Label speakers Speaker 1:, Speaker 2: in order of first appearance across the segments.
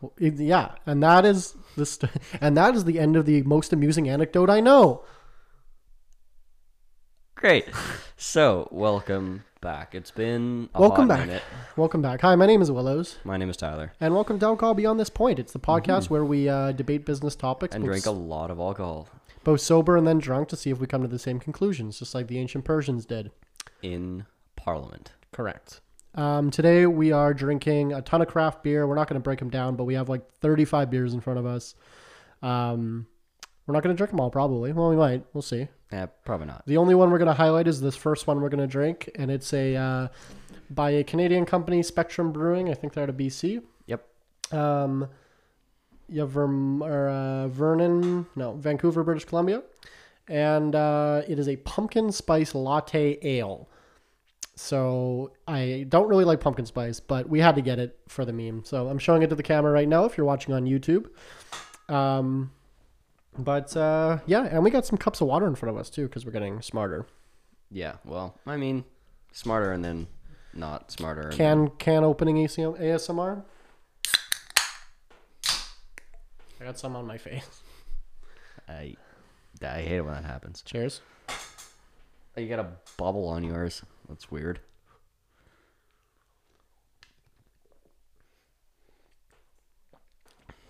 Speaker 1: Well, it- yeah, and that is the st- and that is the end of the most amusing anecdote I know.
Speaker 2: Great. So, welcome back. It's been a
Speaker 1: Welcome
Speaker 2: hot
Speaker 1: back.
Speaker 2: minute.
Speaker 1: Welcome back. Hi, my name is Willows,
Speaker 2: My name is Tyler,
Speaker 1: and welcome to Alcohol Beyond This Point. It's the podcast where we uh, debate business topics
Speaker 2: Mm-hmm. and
Speaker 1: both,
Speaker 2: drink a lot of alcohol.
Speaker 1: both sober and then drunk to see if we come to the same conclusions, just like the ancient Persians did.
Speaker 2: in Parliament.
Speaker 1: Correct. Um, today we are drinking a ton of craft beer. We're not going to break them down, but we have like 35 beers in front of us. Um, we're not going to drink them all, probably. Well, we might. We'll see.
Speaker 2: Eh, probably not.
Speaker 1: The only one we're going to highlight is this first one we're going to drink, and it's a uh, by a Canadian company, Spectrum Brewing. I think they're out of BC.
Speaker 2: Yep.
Speaker 1: Um, yeah, Verm- or, uh, Vernon, no, Vancouver, British Columbia, and uh, it is a pumpkin spice latte ale. So I don't really like pumpkin spice, but we had to get it for the meme. So I'm showing it to the camera right now. If you're watching on YouTube, um, but uh, yeah, and we got some cups of water in front of us too because we're getting smarter.
Speaker 2: Yeah. Well, I mean, smarter and then not smarter. and then-
Speaker 1: Can can opening ACM, ASMR. I got some on my face.
Speaker 2: I, I hate it when that happens.
Speaker 1: Cheers.
Speaker 2: Oh, You got a bubble on yours. That's weird.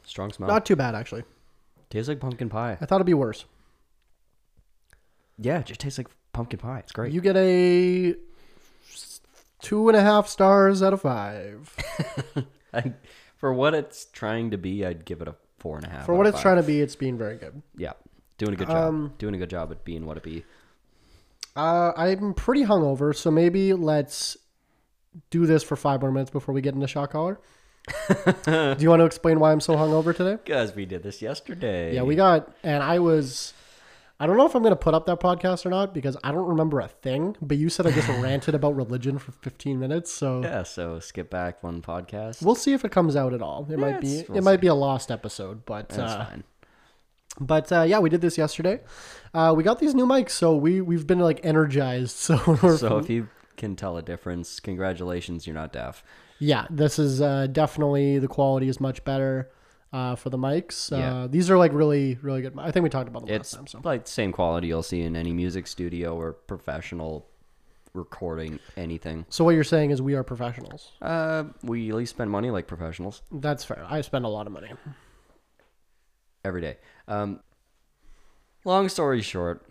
Speaker 2: Strong smell.
Speaker 1: Not too bad actually.
Speaker 2: tastes like pumpkin pie.
Speaker 1: I thought it'd be worse.
Speaker 2: Yeah, it just tastes like pumpkin pie. It's great.
Speaker 1: You get a two and a half stars out of five
Speaker 2: I, for what it's trying to be, I'd give it a four and a half.
Speaker 1: for what it's Um, trying to be. It's been very good.
Speaker 2: Yeah, doing a good job. doing a good job at being what it be.
Speaker 1: Uh, I'm pretty hungover, so maybe let's do this for five more minutes before we get into shot collar. do you want to explain why I'm so hungover today?
Speaker 2: Because we did this yesterday.
Speaker 1: Yeah, we got, and I was, I don't know if I'm going to put up that podcast or not because I don't remember a thing, but you said I just ranted about religion for 15 minutes. So
Speaker 2: Yeah, so skip back one podcast.
Speaker 1: we'll see if it comes out at all. It might be,
Speaker 2: it's- we'll
Speaker 1: it might be a lost episode, but,
Speaker 2: That's
Speaker 1: uh,
Speaker 2: fine.
Speaker 1: but, uh, yeah, we did this yesterday. Uh, we got these new mics. So we, we've been like energized. So we're,
Speaker 2: So if you can tell a difference, congratulations, you're not deaf.
Speaker 1: yeah, this is, uh, definitely the quality is much better. Uh, for the mics, uh,
Speaker 2: Yeah.
Speaker 1: these are like really, really good. mi- I think we talked about them
Speaker 2: It's
Speaker 1: last time. So
Speaker 2: like same quality you'll see in any music studio or professional recording anything.
Speaker 1: so what you're saying is we are professionals.
Speaker 2: Uh, we at least spend money like professionals
Speaker 1: That's fair. I spend a lot of money.
Speaker 2: every day. Um, long story short,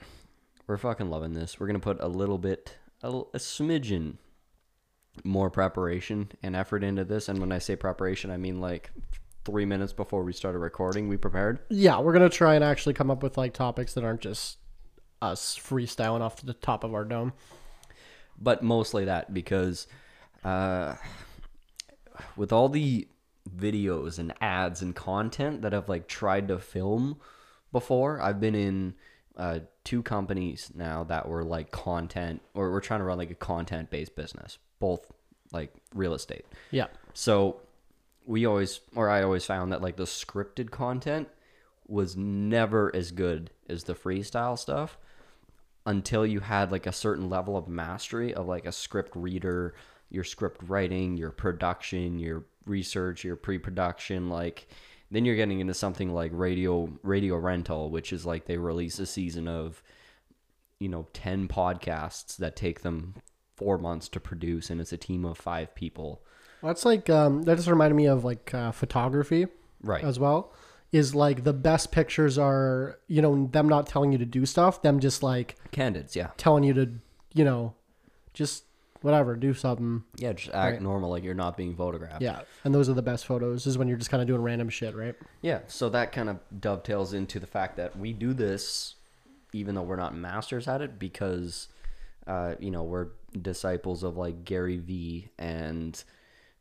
Speaker 2: we're fucking loving this. We're gonna put a little bit, a, l- a smidgen more preparation and effort into this. And when I say preparation, I mean like three minutes before we started recording, we prepared.
Speaker 1: Yeah, we're gonna try and actually come up with like topics that aren't just us freestyling off the top of our dome.
Speaker 2: but mostly that because uh, with all the videos and ads and content that I've like tried to film before, I've been in uh, two companies now that were like content or we're trying to run like a content based business, both like real estate.
Speaker 1: Yeah,
Speaker 2: So we always, or I always found that like the scripted content was never as good as the freestyle stuff until you had like a certain level of mastery of like a script reader, your script writing, your production, your research, your pre-production like then you're getting into something like radio radio rental which is like they release a season of you know 10 podcasts that take them 4 months to produce and it's a team of 5 people.
Speaker 1: that's like um, that just reminded me of like uh, photography
Speaker 2: Right.
Speaker 1: as well. Is like the best pictures are you know them not telling you to do stuff, them just like
Speaker 2: Candids, yeah.
Speaker 1: telling you to you know just whatever do something.
Speaker 2: Yeah, just act normal like you're not being photographed.
Speaker 1: Yeah, and those are the best photos. Is when you're just kind of doing random shit, right?
Speaker 2: Yeah, so that kind of dovetails into the fact that we do this even though we're not masters at it because uh, you know, we're disciples of like Gary Vee and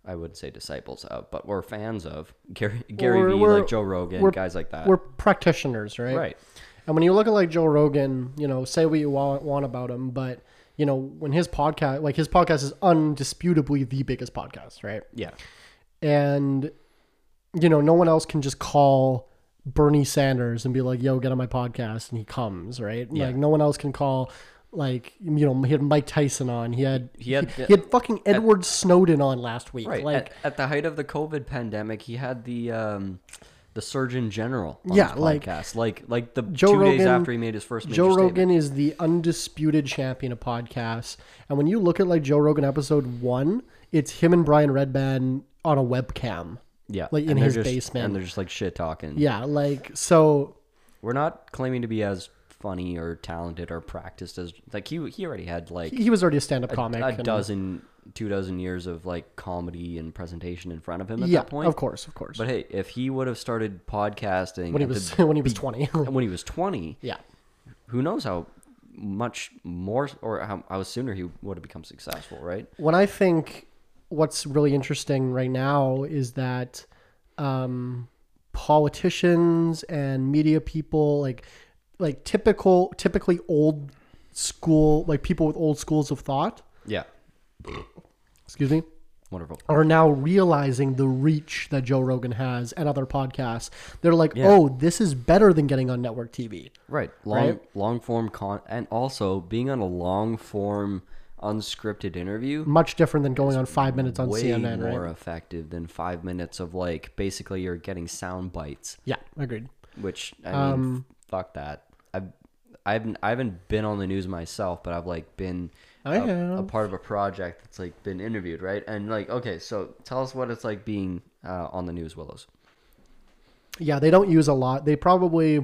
Speaker 2: I wouldn't say disciples of, but we're fans of Gary Gary
Speaker 1: We're-
Speaker 2: Vee,
Speaker 1: we're-
Speaker 2: like Joe Rogan,
Speaker 1: we're-
Speaker 2: guys like that.
Speaker 1: We're practitioners, right?
Speaker 2: right.
Speaker 1: And when you look at like Joe Rogan, you know, say what you wa- want about him, but you know, when his podcast, like his podcast is undisputably the biggest podcast, right?
Speaker 2: Yeah.
Speaker 1: And you know, no one else can just call Bernie Sanders and be like, "Yo, get on my podcast," and he comes, right?
Speaker 2: Yeah.
Speaker 1: Like no one else can call Like you know, he had Mike Tyson on. He had
Speaker 2: He had-
Speaker 1: he, had fucking Edward Snowden on last week.
Speaker 2: Right.
Speaker 1: Like
Speaker 2: at, at the height of the COVID pandemic, he had the um, the Surgeon General on
Speaker 1: Yeah,
Speaker 2: his
Speaker 1: like-
Speaker 2: podcast. Like like, the
Speaker 1: Joe
Speaker 2: two days
Speaker 1: Rogan-
Speaker 2: after he made his first major
Speaker 1: Joe
Speaker 2: statement.
Speaker 1: Rogan is the undisputed champion of podcasts. And when you look at like Joe Rogan episode one, it's him and Brian Redman on a webcam.
Speaker 2: Yeah.
Speaker 1: like, in
Speaker 2: and they're
Speaker 1: his
Speaker 2: just-
Speaker 1: basement.
Speaker 2: And they're just like shit talking.
Speaker 1: Yeah, like so
Speaker 2: We're not claiming to be as funny or talented or practiced as like he he already had like
Speaker 1: he was already a stand up comic.
Speaker 2: a
Speaker 1: and-
Speaker 2: dozen two dozen years of like comedy and presentation in front of him at
Speaker 1: yeah,
Speaker 2: that point.
Speaker 1: of course, of course.
Speaker 2: But hey, if he would have started podcasting
Speaker 1: when he
Speaker 2: at the-
Speaker 1: was when he was twenty.
Speaker 2: when he was twenty,
Speaker 1: yeah.
Speaker 2: who knows how much more or how, how sooner he would have become successful, right?
Speaker 1: When I think what's really interesting right now is that um, politicians and media people, like like typical, typically old school, like people with old schools of thought,
Speaker 2: Yeah.
Speaker 1: excuse me,
Speaker 2: Wonderful.
Speaker 1: are now realizing the reach that Joe Rogan has and other podcasts. They're like,
Speaker 2: Yeah.
Speaker 1: oh, this is better than getting on network TV.
Speaker 2: Right. Long long form con and also being on a long form unscripted interview
Speaker 1: Much different than going on five minutes on
Speaker 2: way
Speaker 1: CNN,
Speaker 2: more
Speaker 1: right?
Speaker 2: effective than 5 minutes of like basically you're getting sound bites,
Speaker 1: Yeah, agreed.
Speaker 2: which I mean
Speaker 1: Um,
Speaker 2: f- fuck that. I have I haven't I haven't been on the news myself, but I've like been
Speaker 1: I
Speaker 2: a-
Speaker 1: have.
Speaker 2: a part of a project that's like been interviewed, right? And like okay, so tell us what it's like being uh, on the news, Willows.
Speaker 1: Yeah, they don't use a lot. They probably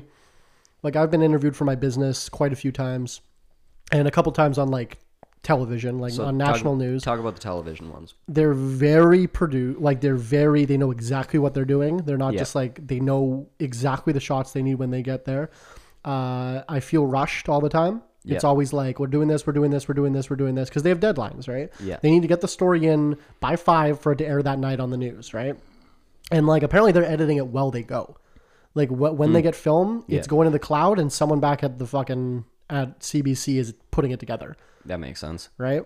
Speaker 1: like I've been interviewed for my business quite a few times and a couple times on like television, like
Speaker 2: So
Speaker 1: on
Speaker 2: talk-
Speaker 1: national news.
Speaker 2: Talk about the television ones.
Speaker 1: They're very produ like they're very they know exactly what they're doing. They're not
Speaker 2: Yeah.
Speaker 1: just like they know exactly the shots they need when they get there. Uh, I feel rushed all the time. It's
Speaker 2: Yeah.
Speaker 1: always like we're doing this, we're doing this, we're doing this, we're doing this because they have deadlines, right?
Speaker 2: Yeah.
Speaker 1: They need to get the story in by 5 for it to air that night on the news, right? and like apparently they're editing it while they go like wh- when they get film it's
Speaker 2: Mm. Yeah.
Speaker 1: going to the cloud and someone back at the fucking at cbc is putting it together
Speaker 2: That makes sense.
Speaker 1: right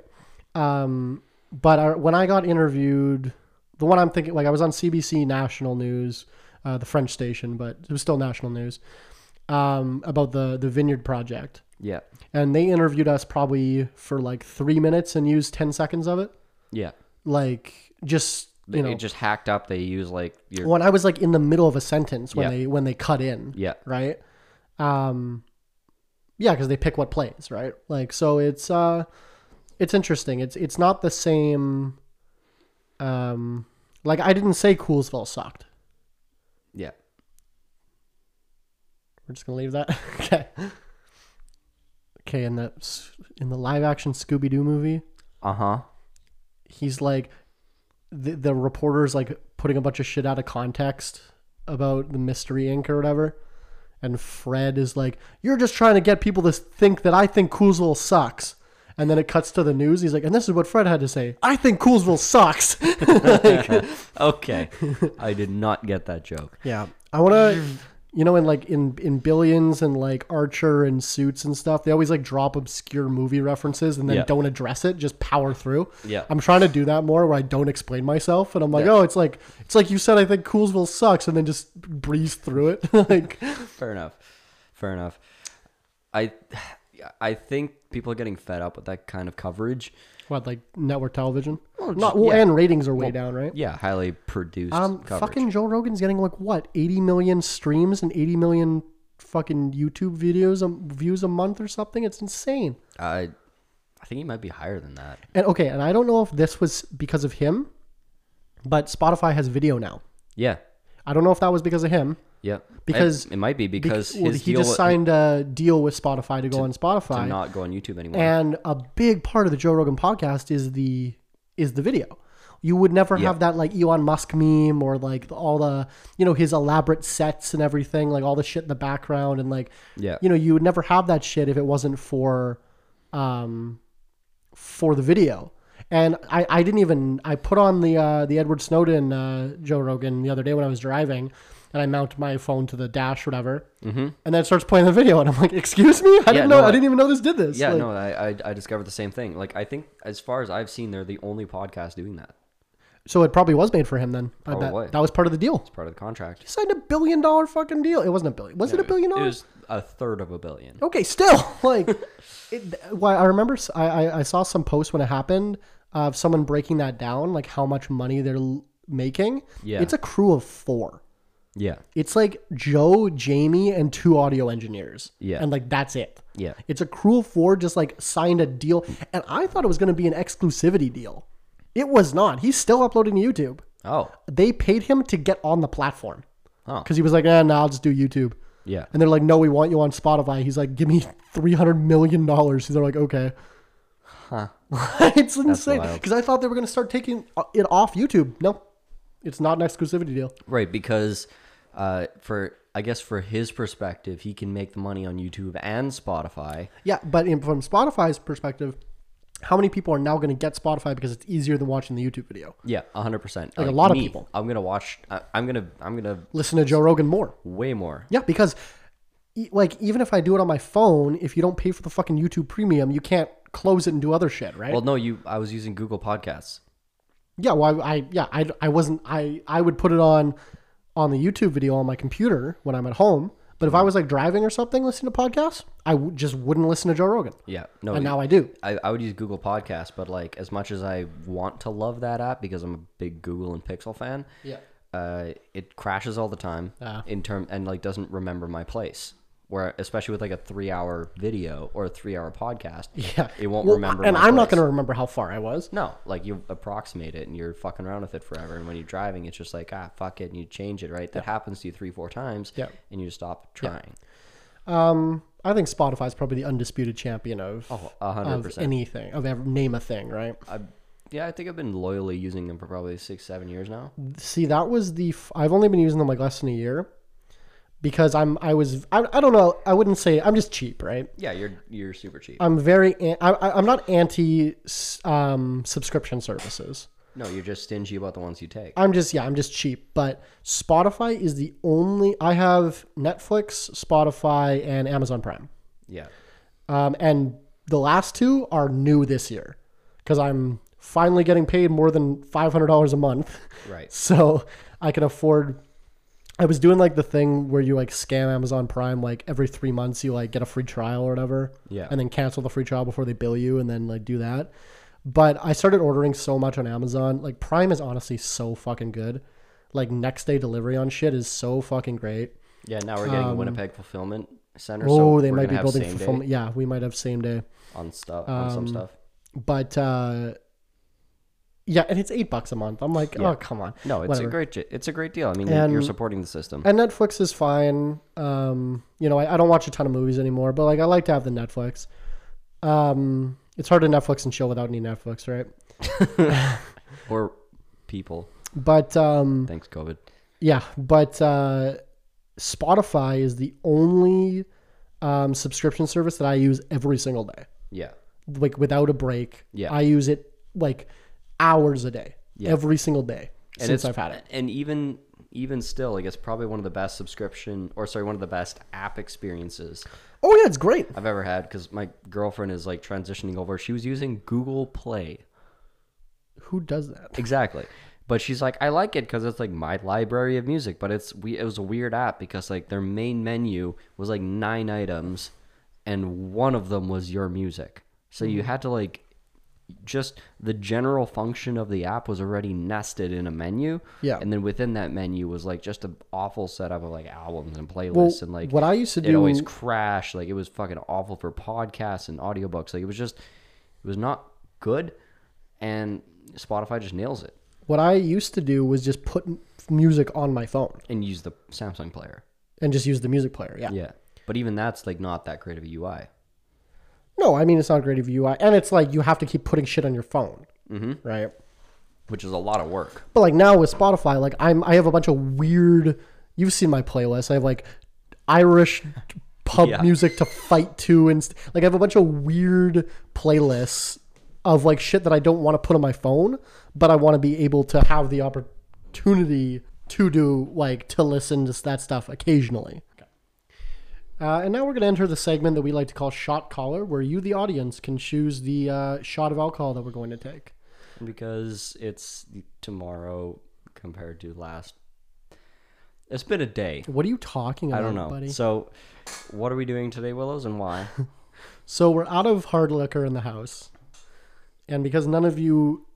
Speaker 1: um but I, when i got interviewed the one i'm thinking like i was on cbc national news uh, the french station but it was still national news um about the the vineyard project
Speaker 2: Yeah.
Speaker 1: and they interviewed us probably for like three minutes and used 10 seconds of it
Speaker 2: Yeah.
Speaker 1: like just you know
Speaker 2: it just hacked up. They use like your
Speaker 1: when I was like in the middle of a sentence when
Speaker 2: Yeah.
Speaker 1: they when they cut in,
Speaker 2: yeah.
Speaker 1: right? Um, yeah, because they pick what plays, right? Like so, it's uh, it's interesting. It's it's not the same. Um, like I didn't say Coolsville sucked.
Speaker 2: Yeah.
Speaker 1: We're just gonna leave that. okay. Okay, in the s- in the live action Scooby Doo movie,
Speaker 2: Uh huh.
Speaker 1: he's like the the reporter's like putting a bunch of shit out of context about the mystery inc or whatever and fred is like you're just trying to get people to think that i think coolsville sucks and then it cuts to the news he's like and this is what fred had to say i think coolsville sucks
Speaker 2: Okay. I did not get that joke.
Speaker 1: yeah i want to
Speaker 2: Mm.
Speaker 1: you know in like in in billions and like archer and suits and stuff they always like drop obscure movie references and then
Speaker 2: Yeah.
Speaker 1: don't address it just power through
Speaker 2: Yeah.
Speaker 1: I'm trying to do that more where I don't explain myself and I'm like, oh, it's like it's like you said I think Coolsville sucks and then just breeze through it. like
Speaker 2: Fair enough. Fair enough. I I think people are getting fed up with that kind of coverage.
Speaker 1: what, like network television?
Speaker 2: Well, just-
Speaker 1: Not well
Speaker 2: yeah.
Speaker 1: and ratings are way down, right?
Speaker 2: Yeah, highly produced
Speaker 1: Um
Speaker 2: coverage.
Speaker 1: fucking Joe Rogan's getting like what, eighty million streams and eighty million fucking YouTube videos um, views a month or something? It's insane.
Speaker 2: I I think he might be higher than that.
Speaker 1: And okay, and I don't know if this was because of him, but Spotify has video now.
Speaker 2: Yeah.
Speaker 1: I don't know if that was because of him.
Speaker 2: Yeah.
Speaker 1: Because-
Speaker 2: it, it might be because
Speaker 1: Bec- well,
Speaker 2: his
Speaker 1: he
Speaker 2: deal
Speaker 1: just
Speaker 2: with-
Speaker 1: signed a deal with Spotify to go on Spotify.
Speaker 2: to not go on YouTube anymore.
Speaker 1: And a big part of the Joe Rogan podcast is the is the video. You would never have that like Elon Musk meme or like all the you know his elaborate sets and everything, like all the shit in the background and like
Speaker 2: Yeah.
Speaker 1: you know you would never have that shit if it wasn't for um for the video. And I, I didn't even I put on the uh, the Edward Snowden uh, Joe Rogan the other day when I was driving, and I mount my phone to the dash whatever, mm-hmm. and then it starts playing the video, and I'm like, excuse me, I didn't know,
Speaker 2: no,
Speaker 1: I
Speaker 2: I-
Speaker 1: didn't even know this did this.
Speaker 2: Yeah,
Speaker 1: Like,
Speaker 2: no, I, I I discovered the same thing. Like I think as far as I've seen, they're the only podcast doing that.
Speaker 1: So it probably was made for him then. I
Speaker 2: Probably.
Speaker 1: bet that was part of the deal.
Speaker 2: Part of the contract.
Speaker 1: He signed a billion dollar fucking deal. It wasn't a billion. Was it a billion
Speaker 2: It
Speaker 1: dollars?
Speaker 2: was a third of a billion.
Speaker 1: Okay, still like, it, well, I remember s- I, I- I saw some posts when it happened of someone breaking that down, like how much money they're l- making.
Speaker 2: Yeah.
Speaker 1: it's a crew of four.
Speaker 2: Yeah.
Speaker 1: It's like Joe, Jamie, and two audio engineers.
Speaker 2: Yeah.
Speaker 1: and like that's it.
Speaker 2: Yeah.
Speaker 1: It's a Cruel Four just like signed a deal, and I thought it was going to be an exclusivity deal. It was not. He's still uploading to YouTube.
Speaker 2: Oh.
Speaker 1: They paid him to get on the platform
Speaker 2: Oh.
Speaker 1: because he was like, "Nah, nah, I'll just do YouTube."
Speaker 2: Yeah.
Speaker 1: And they're like, "No, we want you on Spotify." He's like, "Give me three hundred million dollars." They're like, "Okay." Huh? it's insane
Speaker 2: wild.
Speaker 1: because I thought they were going to start taking uh, it off YouTube. No, it's not an exclusivity deal.
Speaker 2: Right, because uh, for I guess for his perspective, he can make the money on YouTube and Spotify.
Speaker 1: Yeah, but in, from Spotify's perspective, how many people are now going to get Spotify because it's easier than watching the YouTube video?
Speaker 2: Yeah, hundred percent.
Speaker 1: Like, a lot of people.
Speaker 2: I'm gonna watch. I, I'm gonna. I'm gonna
Speaker 1: Listen to Joe Rogan more.
Speaker 2: way more.
Speaker 1: Yeah, because e- like even if I do it on my phone, if you don't pay for the fucking YouTube Premium, you can't close it and do other shit, right?
Speaker 2: Well, no, you. I was using Google Podcasts.
Speaker 1: yeah, well, I, I yeah, I, I wasn't I I would put it on on the YouTube video on my computer when I'm at home. But
Speaker 2: Mm-hmm.
Speaker 1: if I was like driving or something, listening to podcasts, I w- just wouldn't listen to Joe Rogan.
Speaker 2: Yeah, no,
Speaker 1: and
Speaker 2: you-
Speaker 1: now I do.
Speaker 2: I, I would use Google Podcasts, but like as much as I want to love that app because I'm a big Google and Pixel fan,
Speaker 1: Yeah.
Speaker 2: uh, it crashes all the time
Speaker 1: Ah.
Speaker 2: in term and like doesn't remember my place. Where especially with like a three hour video or a three hour podcast,
Speaker 1: Yeah,
Speaker 2: it won't
Speaker 1: Well,
Speaker 2: remember.
Speaker 1: And
Speaker 2: my
Speaker 1: I'm not
Speaker 2: place.
Speaker 1: going to remember how far I was.
Speaker 2: No, like you approximate it and you're fucking around with it forever. And when you're driving, it's just like ah fuck it, and you change it right. That happens to you three four times,
Speaker 1: Yeah.
Speaker 2: and you stop trying.
Speaker 1: Um, I think Spotify's probably the undisputed champion of
Speaker 2: Oh, a hundred
Speaker 1: of
Speaker 2: percent.
Speaker 1: anything of ever, name a thing, right?
Speaker 2: Yeah, I think I've been loyally using them for probably six seven years now.
Speaker 1: See, that was the f- I've only been using them like less than a year because I'm I was I, I don't know I wouldn't say I'm just cheap, right?
Speaker 2: Yeah, you're you're super cheap.
Speaker 1: I'm very an- I, I- I'm not anti s- um, subscription services.
Speaker 2: No, you're just stingy about the ones you take.
Speaker 1: I'm just yeah I'm just cheap, but Spotify is the only I have Netflix, Spotify, and Amazon Prime.
Speaker 2: Yeah.
Speaker 1: Um, and the last two are new this year because I'm finally getting paid more than $500 a month.
Speaker 2: Right.
Speaker 1: So I can afford. I was doing like the thing where you like scam Amazon Prime, like every three months you like get a free trial or whatever.
Speaker 2: Yeah.
Speaker 1: And then cancel the free trial before they bill you and then like do that. But I started ordering so much on Amazon. Like Prime is honestly so fucking good. Like next day delivery on shit is so fucking great.
Speaker 2: Yeah. Now we're getting a Winnipeg fulfillment center.
Speaker 1: um, Oh,
Speaker 2: so
Speaker 1: they
Speaker 2: we're
Speaker 1: might
Speaker 2: gonna
Speaker 1: be
Speaker 2: have
Speaker 1: building
Speaker 2: same
Speaker 1: fulfillment.
Speaker 2: day
Speaker 1: Yeah, we might have same day.
Speaker 2: on stuff on
Speaker 1: Um,
Speaker 2: some stuff.
Speaker 1: but uh yeah and it's eight bucks a month i'm like oh come on
Speaker 2: No, it's a
Speaker 1: whatever.
Speaker 2: great j- it's a great deal. I mean, you're, you're
Speaker 1: And-
Speaker 2: supporting the system.
Speaker 1: and netflix is fine um you know I, I don't watch a ton of movies anymore but like i like to have the netflix um it's hard to netflix and chill without any netflix right
Speaker 2: or people.
Speaker 1: but um
Speaker 2: Thanks, COVID.
Speaker 1: yeah but uh spotify is the only um subscription service that i use every single day
Speaker 2: Yeah.
Speaker 1: like without a break
Speaker 2: Yeah.
Speaker 1: i use it like hours a day
Speaker 2: Yeah.
Speaker 1: every single day
Speaker 2: And
Speaker 1: since
Speaker 2: it's-
Speaker 1: i've had it
Speaker 2: And even even still, like it's probably one of the best subscription or sorry, one of the best app experiences
Speaker 1: oh yeah it's great
Speaker 2: I've ever had because my girlfriend is like transitioning over. She was using Google Play.
Speaker 1: who does that
Speaker 2: Exactly. But she's like, I like it because it's like my library of music. But it's we it was a weird app because like their main menu was like nine items, and one of them was your music. So
Speaker 1: Mm-hmm.
Speaker 2: you had to like, just the general function of the app was already nested in a menu.
Speaker 1: Yeah.
Speaker 2: And then within that menu was like just an awful setup of like albums and playlists
Speaker 1: Well,
Speaker 2: and like
Speaker 1: what I used to
Speaker 2: it
Speaker 1: do,
Speaker 2: always crashed. Like it was fucking awful for podcasts and audiobooks. Like it was just, it was not good. And Spotify just nails it
Speaker 1: what I used to do was just put m- music on my phone
Speaker 2: and use the Samsung player.
Speaker 1: and just use the music player. Yeah.
Speaker 2: Yeah. But even that's like not that great of a UI.
Speaker 1: No, I mean it's not great of UI, and it's like you have to keep putting shit on your phone, mm-hmm. right?
Speaker 2: Which is a lot of work.
Speaker 1: But like now with Spotify, like I'm, I have a bunch of weird. You've seen my playlist. I have like Irish pub
Speaker 2: Yeah.
Speaker 1: music to fight to, and st- like I have a bunch of weird playlists of like shit that I don't want to put on my phone, but I want to be able to have the opportunity to do like to listen to s- that stuff occasionally. Uh, and now we're going to enter the segment that we like to call shot caller, where you, the audience, can choose the uh, shot of alcohol that we're going to take.
Speaker 2: because it's tomorrow compared to last. It's been a day.
Speaker 1: What are you talking
Speaker 2: I
Speaker 1: about,
Speaker 2: don't know.
Speaker 1: buddy?
Speaker 2: So, what are we doing today, Willows, and why?
Speaker 1: So we're out of hard liquor in the house. And because none of you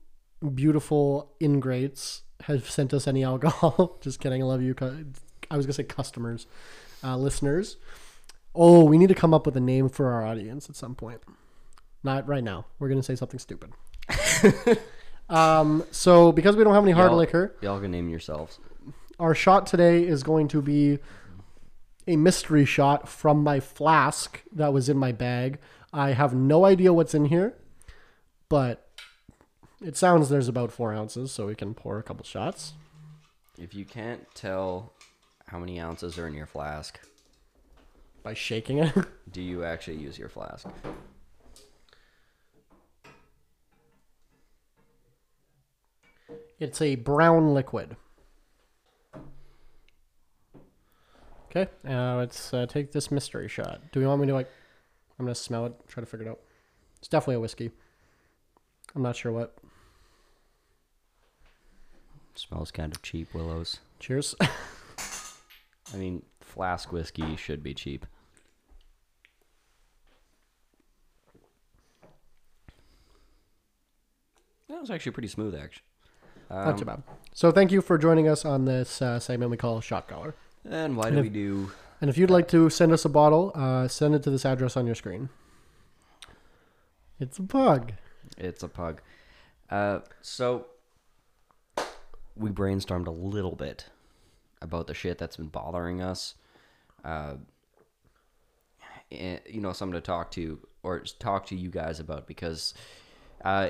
Speaker 1: beautiful ingrates have sent us any alcohol, just kidding, I love you. cu- I was going to say customers, uh, listeners. Oh, we need to come up with a name for our audience at some point. Not right now. We're going to say something stupid. um, so because we don't have any hard
Speaker 2: Y'all-
Speaker 1: liquor,
Speaker 2: Y'all can name yourselves.
Speaker 1: our shot today is going to be a mystery shot from my flask that was in my bag. I have no idea what's in here, but it sounds there's about four ounces, so we can pour a couple shots.
Speaker 2: If you can't tell how many ounces are in your flask,
Speaker 1: By shaking it,
Speaker 2: do you actually use your flask?
Speaker 1: it's a brown liquid. Okay, now let's uh, take this mystery shot. Do we want me to like? I'm gonna smell it, try to figure it out. It's definitely a whiskey. I'm not sure what.
Speaker 2: Smells kind of cheap, Willows.
Speaker 1: Cheers.
Speaker 2: I mean, flask whiskey should be cheap. That was actually pretty smooth, actually. Um,
Speaker 1: Not too bad. So thank you for joining us on this uh, segment we call Shot Collar.
Speaker 2: And why do we do?
Speaker 1: And if you'd like to send us a bottle, uh, send it to this address on your screen. It's a bug.
Speaker 2: It's a pug. Uh, so we brainstormed a little bit about the shit that's been bothering us. Uh, and, you know, something to talk to or talk to you guys about because uh,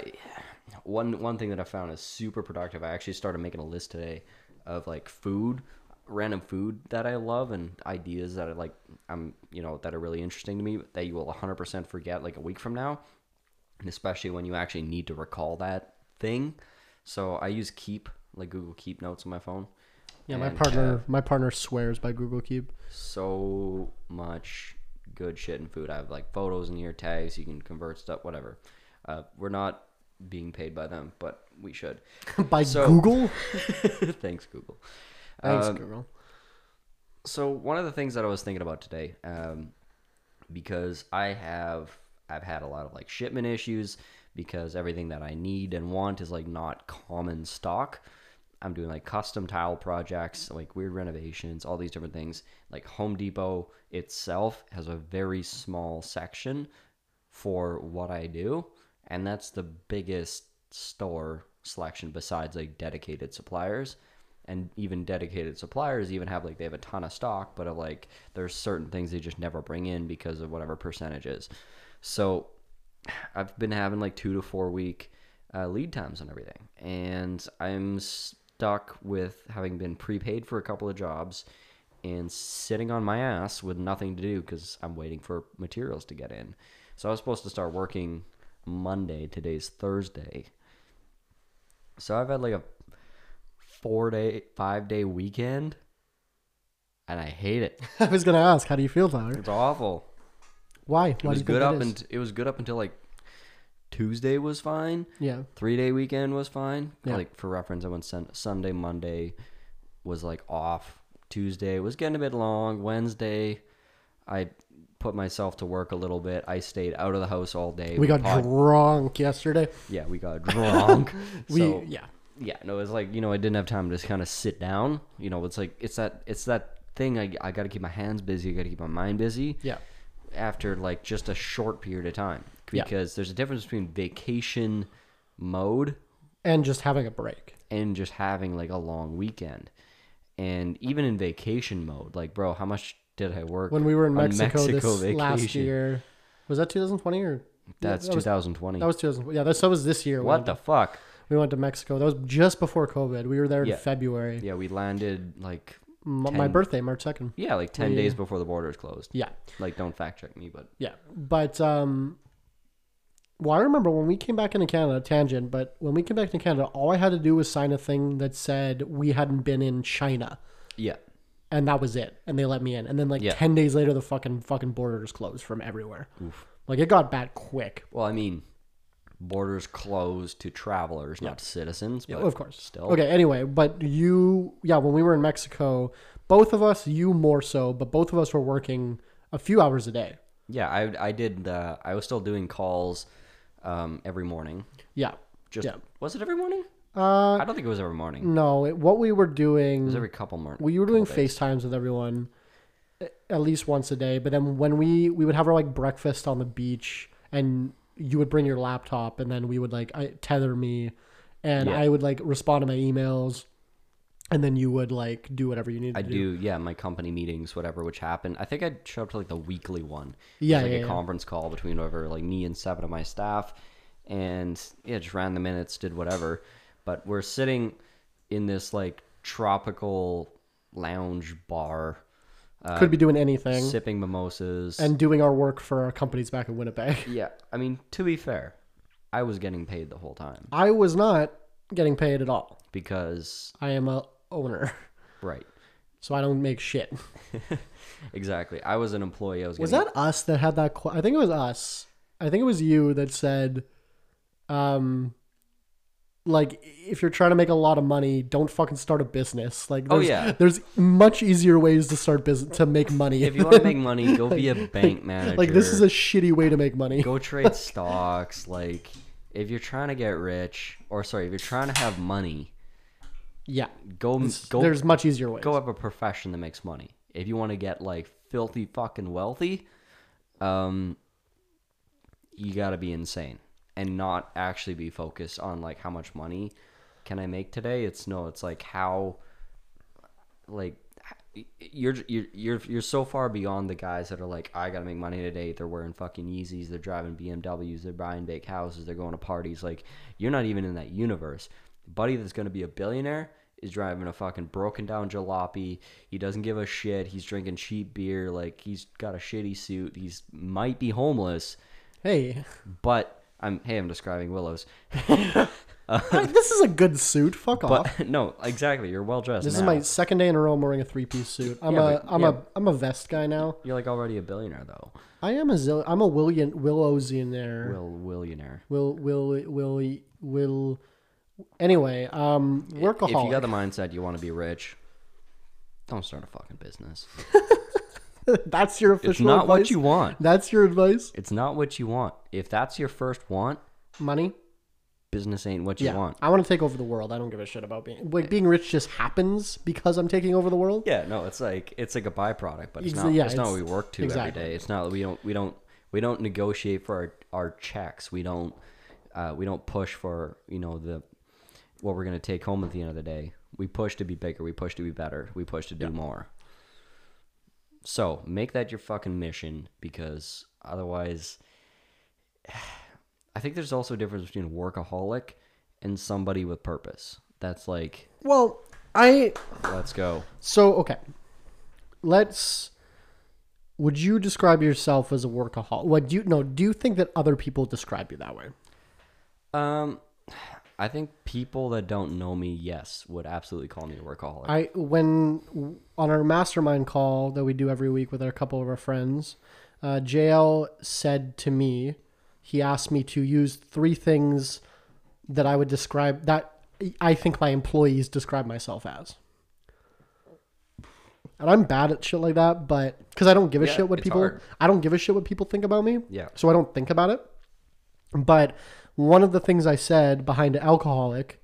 Speaker 2: one one thing that I found is super productive. I actually started making a list today of like food, random food that I love and ideas that I like. I'm you know that are really interesting to me that you will 100% forget like a week from now, and especially when you actually need to recall that thing. So I use Keep like Google Keep notes on my phone.
Speaker 1: Yeah, my
Speaker 2: And,
Speaker 1: partner,
Speaker 2: uh,
Speaker 1: my partner swears by Google Keep.
Speaker 2: so much good shit and food. I have like photos in here, tags. You can convert stuff, whatever. Uh, we're not being paid by them, but we should.
Speaker 1: by
Speaker 2: So-
Speaker 1: Google?
Speaker 2: Thanks, Google.
Speaker 1: Thanks,
Speaker 2: uh,
Speaker 1: Google.
Speaker 2: So one of the things that I was thinking about today, um, because I have I've had a lot of like shipment issues because everything that I need and want is like not common stock. I'm doing like custom tile projects, like weird renovations, all these different things. Like Home Depot itself has a very small section for what I do, and that's the biggest store selection besides like dedicated suppliers. And even dedicated suppliers even have like they have a ton of stock, but of like there's certain things they just never bring in because of whatever percentages. So I've been having like two to four week uh, lead times on everything, and I'm stuck with having been prepaid for a couple of jobs and sitting on my ass with nothing to do because I'm waiting for materials to get in. So I was supposed to start working Monday. Today's Thursday, so I've had like a four day, five day weekend, and I hate it.
Speaker 1: I was gonna ask, how do you feel, Tyler?
Speaker 2: It's awful.
Speaker 1: Why?
Speaker 2: It
Speaker 1: Why
Speaker 2: was
Speaker 1: do you think
Speaker 2: good
Speaker 1: that
Speaker 2: up
Speaker 1: is?
Speaker 2: and it was good up until like Tuesday was fine.
Speaker 1: yeah,
Speaker 2: Three day weekend was fine.
Speaker 1: Yeah.
Speaker 2: Like for reference, I went sun- Sunday, Monday was like off. Tuesday was getting a bit long. Wednesday, I put myself to work a little bit. I stayed out of the house all day.
Speaker 1: we got
Speaker 2: pod-
Speaker 1: drunk yesterday.
Speaker 2: yeah, we got drunk.
Speaker 1: We
Speaker 2: so,
Speaker 1: yeah,
Speaker 2: yeah no it's like you know i didn't have time to just kind of sit down you know it's like it's that it's that thing i, I gotta keep my hands busy i gotta keep my mind busy
Speaker 1: Yeah.
Speaker 2: after like just a short period of time
Speaker 1: Yeah.
Speaker 2: because there's a difference between vacation mode
Speaker 1: and just having a break.
Speaker 2: and just having like a long weekend and even in vacation mode like bro how much did i work
Speaker 1: When we were in
Speaker 2: on
Speaker 1: Mexico, this last
Speaker 2: vacation?
Speaker 1: year, was that 2020 or
Speaker 2: that's
Speaker 1: that was,
Speaker 2: 2020
Speaker 1: that was 2020. Yeah, that so was this year.
Speaker 2: what the fuck
Speaker 1: We went to Mexico. That was just before COVID. We were there in
Speaker 2: Yeah.
Speaker 1: February.
Speaker 2: yeah we landed like
Speaker 1: M- my
Speaker 2: 10
Speaker 1: birthday, March 2nd.
Speaker 2: yeah like 10
Speaker 1: We-
Speaker 2: days before the borders closed
Speaker 1: Yeah.
Speaker 2: like don't fact check me but
Speaker 1: Yeah. But, um, well, I remember when we came back into Canada, tangent, but when we came back to Canada, all I had to do was sign a thing that said we hadn't been in China.
Speaker 2: yeah
Speaker 1: And that was it. And they let me in. And then, like,
Speaker 2: Yeah.
Speaker 1: 10 days later, the fucking, fucking border just closed from everywhere. Like, it got bad quick.
Speaker 2: Well, I mean, borders closed to travelers, not to citizens. But
Speaker 1: Oh, of course.
Speaker 2: Still.
Speaker 1: Okay, anyway, but you, yeah, when we were in Mexico, both of us, you more so, but both of us were working a few hours a day.
Speaker 2: Yeah, I, I did. Uh, I was still doing calls um, every morning.
Speaker 1: Yeah.
Speaker 2: Just
Speaker 1: Yeah.
Speaker 2: was it every morning?
Speaker 1: Uh, mm,
Speaker 2: I don't think it was every morning. It
Speaker 1: no, it, what we were
Speaker 2: was
Speaker 1: doing,
Speaker 2: every couple mornings.
Speaker 1: we were doing FaceTimes with everyone a- at least once a day, but then when we, we would have our like breakfast on the beach and you would bring your laptop and then we would like I, tether me and
Speaker 2: Yeah.
Speaker 1: I would like respond to my emails and then you would like do whatever you needed
Speaker 2: I
Speaker 1: to
Speaker 2: do, yeah, my company meetings, whatever, which happened. I think I showed up to like the weekly one. It was
Speaker 1: Yeah,
Speaker 2: like
Speaker 1: yeah,
Speaker 2: a
Speaker 1: yeah.
Speaker 2: conference call between whatever, like me and seven of my staff, and yeah, just ran the minutes, did whatever. But we're sitting in this like tropical lounge bar,
Speaker 1: Could be doing anything.
Speaker 2: sipping mimosas,
Speaker 1: Mm-hmm. and doing our work for our companies back in Winnipeg.
Speaker 2: yeah. I mean, to be fair, I was getting paid the whole time
Speaker 1: I was not getting paid at all.
Speaker 2: because
Speaker 1: I am a owner,
Speaker 2: right,
Speaker 1: so I don't make shit.
Speaker 2: exactly. I was an employee. I was,
Speaker 1: Was
Speaker 2: getting,
Speaker 1: that us that had that? Qu- I think it was us. I think it was you that said, um, like if you're trying to make a lot of money, don't fucking start a business. Like,
Speaker 2: Oh,
Speaker 1: there's,
Speaker 2: yeah.
Speaker 1: there's much easier ways to start business to make money.
Speaker 2: If you want to make money, go be a bank manager.
Speaker 1: like this is a shitty way to make money.
Speaker 2: go trade stocks like if you're trying to get rich or sorry if you're trying to have money
Speaker 1: yeah,
Speaker 2: go go
Speaker 1: there's much easier ways.
Speaker 2: go have a profession that makes money if you want to get like filthy fucking wealthy um you got to be insane and not actually be focused on like how much money can i make today it's no it's like how like you're you're you're you're so far beyond the guys that are like I gotta make money today. They're wearing fucking Yeezys. They're driving BMWs. They're buying big houses. They're going to parties. Like you're not even in that universe. The buddy that's gonna be a billionaire is driving a fucking broken down jalopy. He doesn't give a shit. He's drinking cheap beer. Like he's got a shitty suit. He's might be homeless,
Speaker 1: Hey,
Speaker 2: but I'm hey I'm describing Willows.
Speaker 1: this is a good suit. Fuck off.
Speaker 2: But no, exactly. You're well dressed.
Speaker 1: This is
Speaker 2: now.
Speaker 1: my second day in a row I'm wearing a three piece suit. I'm
Speaker 2: Yeah,
Speaker 1: a
Speaker 2: but-
Speaker 1: am
Speaker 2: yeah.
Speaker 1: a I'm a vest guy now.
Speaker 2: You're like already a billionaire though.
Speaker 1: I am a zil- I'm a William Willowsionaire.
Speaker 2: Will Willionaire.
Speaker 1: Will will will will. Anyway, um,
Speaker 2: If you
Speaker 1: workaholic.
Speaker 2: got the mindset you want to be rich, don't start a fucking business.
Speaker 1: that's your official.
Speaker 2: It's not
Speaker 1: advice?
Speaker 2: what you want.
Speaker 1: That's your advice.
Speaker 2: It's not what you want. If that's your first want,
Speaker 1: Money.
Speaker 2: business ain't what you
Speaker 1: Yeah.
Speaker 2: want.
Speaker 1: I want to take over the world. I don't give a shit about being like being rich. Just happens because I'm taking over the world.
Speaker 2: Yeah, no, it's like it's like a byproduct, but it's
Speaker 1: Exa-
Speaker 2: not
Speaker 1: yeah,
Speaker 2: it's not
Speaker 1: it's-
Speaker 2: what we work to
Speaker 1: exactly.
Speaker 2: every day. It's not we don't we don't we don't negotiate for our, our checks. We don't uh, we don't push for, you know, the what we're gonna take home at the end of the day. We push to be bigger, we push to be better, we push to do more. So make that your fucking mission because otherwise I think there's also a difference between a workaholic and somebody with purpose. That's like,
Speaker 1: Well, I
Speaker 2: let's go.
Speaker 1: so okay. Let's. Would you describe yourself as a workaholic? What do you no? Do you think that other people describe you that way?
Speaker 2: Um, I think people that don't know me, yes, would absolutely call me a workaholic.
Speaker 1: I when on our mastermind call that we do every week with our couple of our friends, uh, JL said to me, he asked me to use three things that I would describe that I think my employees describe myself as. And I'm bad at shit like that, but because I don't give a
Speaker 2: Yeah,
Speaker 1: shit what
Speaker 2: it's
Speaker 1: people,
Speaker 2: hard.
Speaker 1: I don't give a shit what people think about me.
Speaker 2: Yeah.
Speaker 1: So I don't think about it. But one of the things I said behind alcoholic,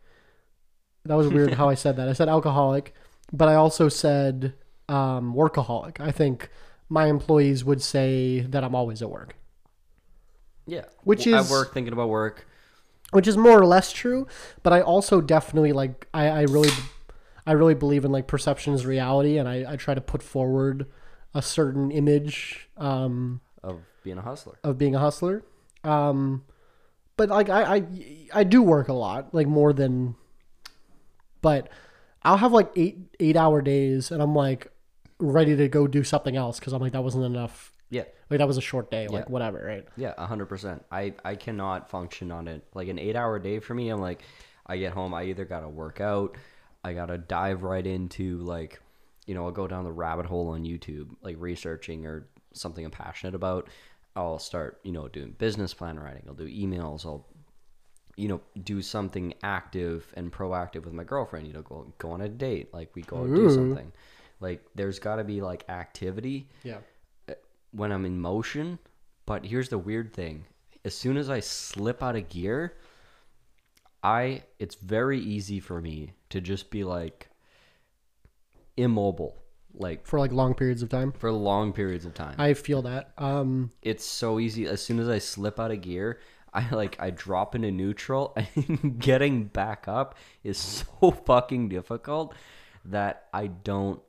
Speaker 1: that was weird how I said that. I said alcoholic, but I also said um, workaholic. I think my employees would say that I'm always at work,
Speaker 2: yeah,
Speaker 1: which
Speaker 2: I
Speaker 1: is-
Speaker 2: work thinking about work.
Speaker 1: which is more or less true. But I also definitely like I, I really, I really believe in like perception is reality, and I, I try to put forward a certain image. Um,
Speaker 2: Of being a hustler,
Speaker 1: of being a hustler. Um, but like I, I I do work a lot, like more than. But I'll have like eight eight hour days, and I'm like ready to go do something else because I'm like that wasn't enough.
Speaker 2: yeah,
Speaker 1: Like that was a short day, like
Speaker 2: Yeah.
Speaker 1: whatever, right?
Speaker 2: yeah, hundred percent. I I cannot function on it. Like an eight-hour day for me, I'm like, I get home, I either gotta work out, I gotta dive right into like, you know, I'll go down the rabbit hole on YouTube, like researching or something I'm passionate about. I'll start, you know, doing business plan writing. I'll do emails. I'll you know, do something active and proactive with my girlfriend. You know, go go on a date. Like we go out do
Speaker 1: Ooh.
Speaker 2: something. Like there's got to be like activity
Speaker 1: Yeah.
Speaker 2: when I'm in motion. But here's the weird thing: as soon as I slip out of gear, I it's very easy for me to just be like immobile, like
Speaker 1: For like long periods of time.
Speaker 2: for long periods of time.
Speaker 1: I feel that. Um,
Speaker 2: it's so easy. As soon as I slip out of gear, I like I drop into neutral, and getting back up is so fucking difficult that I don't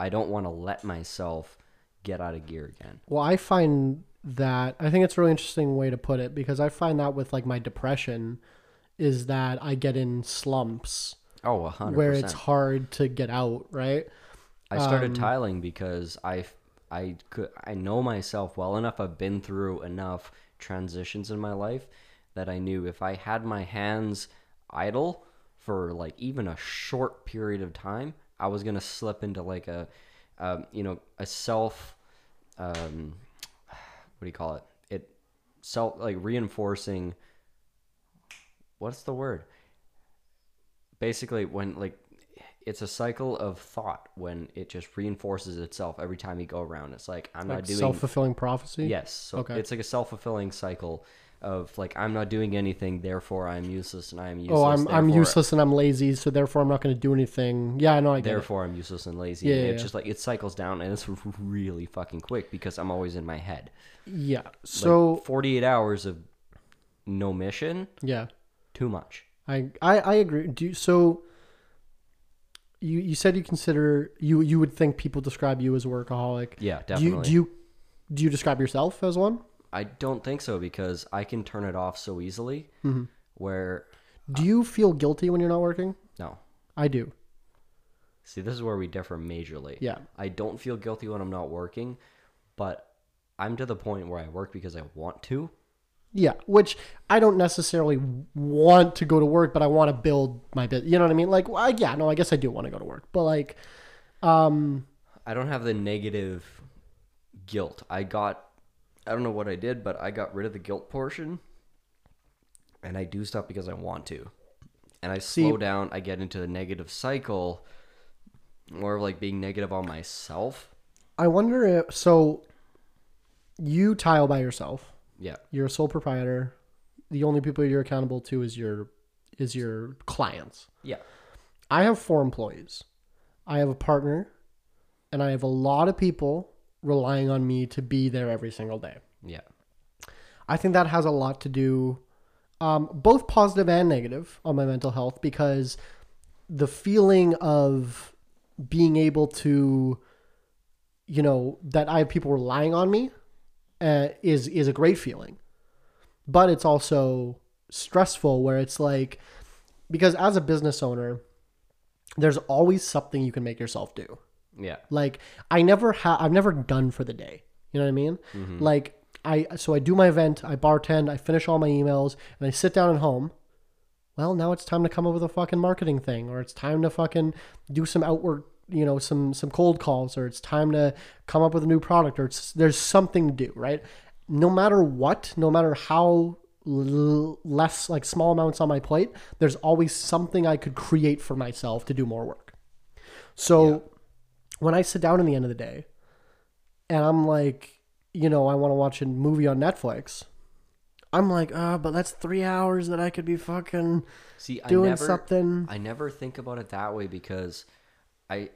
Speaker 2: I don't want to let myself get out of gear again.
Speaker 1: well, I find that I think it's a really interesting way to put it because I find that with like my depression is that I get in slumps
Speaker 2: Oh, a hundred
Speaker 1: where it's
Speaker 2: percent.
Speaker 1: hard to get out, right?
Speaker 2: I started tiling because I I could I know myself well enough. I've been through enough transitions in my life that I knew if I had my hands idle for like even a short period of time, I was gonna slip into like a um, you know a self um, what do you call it? It self like reinforcing. What's the word? basically when like it's a cycle of thought when it just reinforces itself every time you go around. It's like I'm
Speaker 1: Like
Speaker 2: not doing
Speaker 1: self fulfilling prophecy.
Speaker 2: yes. So
Speaker 1: Okay.
Speaker 2: it's like a self fulfilling cycle of like I'm not doing anything, therefore I'm useless and I'm useless.
Speaker 1: Oh, I'm I'm
Speaker 2: therefore-
Speaker 1: useless and I'm lazy, so therefore I'm not going to do anything. Yeah, I know I get it.
Speaker 2: Therefore I'm useless and lazy.
Speaker 1: Yeah,
Speaker 2: and
Speaker 1: yeah,
Speaker 2: it's
Speaker 1: yeah.
Speaker 2: just like it cycles down and it's really fucking quick because I'm always in my head.
Speaker 1: Yeah.
Speaker 2: Like,
Speaker 1: So
Speaker 2: forty eight hours of no mission,
Speaker 1: yeah,
Speaker 2: too much.
Speaker 1: I I, I agree. Do you, so. You you said you consider you you would think people describe you as a workaholic.
Speaker 2: Yeah,
Speaker 1: Do
Speaker 2: definitely.
Speaker 1: you do you do you describe yourself as one?
Speaker 2: I don't think so because I can turn it off so easily.
Speaker 1: Mm-hmm.
Speaker 2: Where
Speaker 1: Do you feel guilty when you're not working?
Speaker 2: no,
Speaker 1: I do.
Speaker 2: See, this is where we differ majorly.
Speaker 1: Yeah.
Speaker 2: I don't feel guilty when I'm not working, but I'm to the point where I work because I want to.
Speaker 1: Yeah, which I don't necessarily want to go to work, but I want to build my business. You know what I mean? Like, well, I- yeah, no, I guess I do want to go to work, but like,
Speaker 2: I don't have the negative guilt. I got, I don't know what I did, but I got rid of the guilt portion and I do stuff because I want to. And I slow down, I get into the negative cycle, more of like being negative on myself.
Speaker 1: I wonder if so. You tile by yourself.
Speaker 2: Yeah.
Speaker 1: You're a sole proprietor. The only people you're accountable to is your is your clients.
Speaker 2: Yeah.
Speaker 1: I have four employees. I have a partner, and I have a lot of people relying on me to be there every single day.
Speaker 2: Yeah.
Speaker 1: I think that has a lot to do, um, both positive and negative, on my mental health because the feeling of being able to, you know, that I have people relying on me, uh, is is a great feeling, but it's also stressful where it's like, because as a business owner, there's always something you can make yourself do.
Speaker 2: Yeah.
Speaker 1: Like I never have, I'm never done for the day. You know what I mean? Like I, so I do my event, I bartend, I finish all my emails, and I sit down at home. Well, now it's time to come up with a fucking marketing thing, or it's time to fucking do some outward, you know, some some cold calls, or it's time to come up with a new product, or it's, there's something to do, right? No matter what, no matter how l- less like small amounts on my plate, there's always something I could create for myself to do more work. So when I sit down in the end of the day and I'm like, you know, I want to watch a movie on Netflix, I'm like, ah, but that's three hours that I could be fucking
Speaker 2: See, I
Speaker 1: doing
Speaker 2: never,
Speaker 1: something.
Speaker 2: I never think about it that way because I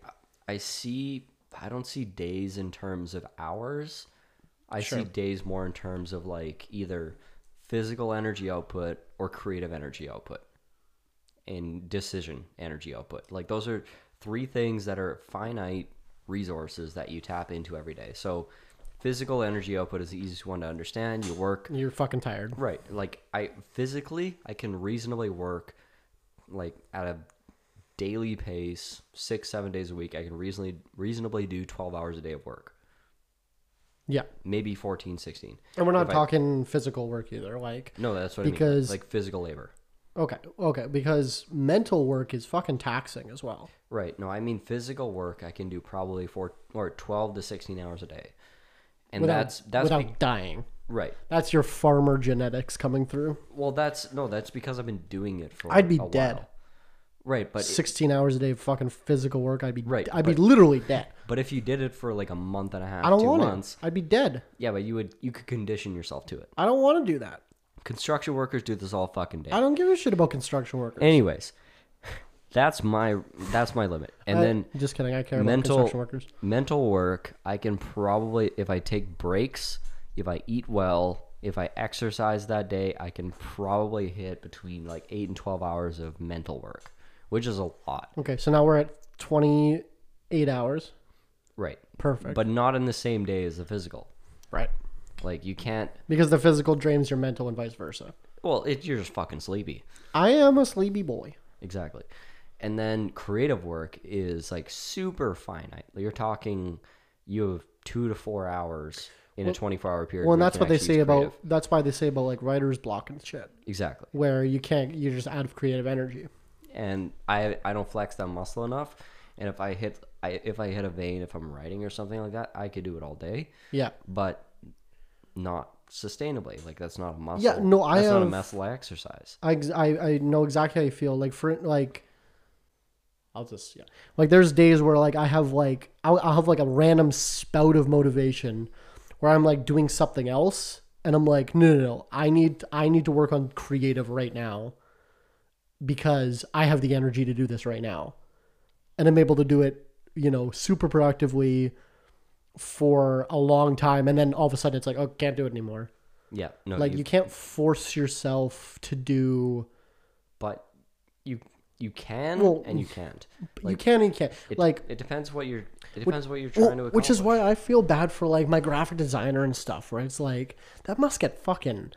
Speaker 2: I see I don't see days in terms of hours. I see days more in terms of like either physical energy output or creative energy output and decision energy output. Like those are three things that are finite resources that you tap into every day. So physical energy output is the easiest one to understand. You work
Speaker 1: You're fucking tired.
Speaker 2: Right. Like I physically I can reasonably work like at a daily pace, six, seven days a week, I can reasonably reasonably do twelve hours a day of work.
Speaker 1: Yeah.
Speaker 2: Maybe 14, 16.
Speaker 1: And we're not
Speaker 2: If I-
Speaker 1: talking physical work either. Like,
Speaker 2: No, that's what
Speaker 1: Because-
Speaker 2: I mean. Like physical labor.
Speaker 1: okay, okay, because mental work is fucking taxing as well.
Speaker 2: Right. No, I mean physical work I can do probably four or twelve to sixteen hours a day. and
Speaker 1: without,
Speaker 2: that's that's
Speaker 1: without
Speaker 2: be-
Speaker 1: dying.
Speaker 2: right.
Speaker 1: That's your farmer genetics coming through.
Speaker 2: Well, that's no, that's because I've been doing it for.
Speaker 1: I'd be
Speaker 2: a
Speaker 1: dead.
Speaker 2: While. Right, but
Speaker 1: Sixteen hours a day of fucking physical work. I'd be
Speaker 2: Right,
Speaker 1: I'd be literally dead.
Speaker 2: but if you did it for like a month and a half,
Speaker 1: I don't
Speaker 2: two
Speaker 1: want
Speaker 2: months,
Speaker 1: it. I'd be dead.
Speaker 2: yeah, but you would you could condition yourself to it.
Speaker 1: I don't want to do that.
Speaker 2: Construction workers do this all fucking day.
Speaker 1: I don't give a shit about construction workers.
Speaker 2: Anyways, that's my that's my limit. And
Speaker 1: I-
Speaker 2: then
Speaker 1: Uh, just kidding. I care
Speaker 2: mental-
Speaker 1: about construction workers.
Speaker 2: mental work, I can probably if I take breaks, if I eat well, if I exercise that day, I can probably hit between like 8 and 12 hours of mental work, which is a lot.
Speaker 1: Okay, so now we're at twenty eight hours.
Speaker 2: Right.
Speaker 1: Perfect.
Speaker 2: But not in the same day as the physical.
Speaker 1: right.
Speaker 2: Like you can't
Speaker 1: Because the physical drains your mental and vice versa.
Speaker 2: well, it, you're just fucking sleepy.
Speaker 1: I am a sleepy boy.
Speaker 2: Exactly. And then creative work is like super finite. You're talking you have 2 to 4 hours in a 24-hour
Speaker 1: Well,
Speaker 2: period. where
Speaker 1: and
Speaker 2: you
Speaker 1: that's
Speaker 2: can
Speaker 1: what they
Speaker 2: actually
Speaker 1: say
Speaker 2: use
Speaker 1: about
Speaker 2: creative.
Speaker 1: that's why they say about like writer's block and shit,
Speaker 2: Exactly.
Speaker 1: where you can't you're just out of creative energy.
Speaker 2: and I I don't flex that muscle enough. And if I hit I if I hit a vein if I'm writing or something like that, I could do it all day,
Speaker 1: Yeah.
Speaker 2: but not sustainably. Like that's not a muscle.
Speaker 1: Yeah, no, I
Speaker 2: that's not a
Speaker 1: have-
Speaker 2: muscle exercise.
Speaker 1: I, ex- I I know exactly how you feel. Like for like, I'll just yeah. Like there's days where like I have like I'll, I'll have like a random spout of motivation, where I'm like doing something else, and I'm like no no no I need I need to work on creative right now, because I have the energy to do this right now, and I'm able to do it you know super productively, for a long time, and then all of a sudden it's like oh can't do it anymore.
Speaker 2: Yeah, no,
Speaker 1: Like you can't force yourself to do
Speaker 2: but you you can
Speaker 1: Well,
Speaker 2: and you can't.
Speaker 1: you can and you can't.
Speaker 2: It,
Speaker 1: like,
Speaker 2: it depends what you're it depends what you're
Speaker 1: well,
Speaker 2: trying to accomplish.
Speaker 1: which is why I feel bad for like my graphic designer and stuff. Right? It's like that must get fucking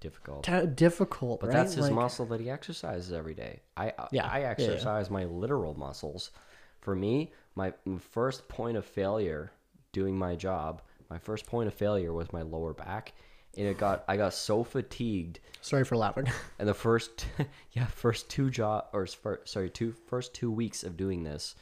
Speaker 2: difficult.
Speaker 1: t- difficult.
Speaker 2: But
Speaker 1: right?
Speaker 2: that's his
Speaker 1: Like,
Speaker 2: muscle that he exercises every day. I
Speaker 1: Yeah,
Speaker 2: yeah,
Speaker 1: yeah,
Speaker 2: I
Speaker 1: yeah.
Speaker 2: exercise my literal muscles. For me, my first point of failure doing my job, my first point of failure was my lower back, and it got I got so fatigued.
Speaker 1: Sorry for laughing.
Speaker 2: And the first yeah first two job or fir- sorry two first two weeks of doing this,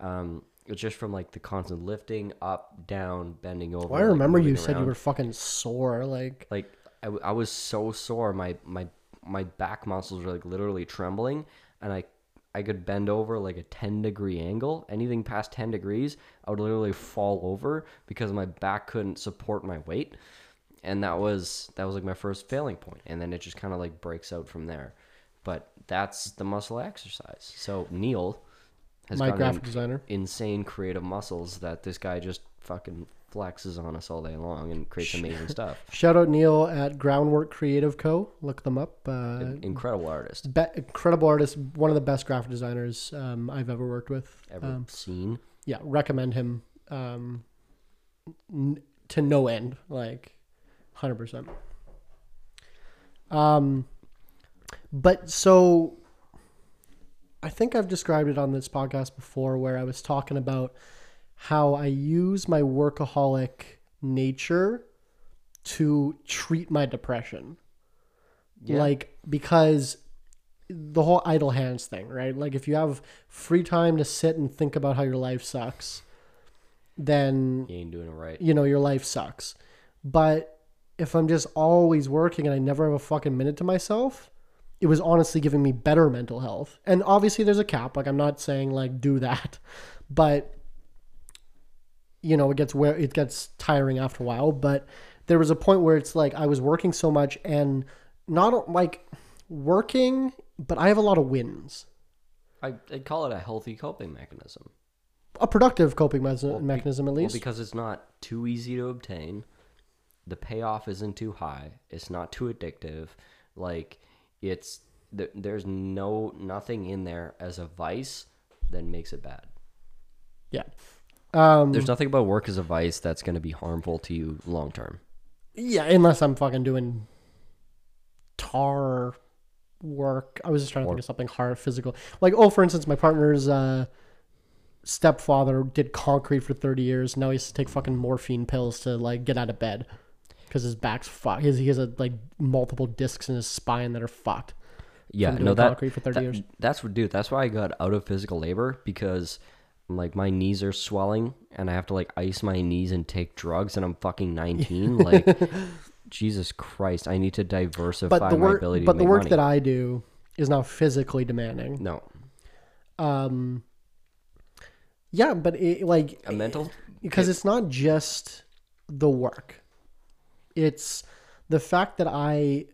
Speaker 2: um, it's just from like the constant lifting up down bending over.
Speaker 1: Well, I
Speaker 2: like,
Speaker 1: remember you
Speaker 2: moving
Speaker 1: said you
Speaker 2: around
Speaker 1: were fucking sore. Like,
Speaker 2: like I, w- I was so sore my my my back muscles were like literally trembling and i i could bend over like a 10 degree angle anything past 10 degrees i would literally fall over because my back couldn't support my weight and that was that was like my first failing point and then it just kind of like breaks out from there but that's the muscle exercise so neil has
Speaker 1: My
Speaker 2: got an
Speaker 1: graphic designer.
Speaker 2: insane creative muscles that this guy just fucking flexes on us all day long and creates amazing stuff
Speaker 1: shout out Neil at Groundwork Creative Co. Look them up. Uh,
Speaker 2: incredible artist
Speaker 1: be- incredible artist, one of the best graphic designers um, I've ever worked with.
Speaker 2: ever
Speaker 1: Um,
Speaker 2: seen.
Speaker 1: yeah, recommend him um, n- to no end, like hundred percent. Um, but so I think I've described it on this podcast before, where I was talking about how I use my workaholic nature to treat my depression.
Speaker 2: Yeah.
Speaker 1: Like because the whole idle hands thing, right? Like if you have free time to sit and think about how your life sucks, then
Speaker 2: He ain't doing it right.
Speaker 1: you know your life sucks. But if I'm just always working and I never have a fucking minute to myself, it was honestly giving me better mental health. And obviously there's a cap. Like I'm not saying like do that, but you know it gets where it gets tiring after a while. But there was a point where it's like I was working so much and not like working, but I have a lot of wins.
Speaker 2: I, I'd call it a healthy coping mechanism.
Speaker 1: a productive coping mes- mechanism at
Speaker 2: Well,
Speaker 1: least.
Speaker 2: because it's not too easy to obtain. The payoff isn't too high. It's not too addictive. Like, it's there, there's no nothing in there as a vice that makes it bad.
Speaker 1: yeah. Um,
Speaker 2: There's nothing about work as a vice that's going to be harmful to you long term.
Speaker 1: yeah, unless I'm fucking doing tar work. I was just trying to think of something hard, physical. Like, oh, for instance, my partner's uh, stepfather did concrete for 30 years. Now he has to take fucking morphine pills to like get out of bed because his back's fucked. His, he has a, like multiple discs in his spine that are fucked.
Speaker 2: Yeah,
Speaker 1: from
Speaker 2: no,
Speaker 1: doing
Speaker 2: that
Speaker 1: concrete for 30
Speaker 2: that-
Speaker 1: years.
Speaker 2: That's what, dude. That's why I got out of physical labor because like my knees are swelling and I have to like ice my knees and take drugs and I'm fucking 19 like Jesus Christ I need to diversify
Speaker 1: But the
Speaker 2: my
Speaker 1: work,
Speaker 2: ability
Speaker 1: but
Speaker 2: to
Speaker 1: the
Speaker 2: make
Speaker 1: work
Speaker 2: money.
Speaker 1: that I do is now physically demanding.
Speaker 2: no
Speaker 1: Um, yeah, but it, like
Speaker 2: a mental
Speaker 1: because it's not just the work it's the fact that i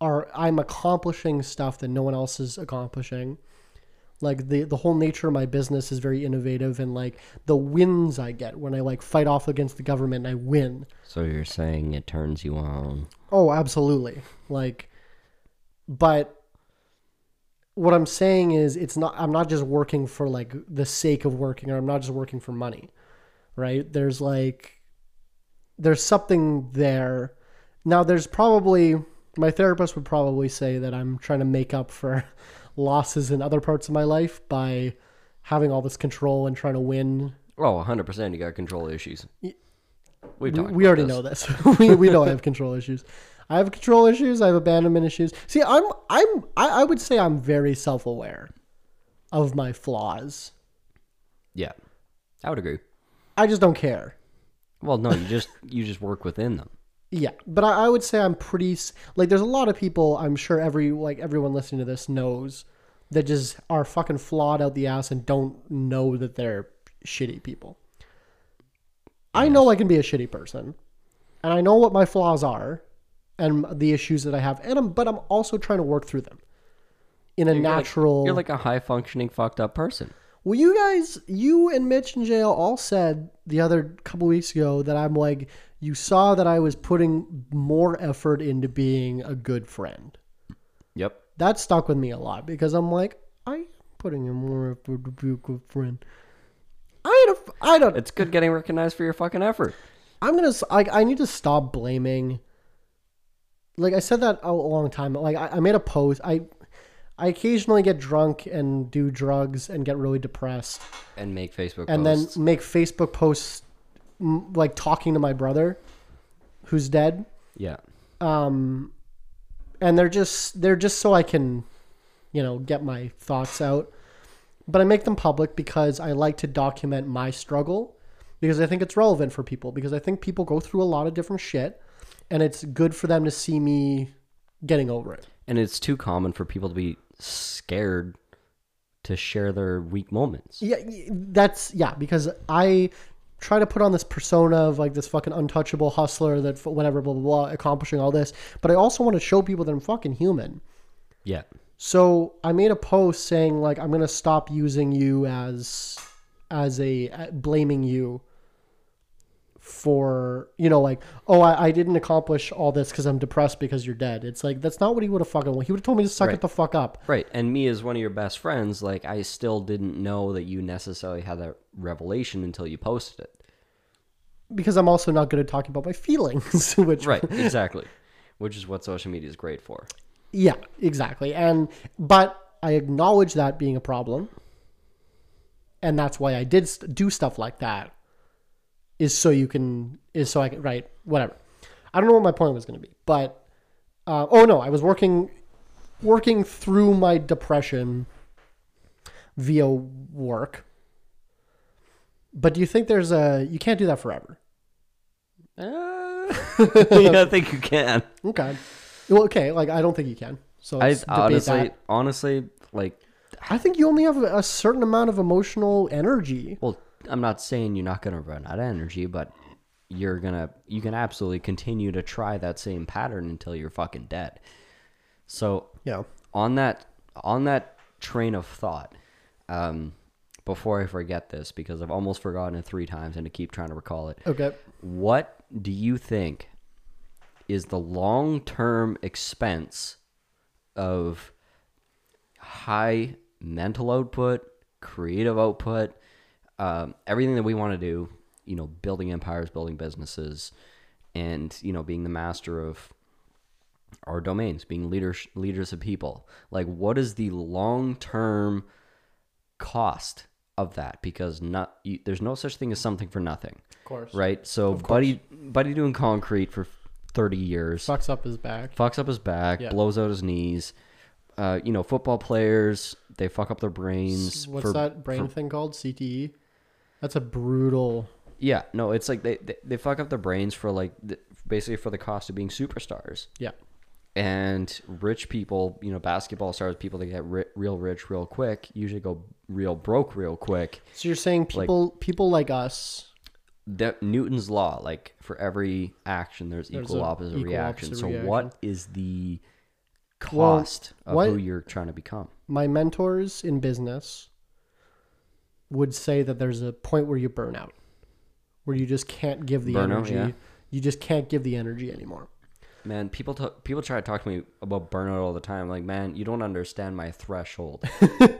Speaker 1: are i'm accomplishing stuff that no one else is accomplishing like the the whole nature of my business is very innovative and like the wins i get when i like fight off against the government and i win
Speaker 2: so you're saying it turns you on
Speaker 1: Oh, absolutely. Like, but what I'm saying is, it's not. I'm not just working for like the sake of working, or I'm not just working for money, right? There's like, there's something there. Now, there's probably my therapist would probably say that I'm trying to make up for losses in other parts of my life by having all this control and trying to win.
Speaker 2: oh 100% you got control issues We've
Speaker 1: We,
Speaker 2: talked
Speaker 1: we
Speaker 2: about
Speaker 1: already
Speaker 2: this.
Speaker 1: know this. we, we know I have control issues. I have control issues. I have abandonment issues. See, I'm I'm I, I would say I'm very self aware of my flaws.
Speaker 2: yeah I would agree
Speaker 1: I just don't care.
Speaker 2: well no you just you just work within them
Speaker 1: Yeah, but I, I would say I'm pretty s- like. There's a lot of people. I'm sure every like everyone listening to this knows that just are fucking flawed out the ass and don't know that they're shitty people. I know I can be a shitty person, and I know what my flaws are, and the issues that I have, and I'm, but I'm also trying to work through them in a
Speaker 2: You're like-
Speaker 1: natural.
Speaker 2: you're like a high functioning fucked up person
Speaker 1: Well, you guys, you and Mitch and JL all said the other couple weeks ago that I'm like, you saw that I was putting more effort into being a good friend.
Speaker 2: yep
Speaker 1: That stuck with me a lot because I'm like, I am putting in more effort to be a good friend. I had a, I don't,
Speaker 2: it's good getting recognized for your fucking effort
Speaker 1: I'm gonna, s- I, I need to stop blaming. Like I said that a long time. Like I, I made a post. I, I occasionally get drunk and do drugs and get really depressed.
Speaker 2: and make Facebook
Speaker 1: and
Speaker 2: posts.
Speaker 1: then make Facebook posts m- like talking to my brother, who's dead.
Speaker 2: Yeah.
Speaker 1: Um, and they're just they're just so I can, you know, get my thoughts out. But I make them public because I like to document my struggle because I think it's relevant for people because I think people go through a lot of different shit, and it's good for them to see me getting over it.
Speaker 2: And it's too common for people to be scared to share their weak moments.
Speaker 1: Yeah, y- that's yeah because I try to put on this persona of like this fucking untouchable hustler that f- whatever blah blah blah accomplishing all this, but I also want to show people that I'm fucking human.
Speaker 2: Yeah.
Speaker 1: So I made a post saying like I'm gonna stop using you as as a uh, blaming you for you know like oh I, I didn't accomplish all this because I'm depressed because you're dead. It's like that's not what he would have fucking. He would have told me to suck it
Speaker 2: Right.
Speaker 1: the fuck up.
Speaker 2: Right. And me as one of your best friends, like I still didn't know that you necessarily had that revelation until you posted it.
Speaker 1: Because I'm also not good at talking about my feelings, which
Speaker 2: Right. Exactly. Which is what social media is great for.
Speaker 1: Yeah, exactly. And but I acknowledge that being a problem, and that's why I did st- do stuff like that. Is so you can is so I can right whatever. I don't know what my point was going to be, but uh, oh no, I was working working through my depression via work. But do you think there's a you can't do that forever? Uh.
Speaker 2: yeah, I think you can.
Speaker 1: Okay. Well, okay. Like I don't think you can. So
Speaker 2: I
Speaker 1: let's debate that.
Speaker 2: honestly, honestly, like,
Speaker 1: I think you only have a a certain amount of emotional energy.
Speaker 2: well, I'm not saying you're not gonna run out of energy, but you're gonna you can absolutely continue to try that same pattern until you're fucking dead. So
Speaker 1: Yeah.
Speaker 2: on that on that train of thought um, before i forget this because i've almost forgotten it three times and i keep trying to recall it
Speaker 1: Okay.
Speaker 2: what do you think is the long-term expense of high mental output creative output um, everything that we want to do you know building empires building businesses and you know being the master of our domains, being leaders leaders of people. Like what is the long term cost of that? Because not you, there's no such thing as something for nothing,
Speaker 1: Of course.
Speaker 2: right? So buddy buddy doing concrete for thirty years
Speaker 1: Sucks up his back.
Speaker 2: fucks up his back,
Speaker 1: Yeah.
Speaker 2: blows out his knees, uh, you know, football players they fuck up their brains.
Speaker 1: What's
Speaker 2: for-
Speaker 1: that brain
Speaker 2: for-
Speaker 1: thing called? CTE. That's a brutal.
Speaker 2: yeah, no, it's like they, they they fuck up their brains for like th- basically for the cost of being superstars.
Speaker 1: Yeah.
Speaker 2: And rich people, you know, basketball stars, people that get ri- real rich real quick, usually go real broke real quick.
Speaker 1: So you're saying people people like us
Speaker 2: that Newton's law, like for every action, there's, equal
Speaker 1: a
Speaker 2: opposite
Speaker 1: equal
Speaker 2: reaction.
Speaker 1: opposite
Speaker 2: so
Speaker 1: reaction.
Speaker 2: what is the
Speaker 1: Well,
Speaker 2: cost of
Speaker 1: what-
Speaker 2: who you're trying to become?
Speaker 1: my mentors in business would say that there's a point where you burn out, where you just can't give the
Speaker 2: Burnout,
Speaker 1: energy.
Speaker 2: yeah.
Speaker 1: You just can't give the energy anymore.
Speaker 2: Man, people t- people try to talk to me about burnout all the time. Like, man, you don't understand my threshold.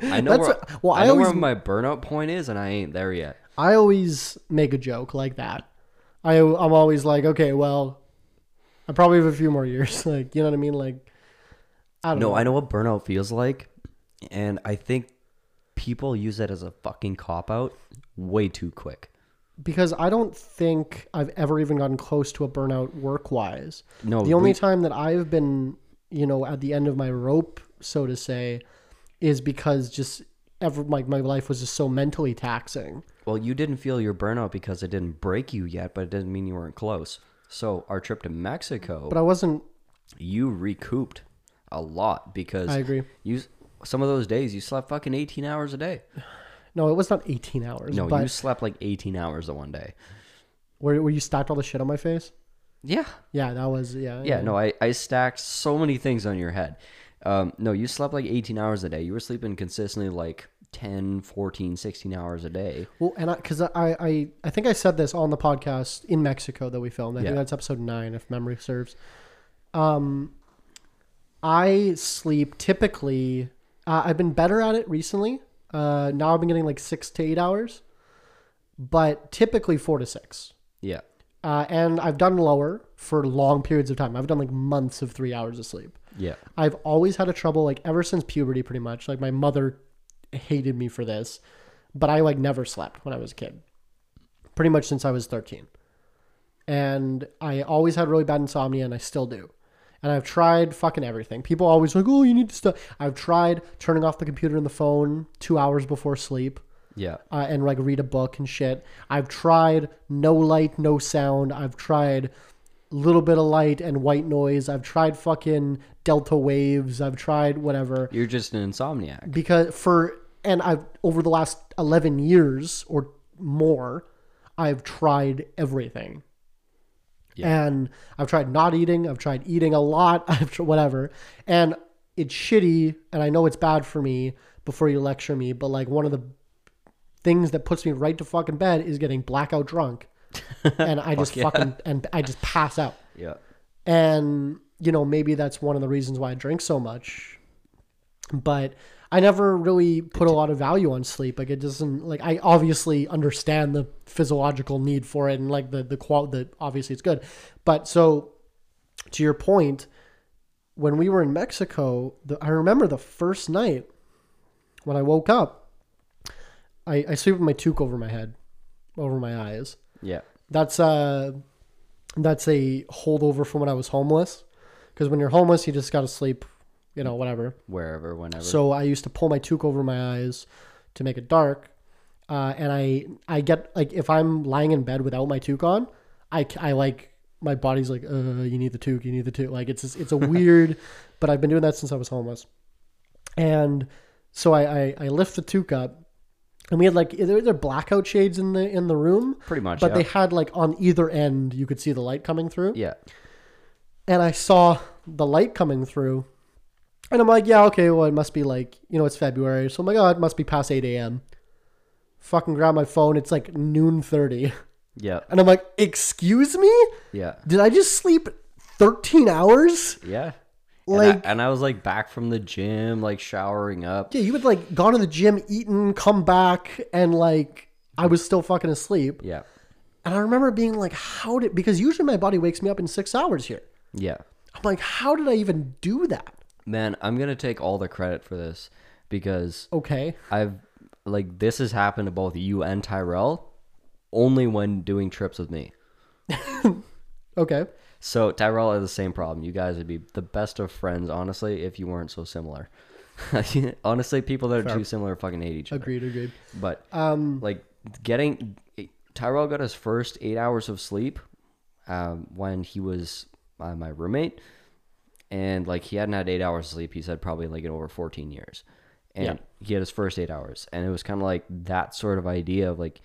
Speaker 2: I know
Speaker 1: That's
Speaker 2: where
Speaker 1: a- well,
Speaker 2: I,
Speaker 1: I
Speaker 2: know where
Speaker 1: always-
Speaker 2: my burnout point is, and I ain't there yet.
Speaker 1: I always make a joke like that. I I'm always like, okay, well, I probably have a few more years. Like, you know what I mean? Like, I don't
Speaker 2: No,
Speaker 1: know.
Speaker 2: I know what burnout feels like, and I think people use that as a fucking cop out way too quick.
Speaker 1: because I don't think I've ever even gotten close to a burnout work wise.
Speaker 2: No,
Speaker 1: the only
Speaker 2: we-
Speaker 1: time that I've been, you know, at the end of my rope, so to say, is because just ever like my life was just so mentally taxing.
Speaker 2: Well, you didn't feel your burnout because it didn't break you yet, but it doesn't mean you weren't close. So our trip to Mexico,
Speaker 1: But I wasn't.
Speaker 2: you recouped a lot because
Speaker 1: I agree.
Speaker 2: You some of those days you slept fucking eighteen hours a day.
Speaker 1: No, it was not 18 hours.
Speaker 2: No,
Speaker 1: but
Speaker 2: you slept like eighteen hours the one day.
Speaker 1: where where you stacked all the shit on my face?
Speaker 2: Yeah,
Speaker 1: Yeah, that was yeah.
Speaker 2: yeah. No, I I stacked so many things on your head. Um, no, you slept like 18 hours a day. You were sleeping consistently like 10, 14, 16 hours a day.
Speaker 1: Well, and I because I, I I think I said this on the podcast in Mexico that we filmed. I
Speaker 2: Yeah.
Speaker 1: think that's episode nine, if memory serves. Um, I sleep typically. Uh, I've been better at it recently. Uh, now I've been getting like six to eight hours, but typically four to six.
Speaker 2: Yeah.
Speaker 1: Uh, and I've done lower for long periods of time. I've done like months of three hours of sleep.
Speaker 2: Yeah.
Speaker 1: I've always had a trouble like ever since puberty pretty much. Like my mother hated me for this, but I like never slept when I was a kid. Pretty much since I was 13. And I always had really bad insomnia and I still do. And I've tried fucking everything. People always like, "Oh, you need to stop." I've tried turning off the computer and the phone 2 hours before sleep
Speaker 2: Yeah.
Speaker 1: uh, and like read a book and shit. I've tried no light, no sound. I've tried little bit of light and white noise. I've tried fucking delta waves. I've tried whatever
Speaker 2: You're just an insomniac.
Speaker 1: because for and I've over the last 11 years or more, I've tried everything. And I've tried not eating, I've tried eating a lot, I've tried whatever. And it's shitty and I know it's bad for me before you lecture me, but like one of the things that puts me right to fucking bed is getting blackout drunk. and I just fucking and I just pass out.
Speaker 2: Yeah.
Speaker 1: And, you know, maybe that's one of the reasons why I drink so much. But I never really put a lot of value on sleep. Like it doesn't like I obviously understand the physiological need for it and like the the qual the obviously it's good. But so to your point, when we were in Mexico, the, I remember the first night when I woke up, I, I sleep with my toque over my head, over my eyes.
Speaker 2: Yeah.
Speaker 1: That's a that's a holdover from when I was homeless, because when you're homeless, you just gotta sleep, you know, whatever.
Speaker 2: Wherever, whenever.
Speaker 1: So I used to pull my toque over my eyes to make it dark, uh, and I I get like if I'm lying in bed without my toque on, I c- I, like my body's like uh you need the toque you need the toque like it's just- it's a weird, but I've been doing that since I was homeless, and so I I, I lift the toque up, and we had like there there blackout shades in the in the room
Speaker 2: Pretty much.
Speaker 1: but
Speaker 2: yeah.
Speaker 1: they had like on either end you could see the light coming through
Speaker 2: Yeah.
Speaker 1: and i saw the light coming through and i'm like yeah okay well it must be like you know it's february so i'm like oh it must be past 8 a.m fucking grab my phone it's like noon 30
Speaker 2: Yeah.
Speaker 1: and i'm like excuse me
Speaker 2: Yeah.
Speaker 1: did i just sleep 13 hours
Speaker 2: Yeah. and
Speaker 1: Like-
Speaker 2: I, and I was like back from the gym, like showering up.
Speaker 1: yeah you had like gone to the gym eaten come back and like i was still fucking asleep
Speaker 2: Yeah.
Speaker 1: and i remember being like how did because usually my body wakes me up in six hours here
Speaker 2: Yeah.
Speaker 1: i'm like how did i even do that
Speaker 2: Man, I'm going to take all the credit for this because
Speaker 1: okay
Speaker 2: I've like this has happened to both you and Tyrell only when doing trips with me.
Speaker 1: okay
Speaker 2: So Tyrell had the same problem. You guys would be the best of friends, honestly, if you weren't so similar. honestly, people that are
Speaker 1: Fair.
Speaker 2: too similar fucking hate each other.
Speaker 1: Agreed, agreed.
Speaker 2: But
Speaker 1: Um,
Speaker 2: like getting Tyrell got his first eight hours of sleep um, when he was uh, my roommate, and like he hadn't had eight hours of sleep. He said probably like in over fourteen years, and he had his first eight hours, and it was kind of like that sort of idea of like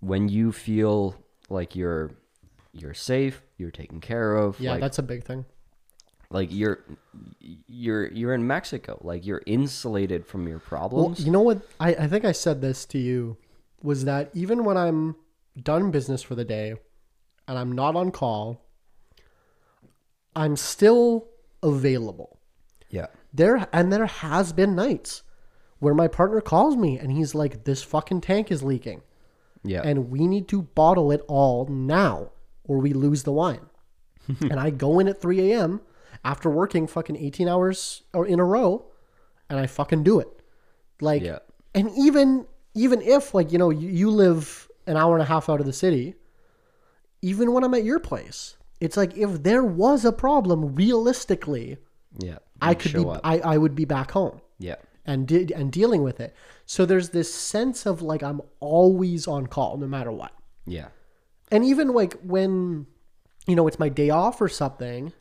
Speaker 2: when you feel like you're you're safe, you're taken care of,
Speaker 1: yeah,
Speaker 2: like,
Speaker 1: that's a big thing.
Speaker 2: like you're you're you're in Mexico, like you're insulated from your
Speaker 1: Well,
Speaker 2: problems.
Speaker 1: you know what? I, I think I said this to you was that even when I'm done business for the day and I'm not on call, I'm still available.
Speaker 2: yeah,
Speaker 1: There and there has been nights where my partner calls me and he's like, This fucking tank is leaking
Speaker 2: yeah,
Speaker 1: and we need to bottle it all now or we lose the wine. and I go in at 3 a.m. after working fucking 18 hours or in a row and I fucking do it. Like,
Speaker 2: Yeah.
Speaker 1: and even even if like you know you, you live an hour and a half out of the city, even when I'm at your place, it's like if there was a problem, realistically,
Speaker 2: yeah.
Speaker 1: I
Speaker 2: You'd
Speaker 1: could
Speaker 2: show
Speaker 1: be
Speaker 2: up.
Speaker 1: I, I would be back home
Speaker 2: Yeah.
Speaker 1: and did and dealing with it. So there's this sense of like I'm always on call no matter what.
Speaker 2: Yeah.
Speaker 1: And even like when you know it's my day off or something,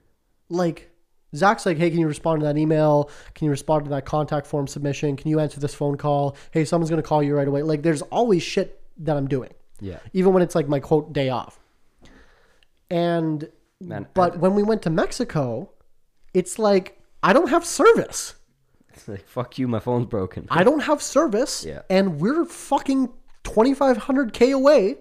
Speaker 1: like Zach's like, hey, can you respond to that email? Can you respond to that contact form submission? Can you answer this phone call? Hey, someone's gonna call you right away. Like there's always shit that I'm doing.
Speaker 2: Yeah.
Speaker 1: Even when it's like my quote day off. And
Speaker 2: Man,
Speaker 1: but when we went to Mexico, it's like I don't have service.
Speaker 2: It's like fuck you, my phone's broken.
Speaker 1: I don't have service,
Speaker 2: Yeah.
Speaker 1: and we're fucking 2,500K away.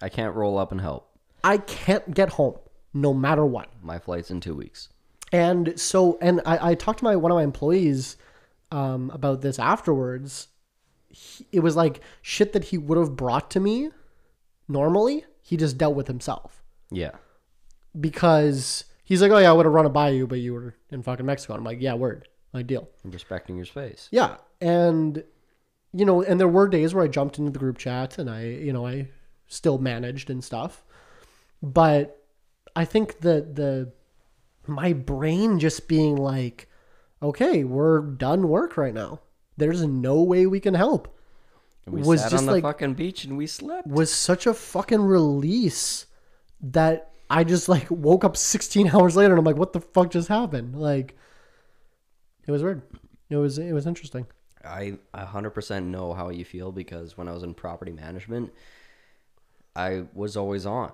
Speaker 2: I can't roll up and help.
Speaker 1: I can't get home no matter what.
Speaker 2: My flight's in two weeks.
Speaker 1: And so, and I, I talked to my one of my employees um, about this afterwards. He, it was like shit that he would have brought to me normally, he just dealt with himself
Speaker 2: Yeah.
Speaker 1: because he's like, oh yeah, I would have run it by you, but you were in fucking Mexico. And I'm like, yeah, word. My deal.
Speaker 2: I'm respecting your space.
Speaker 1: Yeah, and you know, and there were days where I jumped into the group chat and I, you know, I still managed and stuff. But I think the the my brain just being like, okay, we're done work right now. There's no way we can help.
Speaker 2: And we
Speaker 1: Was
Speaker 2: sat
Speaker 1: just
Speaker 2: on the
Speaker 1: like-
Speaker 2: fucking beach and we slept.
Speaker 1: Was such a fucking release that I just like woke up 16 hours later and I'm like, what the fuck just happened? Like, it was weird. It was it was interesting.
Speaker 2: I I 100% know how you feel because when I was in property management, I was always on.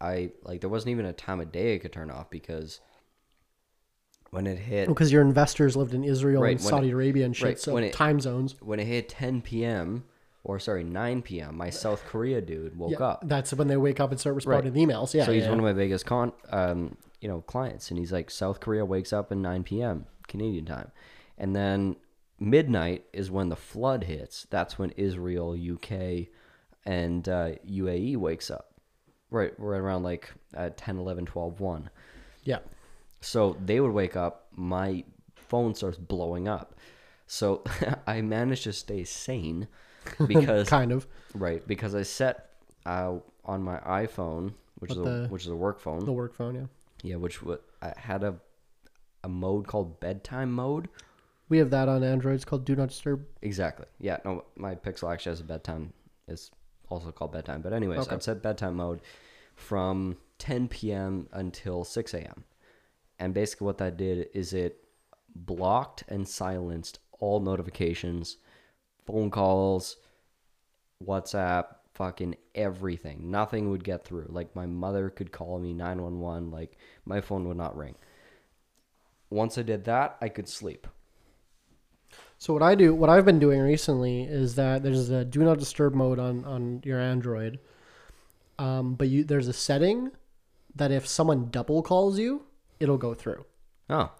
Speaker 2: I like there wasn't even a time of day I could turn off because when it hit
Speaker 1: because your investors lived in Israel
Speaker 2: Right,
Speaker 1: and
Speaker 2: when
Speaker 1: Saudi
Speaker 2: it-
Speaker 1: Arabia and shit,
Speaker 2: right,
Speaker 1: so
Speaker 2: when it-
Speaker 1: time zones.
Speaker 2: when it hit 10 p.m. or sorry 9 p.m. my South Korea dude woke
Speaker 1: Yeah,
Speaker 2: up.
Speaker 1: that's when they wake up and start responding to emails. Yeah,
Speaker 2: so he's
Speaker 1: yeah,
Speaker 2: one of my biggest con, um, you know, clients, and he's like, South Korea wakes up at 9 p.m. Canadian time, and then midnight is when the flood hits. That's when Israel, UK, and uh, UAE wakes up, right, right around like uh, 10, 11, 12, 1.
Speaker 1: yeah.
Speaker 2: So they would wake up, my phone starts blowing up. So I managed to stay sane because
Speaker 1: kind of
Speaker 2: right because I set uh, on my iPhone, which is a,
Speaker 1: the-
Speaker 2: which is a work phone.
Speaker 1: the work phone. Yeah,
Speaker 2: Yeah, which wa- I had a a mode called bedtime mode.
Speaker 1: we have that on Android. It's called Do Not Disturb.
Speaker 2: Exactly. Yeah. No, my Pixel actually has a bedtime. It's also called bedtime. But anyways, I've set bedtime mode from 10 p.m. until 6 a.m. And basically, what that did is it blocked and silenced all notifications, phone calls, WhatsApp, fucking everything. Nothing would get through. Like my mother could call me 911. Like my phone would not ring. Once I did that, I could sleep.
Speaker 1: So what I do, what I've been doing recently is that there's a Do Not Disturb mode on on your Android, um, but you there's a setting that if someone double calls you, it'll go through.
Speaker 2: Oh.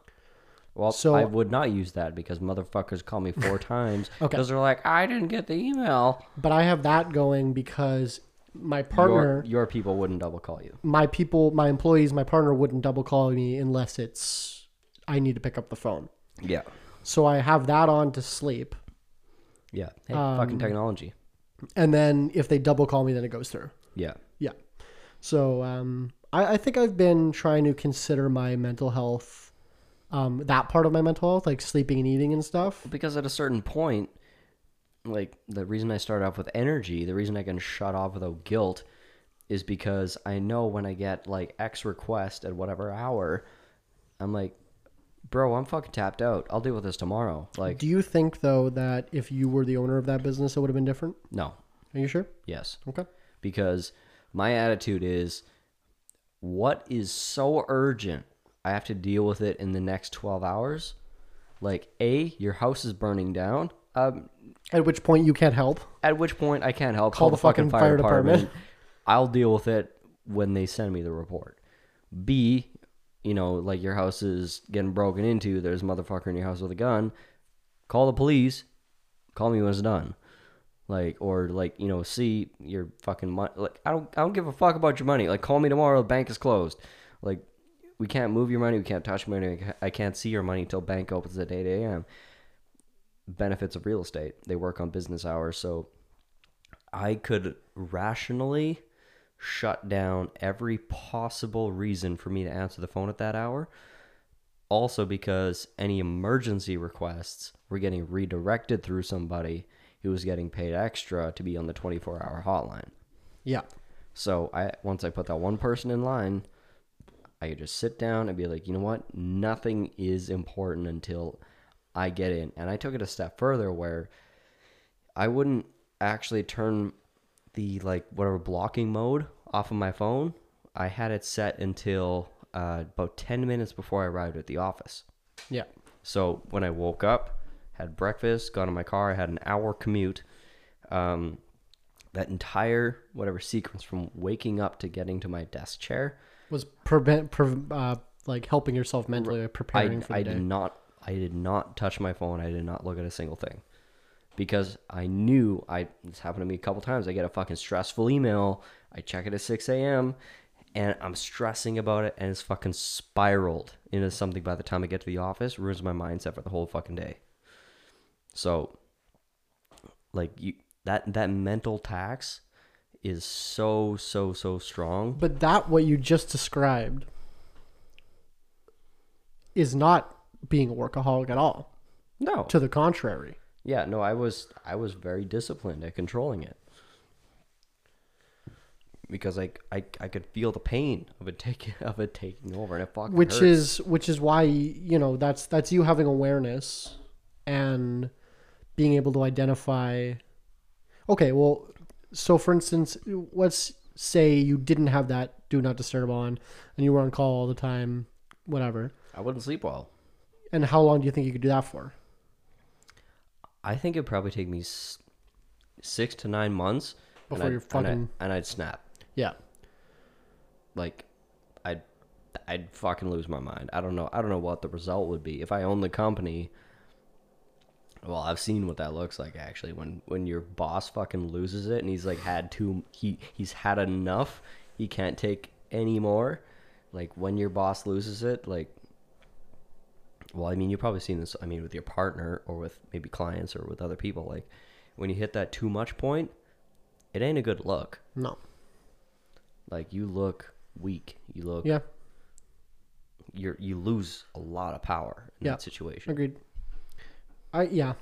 Speaker 2: Well,
Speaker 1: So-
Speaker 2: I would not use that because motherfuckers call me four times
Speaker 1: Okay.
Speaker 2: because they're like, I didn't get the email.
Speaker 1: But I have that going because my partner.
Speaker 2: Your, your people wouldn't double call you.
Speaker 1: my people, my employees, my partner wouldn't double call me unless it's I need to pick up the phone.
Speaker 2: Yeah.
Speaker 1: So I have that on to sleep,
Speaker 2: Yeah. Hey,
Speaker 1: Um,
Speaker 2: fucking technology.
Speaker 1: and then if they double call me, then it goes through.
Speaker 2: Yeah.
Speaker 1: Yeah. So um, I, I think I've been trying to consider my mental health, um, that part of my mental health, like sleeping and eating and stuff.
Speaker 2: Because at a certain point, like the reason I start off with energy, the reason I can shut off without guilt is because I know when I get like X request at whatever hour, I'm like, bro, I'm fucking tapped out. I'll deal with this tomorrow. Like,
Speaker 1: Do you think though that if you were the owner of that business, it would have been different?
Speaker 2: no,
Speaker 1: Are you sure?
Speaker 2: yes.
Speaker 1: Okay.
Speaker 2: Because my attitude is, what is so urgent? I have to deal with it in the next 12 hours. Like, A, your house is burning down. Um,
Speaker 1: At which point you can't help.
Speaker 2: At which point I can't help.
Speaker 1: Call the fucking fire department.
Speaker 2: I'll deal with it when they send me the report. B, you know, like your house is getting broken into. There's a motherfucker in your house with a gun. Call the police. Call me when it's done. Like or like you know, C, your fucking money. Like I don't I don't give a fuck about your money. Like call me tomorrow. The bank is closed. Like we can't move your money. We can't touch your money. I can't see your money till bank opens at eight a.m benefits of real estate. They work on business hours, so I could rationally shut down every possible reason for me to answer the phone at that hour. Also, because any emergency requests were getting redirected through somebody who was getting paid extra to be on the 24 hour hotline.
Speaker 1: Yeah.
Speaker 2: So I once I put that one person in line, I could just sit down and be like, you know what? Nothing is important until I get in. And I took it a step further where I wouldn't actually turn the like whatever blocking mode off of my phone. I had it set until uh, about 10 minutes before I arrived at the office.
Speaker 1: Yeah.
Speaker 2: So when I woke up, had breakfast, got in my car, I had an hour commute. Um, that entire whatever sequence from waking up to getting to my desk chair,
Speaker 1: Was prevent pre- uh, like helping yourself mentally, like preparing
Speaker 2: I,
Speaker 1: for the
Speaker 2: I
Speaker 1: day.
Speaker 2: did not I did not touch my phone. I did not look at a single thing because I knew I this happened to me a couple times. I get a fucking stressful email. I check it at six a.m. and I'm stressing about it, and it's fucking spiraled into something. By the time I get to the office, ruins my mindset for the whole fucking day. So, like you that that mental tax is so so so strong.
Speaker 1: But that what you just described is not being a workaholic at all.
Speaker 2: No,
Speaker 1: To the contrary.
Speaker 2: yeah, no. I was I was very disciplined at controlling it because I I, I could feel the pain of it taking of it taking over, and it fucking
Speaker 1: which
Speaker 2: hurts.
Speaker 1: is which is why you know that's that's you having awareness and being able to identify okay well so for instance let's say you didn't have that do not disturb on and you were on call all the time whatever
Speaker 2: I wouldn't sleep well.
Speaker 1: and how long do you think you could do that for
Speaker 2: I think it'd probably take me s- six to nine months and
Speaker 1: Before
Speaker 2: I'd-
Speaker 1: you're
Speaker 2: and,
Speaker 1: fucking-
Speaker 2: I, and I'd snap
Speaker 1: yeah
Speaker 2: like I'd I'd fucking lose my mind. I don't know. I don't know what the result would be if I own the company. Well, I've seen what that looks like actually when when your boss fucking loses it and he's like had too he he's had enough. He can't take any more. Like when your boss loses it, like well, I mean, you've probably seen this I mean with your partner or with maybe clients or with other people like when you hit that too much point, it ain't a good look.
Speaker 1: no
Speaker 2: Like you look weak. You look
Speaker 1: yeah
Speaker 2: you're you lose a lot of power in
Speaker 1: Yeah.
Speaker 2: that situation.
Speaker 1: agreed i yeah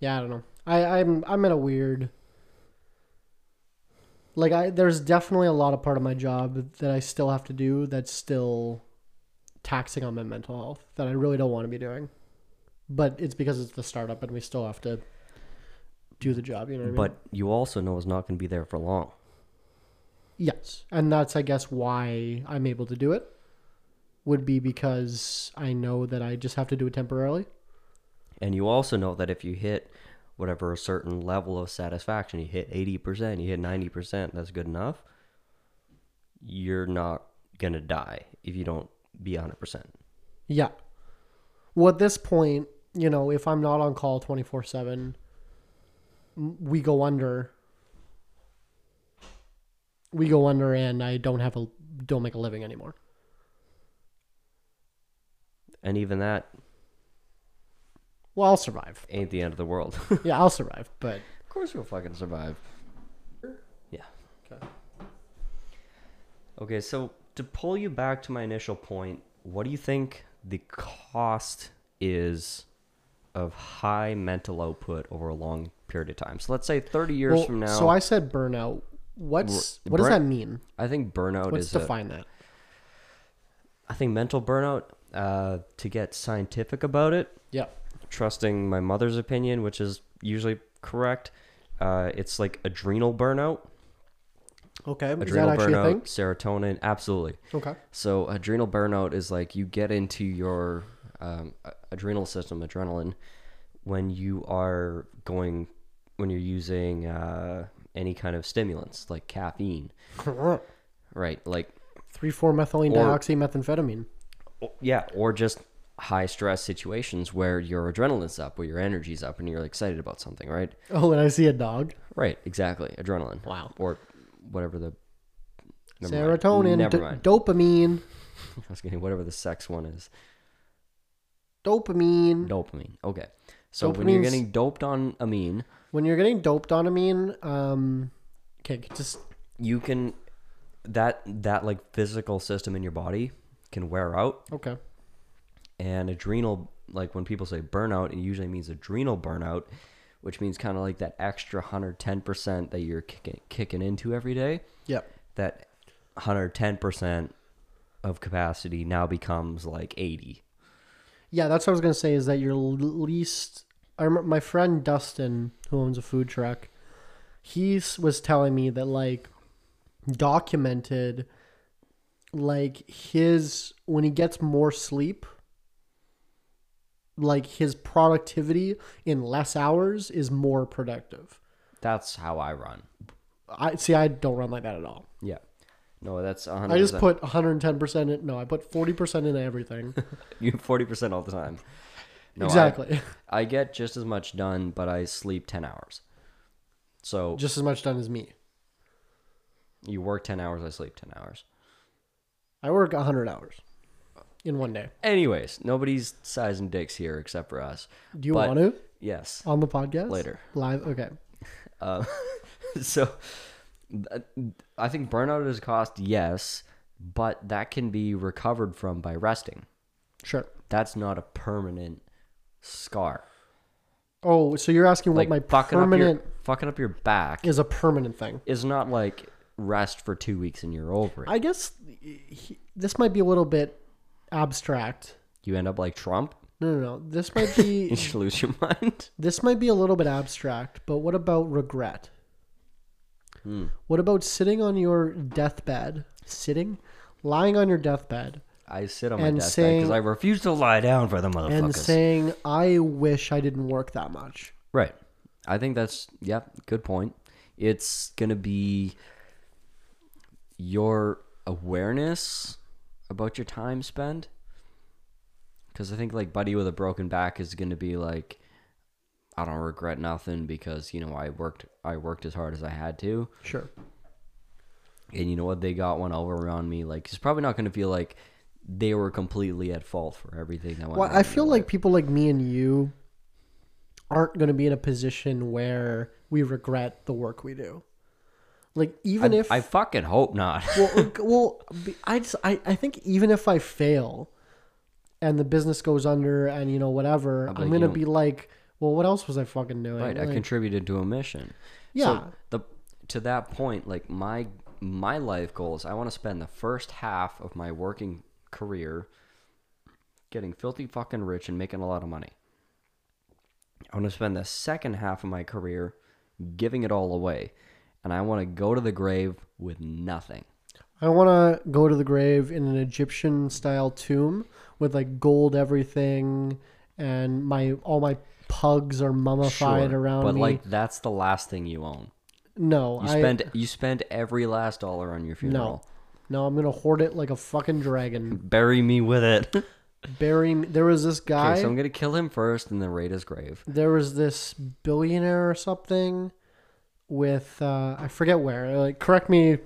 Speaker 1: yeah i don't know i i'm i'm in a weird like i there's definitely a lot of part of my job that i still have to do that's still taxing on my mental health that i really don't want to be doing but it's because it's the startup and we still have to do the job you know what I mean?
Speaker 2: But you also know it's not going to be there for long.
Speaker 1: Yes, and that's I guess why I'm able to do it would be because I know that I just have to do it temporarily.
Speaker 2: And you also know that if you hit whatever a certain level of satisfaction, you hit 80%, you hit 90%, that's good enough. You're not going to die if you don't be 100%.
Speaker 1: Yeah. Well, at this point, you know, if I'm not on call 24 7, we go under. We go under, and I don't have a don't make a living anymore.
Speaker 2: And even that
Speaker 1: Well, I'll survive.
Speaker 2: ain't the end of the world.
Speaker 1: Yeah, I'll survive. But
Speaker 2: of course you'll fucking survive. Yeah.
Speaker 1: Okay.
Speaker 2: Okay, so to pull you back to my initial point, what do you think the cost is of high mental output over a long period of time? So let's say 30 years
Speaker 1: Well,
Speaker 2: from now,
Speaker 1: so I said burnout. What's what does
Speaker 2: burn-
Speaker 1: that mean?
Speaker 2: I think burnout
Speaker 1: Let's
Speaker 2: is a-
Speaker 1: define that.
Speaker 2: I think mental burnout uh, to get scientific about it,
Speaker 1: Yeah.
Speaker 2: trusting my mother's opinion, which is usually correct. Uh, it's like adrenal burnout,
Speaker 1: Okay. Is that
Speaker 2: adrenal
Speaker 1: actually a
Speaker 2: burnout,
Speaker 1: thing?
Speaker 2: serotonin, absolutely.
Speaker 1: Okay.
Speaker 2: So adrenal burnout is like you get into your um, a- adrenal system, adrenaline, when you are going, when you're using uh, any kind of stimulants like caffeine, right? Like,
Speaker 1: Three, four methylene
Speaker 2: Or-
Speaker 1: dioxymethamphetamine.
Speaker 2: o- yeah, or just high stress situations where your adrenaline's up, where your energy's up, and you're excited about something, right?
Speaker 1: Oh, and I see a dog.
Speaker 2: Right, exactly, adrenaline.
Speaker 1: Wow.
Speaker 2: Or whatever the never mind.
Speaker 1: Serotonin,
Speaker 2: Never
Speaker 1: d-
Speaker 2: mind.
Speaker 1: dopamine,
Speaker 2: I was getting whatever the sex one is.
Speaker 1: dopamine.
Speaker 2: Dopamine. Okay. So when you're
Speaker 1: Dopamine's-
Speaker 2: getting doped on amine,
Speaker 1: When you're getting doped on amine, um, okay, just
Speaker 2: you can that that like physical system in your body can wear out
Speaker 1: okay.
Speaker 2: and adrenal like when people say burnout it usually means adrenal burnout which means kind of like that extra 110% that you're kicking, kicking into every day
Speaker 1: Yep.
Speaker 2: that 110% of capacity now becomes like 80
Speaker 1: Yeah, that's what I was gonna say. Is that your l- least? I remember my friend Dustin, who owns a food truck, he s- was telling me that like documented, like his when he gets more sleep, like his productivity in less hours is more productive.
Speaker 2: that's how i run
Speaker 1: I see. I don't run like that at all.
Speaker 2: yeah no that's 100%
Speaker 1: I just put 110% in. No, I put 40% in everything.
Speaker 2: you 40% all the time no, I-
Speaker 1: exactly.
Speaker 2: I get just as much done but i sleep 10 hours so
Speaker 1: just as much done as me.
Speaker 2: You work 10 hours, I sleep 10 hours.
Speaker 1: I work 100 hours in one day.
Speaker 2: Anyways, nobody's sizing dicks here except for us.
Speaker 1: Do you
Speaker 2: But-
Speaker 1: want to
Speaker 2: Yes.
Speaker 1: on the podcast
Speaker 2: Later.
Speaker 1: live? Okay.
Speaker 2: Uh, so th- I think burnout is a cost, yes, but that can be recovered from by resting.
Speaker 1: Sure.
Speaker 2: That's not a permanent scar.
Speaker 1: Oh, so you're asking
Speaker 2: Like
Speaker 1: what my
Speaker 2: fucking,
Speaker 1: permanent
Speaker 2: up your, fucking up your back
Speaker 1: is a permanent thing?
Speaker 2: is not like rest for two weeks and you're over it.
Speaker 1: I guess he, this might be a little bit abstract.
Speaker 2: you end up like Trump.
Speaker 1: No, no, no. This might
Speaker 2: You
Speaker 1: be
Speaker 2: should lose your mind.
Speaker 1: this might be a little bit abstract. But what about regret?
Speaker 2: Hmm.
Speaker 1: What about sitting on your deathbed? Sitting, lying on your deathbed,
Speaker 2: I sit on my
Speaker 1: And
Speaker 2: desk because
Speaker 1: saying-
Speaker 2: I refuse to lie down for the motherfuckers.
Speaker 1: and saying, "I wish I didn't work that much."
Speaker 2: Right. I think that's yeah, good point. It's going to be your awareness about your time spent cuz I think like buddy with a broken back is going to be like I don't regret nothing because you know I worked I worked as hard as I had to
Speaker 1: Sure.
Speaker 2: and you know what they got one over on me like it's probably not going to feel like they were completely at fault for everything that went
Speaker 1: Well,
Speaker 2: on
Speaker 1: I
Speaker 2: in
Speaker 1: feel
Speaker 2: their
Speaker 1: like people like me and you aren't going to be in a position where we regret the work we do. Like even
Speaker 2: life.
Speaker 1: if
Speaker 2: I fucking hope not.
Speaker 1: well, well, be- I just I, I think even if I fail and the business goes under and you know whatever,
Speaker 2: be
Speaker 1: I'm
Speaker 2: like,
Speaker 1: gonna
Speaker 2: you know-
Speaker 1: be like, well, what else was I fucking doing?
Speaker 2: Right, I
Speaker 1: Like,
Speaker 2: contributed to a mission.
Speaker 1: Yeah.
Speaker 2: So the to that point, like my my life goals, I want to spend the first half of my working career getting filthy fucking rich and making a lot of money. I want to spend the second half of my career giving it all away, and I want to go to the grave with nothing.
Speaker 1: I want to go to the grave in an Egyptian style tomb with like gold everything, and my all my pugs are mummified around
Speaker 2: but
Speaker 1: me.
Speaker 2: like that's the last thing you own.
Speaker 1: no,
Speaker 2: You
Speaker 1: I
Speaker 2: spend you spend every last dollar on your
Speaker 1: No.
Speaker 2: funeral.
Speaker 1: No, I'm gonna hoard it like a fucking dragon.
Speaker 2: Bury me with it.
Speaker 1: Bury me. There was this guy.
Speaker 2: Okay, so I'm gonna kill him first and then raid his grave.
Speaker 1: There was this billionaire or something, with uh, I forget where. Like, correct me.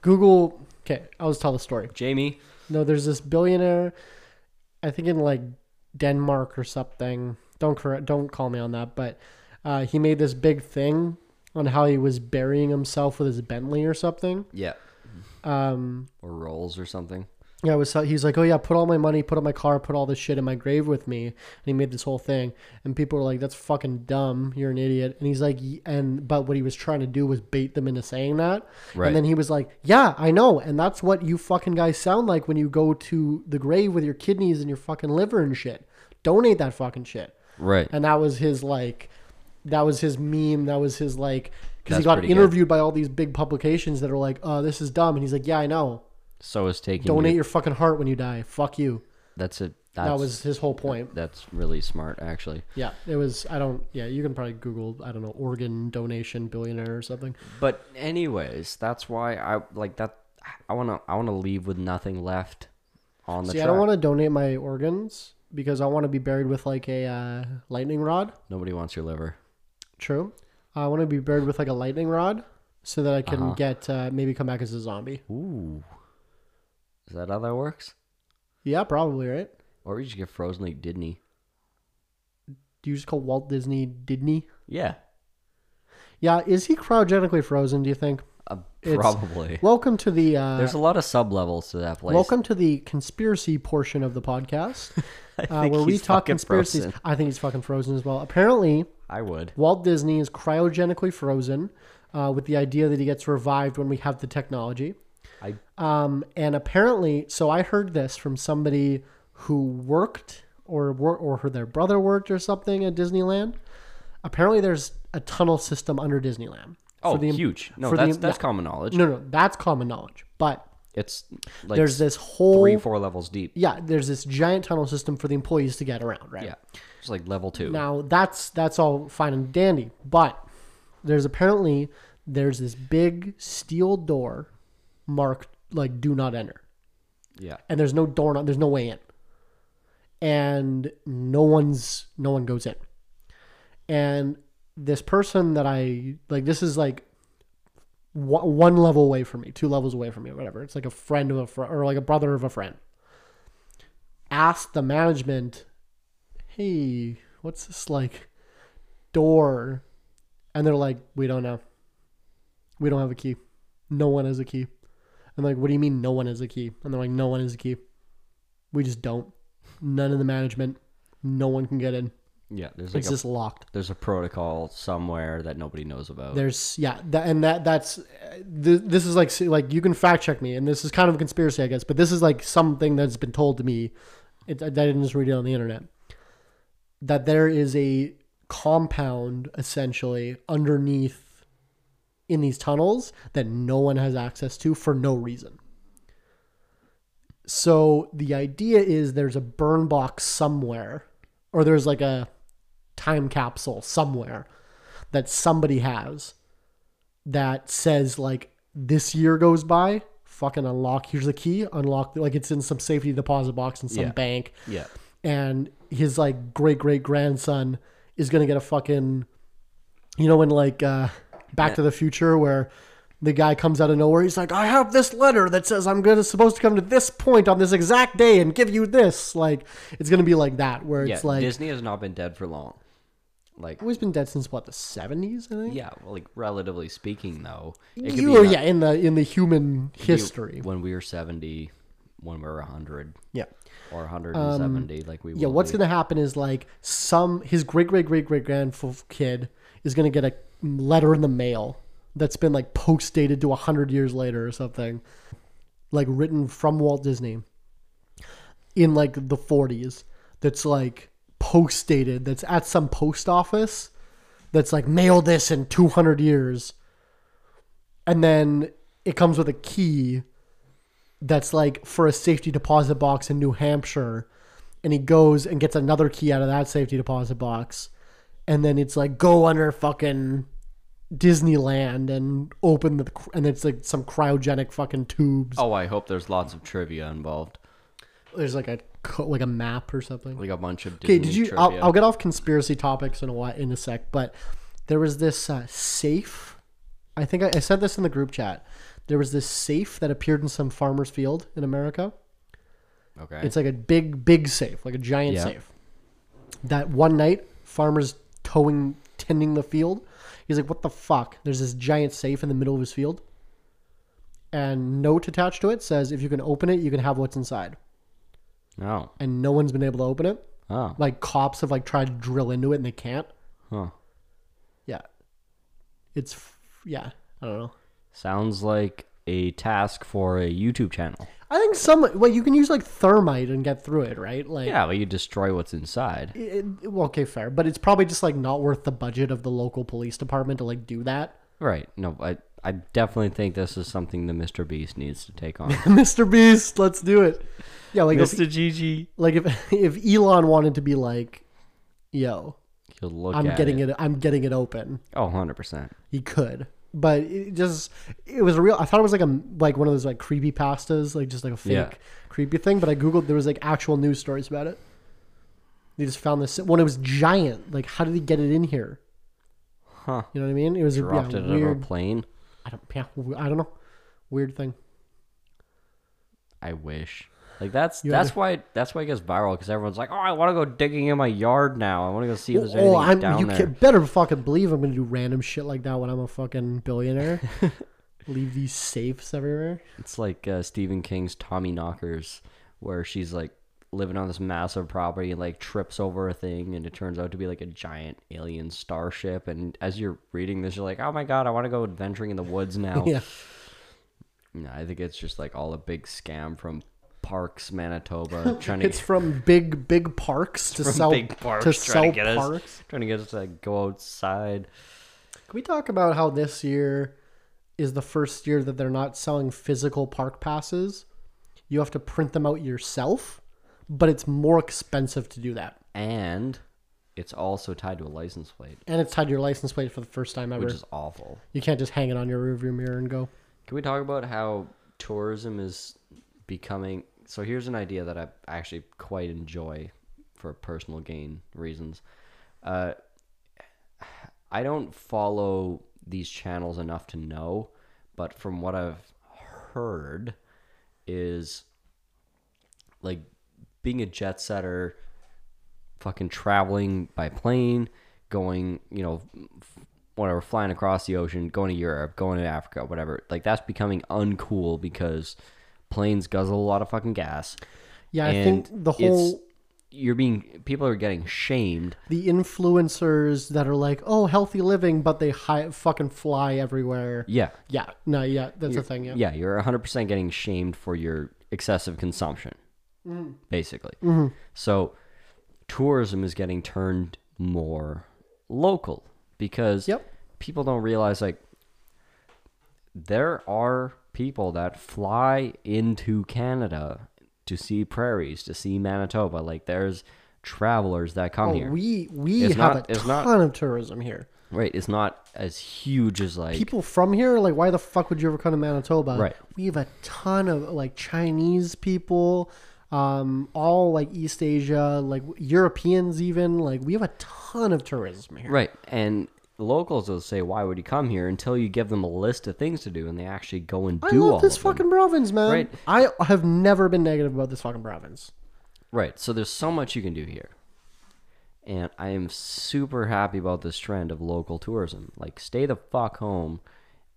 Speaker 1: Google. Okay, I'll just tell the story.
Speaker 2: Jamie,
Speaker 1: No, there's this billionaire. I think in like Denmark or something. Don't correct. Don't call me on that. But uh, he made this big thing on how he was burying himself with his Bentley or something.
Speaker 2: yeah,
Speaker 1: Um,
Speaker 2: or rolls or something.
Speaker 1: yeah, it was he's like, oh yeah, put all my money, put on my car, put all this shit in my grave with me, and he made this whole thing, and people were like, that's fucking dumb, you're an idiot, and he's like, "Y- and but what he was trying to do was bait them into saying that,
Speaker 2: Right.
Speaker 1: and then he was like, yeah, I know, and that's what you fucking guys sound like when you go to the grave with your kidneys and your fucking liver and shit. Donate that fucking shit
Speaker 2: Right.
Speaker 1: and that was his like that was his meme that was his like because he
Speaker 2: That's
Speaker 1: got
Speaker 2: pretty good.
Speaker 1: interviewed by all these big publications that are like oh this is dumb and he's like yeah i know
Speaker 2: So is taking.
Speaker 1: donate
Speaker 2: your-
Speaker 1: your fucking heart when you die fuck you
Speaker 2: that's it. That's,
Speaker 1: that was his whole point
Speaker 2: That's really smart, actually.
Speaker 1: yeah it was i don't yeah you can probably google i don't know organ donation billionaire or something
Speaker 2: But anyways, that's why I like that. I wanna I wanna leave with nothing left on the
Speaker 1: see
Speaker 2: track.
Speaker 1: i don't want to donate my organs because i want to be buried with like a uh, lightning rod
Speaker 2: Nobody wants your liver.
Speaker 1: true i want to be buried with like a lightning rod so that i can
Speaker 2: Uh-huh.
Speaker 1: get uh, maybe come back as a zombie
Speaker 2: Ooh. Is that how that works?
Speaker 1: yeah probably right
Speaker 2: Or you just get frozen like Didney.
Speaker 1: do you just call walt disney didney
Speaker 2: Yeah.
Speaker 1: Yeah, is he cryogenically frozen? Do you think?
Speaker 2: Uh,
Speaker 1: It's-
Speaker 2: probably.
Speaker 1: Welcome to the uh,
Speaker 2: There's a lot of sub levels to that place.
Speaker 1: welcome to the conspiracy portion of the podcast, uh,
Speaker 2: think
Speaker 1: where we
Speaker 2: he's
Speaker 1: talk
Speaker 2: fucking
Speaker 1: conspiracies.
Speaker 2: frozen.
Speaker 1: I think he's fucking frozen as well. Apparently,
Speaker 2: I would.
Speaker 1: Walt Disney is cryogenically frozen, uh, with the idea that he gets revived when we have the technology.
Speaker 2: I
Speaker 1: Um, and apparently, so I heard this from somebody who worked or wor- or her their brother worked or something at Disneyland. Apparently, there's a tunnel system under Disneyland.
Speaker 2: oh
Speaker 1: For the-
Speaker 2: huge. No,
Speaker 1: for the-
Speaker 2: that's that's common knowledge.
Speaker 1: No, no, that's common knowledge. But
Speaker 2: It's like
Speaker 1: there's this whole
Speaker 2: three four levels deep.
Speaker 1: yeah, there's this giant tunnel system for the employees to get around, right?
Speaker 2: Yeah. It's like level two.
Speaker 1: Now that's that's all fine and dandy, but there's apparently there's this big steel door marked like do not enter.
Speaker 2: Yeah.
Speaker 1: And there's no door there's no way in. And no one's no one goes in. And this person that I like this is like wa- one level away from me, two levels away from me, whatever. It's like a friend of a friend or like a brother of a friend. Asked the management, "Hey, what's this like door?" And they're like, "We don't know. We don't have a key. No one has a key." And like, "What do you mean no one has a key?" And they're like, "No one has a key. We just don't. None of the management. No one can get in.
Speaker 2: Yeah. There's like
Speaker 1: It's
Speaker 2: a,
Speaker 1: just locked."
Speaker 2: there's a protocol somewhere that nobody knows about.
Speaker 1: There's yeah, that, and that that's uh, th- this is like see, like you can fact check me, and this is kind of a conspiracy, I guess, but this is like something that's been told to me. It, I didn't just read it on the internet. That there is a compound essentially underneath in these tunnels that no one has access to for no reason. So the idea is there's a burn box somewhere, or there's like a time capsule somewhere that somebody has that says like this year goes by fucking unlock here's the key unlock like it's in some safety deposit box in some
Speaker 2: Yeah.
Speaker 1: bank
Speaker 2: yeah.
Speaker 1: and his like great great grandson is gonna get a fucking you know in like uh back to the future where the guy comes out of nowhere he's like i have this letter that says i'm gonna supposed to come to this point on this exact day and give you this like it's gonna be like that where
Speaker 2: Yeah.
Speaker 1: it's like
Speaker 2: Disney has not been dead for long. Like
Speaker 1: always been dead since what the 70s i think
Speaker 2: yeah, well, like relatively speaking though. It could
Speaker 1: you,
Speaker 2: be
Speaker 1: yeah, in the in the human history.
Speaker 2: when we were 70, when we were 100
Speaker 1: yeah.
Speaker 2: or 170 like we
Speaker 1: Um, Yeah,
Speaker 2: will
Speaker 1: what's
Speaker 2: be.
Speaker 1: going to happen is like some his great great great great grandkid is going to get a letter in the mail that's been like post dated to 100 years later or something like written from Walt Disney in like the 40s that's like post dated that's at some post office that's like mail this in 200 years and then it comes with a key that's like for a safety deposit box in New Hampshire. And he goes and gets another key out of that safety deposit box. And then it's like, go under fucking Disneyland and open the. And it's like some cryogenic fucking tubes.
Speaker 2: Oh, I hope there's lots of trivia involved,
Speaker 1: There's like a co- like a map or something.
Speaker 2: like a bunch of Disney
Speaker 1: Okay, did you?
Speaker 2: trivia.
Speaker 1: I'll, I'll get off conspiracy topics in a while, in a sec, but there was this uh, safe. I think I, I said this in the group chat. There was this safe that appeared in some farmer's field in America.
Speaker 2: okay,
Speaker 1: It's like a big, big safe, like a giant
Speaker 2: Yeah.
Speaker 1: safe. That one night, farmer's towing, tending the field. He's like, "What the fuck?" There's this giant safe in the middle of his field, and note attached to it says if you can open it, you can have what's inside.
Speaker 2: Oh.
Speaker 1: And no one's been able to open it.
Speaker 2: Oh.
Speaker 1: Like cops have like tried to drill into it and they can't.
Speaker 2: Huh.
Speaker 1: Yeah. It's f- yeah, I don't know.
Speaker 2: Sounds like a task for a YouTube channel.
Speaker 1: I think some well you can use like thermite and get through it, right? Like
Speaker 2: Yeah, but you destroy what's inside.
Speaker 1: it- it- well, okay, fair, but it's probably just like not worth the budget of the local police department to like do that.
Speaker 2: Right. No, I I definitely think this is something that Mr. Beast needs to take on.
Speaker 1: Mr. Beast, let's do it. Yeah, like if,
Speaker 2: Mr. Gigi.
Speaker 1: like if if Elon wanted to be like, yo,
Speaker 2: He'll look
Speaker 1: I'm
Speaker 2: at
Speaker 1: getting
Speaker 2: it.
Speaker 1: it. I'm getting it open.
Speaker 2: Oh, 100%.
Speaker 1: He could, but it just it was a real. I thought it was like a like one of those like creepy pastas, like just like a fake
Speaker 2: Yeah.
Speaker 1: creepy thing. But I googled there was like actual news stories about it. They just found this one. It was giant. Like, how did he get it in here?
Speaker 2: Huh.
Speaker 1: You know what I mean? It was a
Speaker 2: Dropped
Speaker 1: yeah,
Speaker 2: it out of a
Speaker 1: weird.
Speaker 2: plane.
Speaker 1: I don't. Yeah, I don't know. Weird thing.
Speaker 2: I wish. Like that's
Speaker 1: You
Speaker 2: that's why that's why it gets viral because everyone's like, oh, I want to go digging in my yard now. I want to go see if there's anything
Speaker 1: Oh, I'm,
Speaker 2: down
Speaker 1: you
Speaker 2: there.
Speaker 1: can, better fucking believe I'm gonna do random shit like that when I'm a fucking billionaire. Leave these safes everywhere.
Speaker 2: It's like uh, Stephen King's Tommy Knockers, where she's like living on this massive property and like trips over a thing, and it turns out to be like a giant alien starship. And as you're reading this, you're like, oh my god, I want to go adventuring in the woods now.
Speaker 1: Yeah.
Speaker 2: No, I think it's just like all a big scam from Parks, Manitoba, trying to
Speaker 1: It's from big big parks to
Speaker 2: from
Speaker 1: sell
Speaker 2: big parks
Speaker 1: to
Speaker 2: trying
Speaker 1: sell
Speaker 2: to get
Speaker 1: parks.
Speaker 2: us trying to get us to like, go outside.
Speaker 1: Can we talk about how this year is the first year that they're not selling physical park passes? You have to print them out yourself, but it's more expensive to do that,
Speaker 2: And it's also tied to a license plate,
Speaker 1: and it's tied to your license plate for the first time ever.
Speaker 2: which is awful.
Speaker 1: you can't just hang it on your rearview mirror and go.
Speaker 2: Can we talk about how tourism is becoming? So here's an idea that I actually quite enjoy for personal gain reasons. Uh, I don't follow these channels enough to know, but from what I've heard, is like being a jet setter, fucking traveling by plane, going, you know, f- whatever, flying across the ocean, going to Europe, going to Africa, whatever. Like that's becoming uncool because planes guzzle a lot of fucking gas.
Speaker 1: Yeah, I
Speaker 2: and
Speaker 1: think the
Speaker 2: it's-
Speaker 1: whole
Speaker 2: you're being people are getting shamed.
Speaker 1: the influencers that are like, oh, healthy living, but they hi- fucking fly everywhere.
Speaker 2: Yeah.
Speaker 1: Yeah, no, yeah, that's a thing. Yeah.
Speaker 2: Yeah, you're 100% getting shamed for your excessive consumption,
Speaker 1: Mm-hmm.
Speaker 2: basically. So, tourism is getting turned more local because
Speaker 1: Yep.
Speaker 2: people don't realize like there are people that fly into Canada to see prairies, to see Manitoba. Like, there's travelers that come here.
Speaker 1: Oh, We we
Speaker 2: It's
Speaker 1: have
Speaker 2: not-
Speaker 1: a
Speaker 2: it's
Speaker 1: ton
Speaker 2: not-
Speaker 1: of tourism here.
Speaker 2: right. It's not as huge as like.
Speaker 1: People from here, like, why the fuck would you ever come to Manitoba?
Speaker 2: Right.
Speaker 1: We have a ton of like Chinese people, um, all like East Asia, like Europeans, even like we have a ton of tourism here.
Speaker 2: Right. And locals will say, why would you come here until you give them a list of things to do and they actually go and do
Speaker 1: I
Speaker 2: all
Speaker 1: love this
Speaker 2: of
Speaker 1: fucking province, man.
Speaker 2: Right.
Speaker 1: I have never been negative about this fucking province.
Speaker 2: them. Right. So there's so much you can do here. And I am super happy about this trend of local tourism. Like, stay the fuck home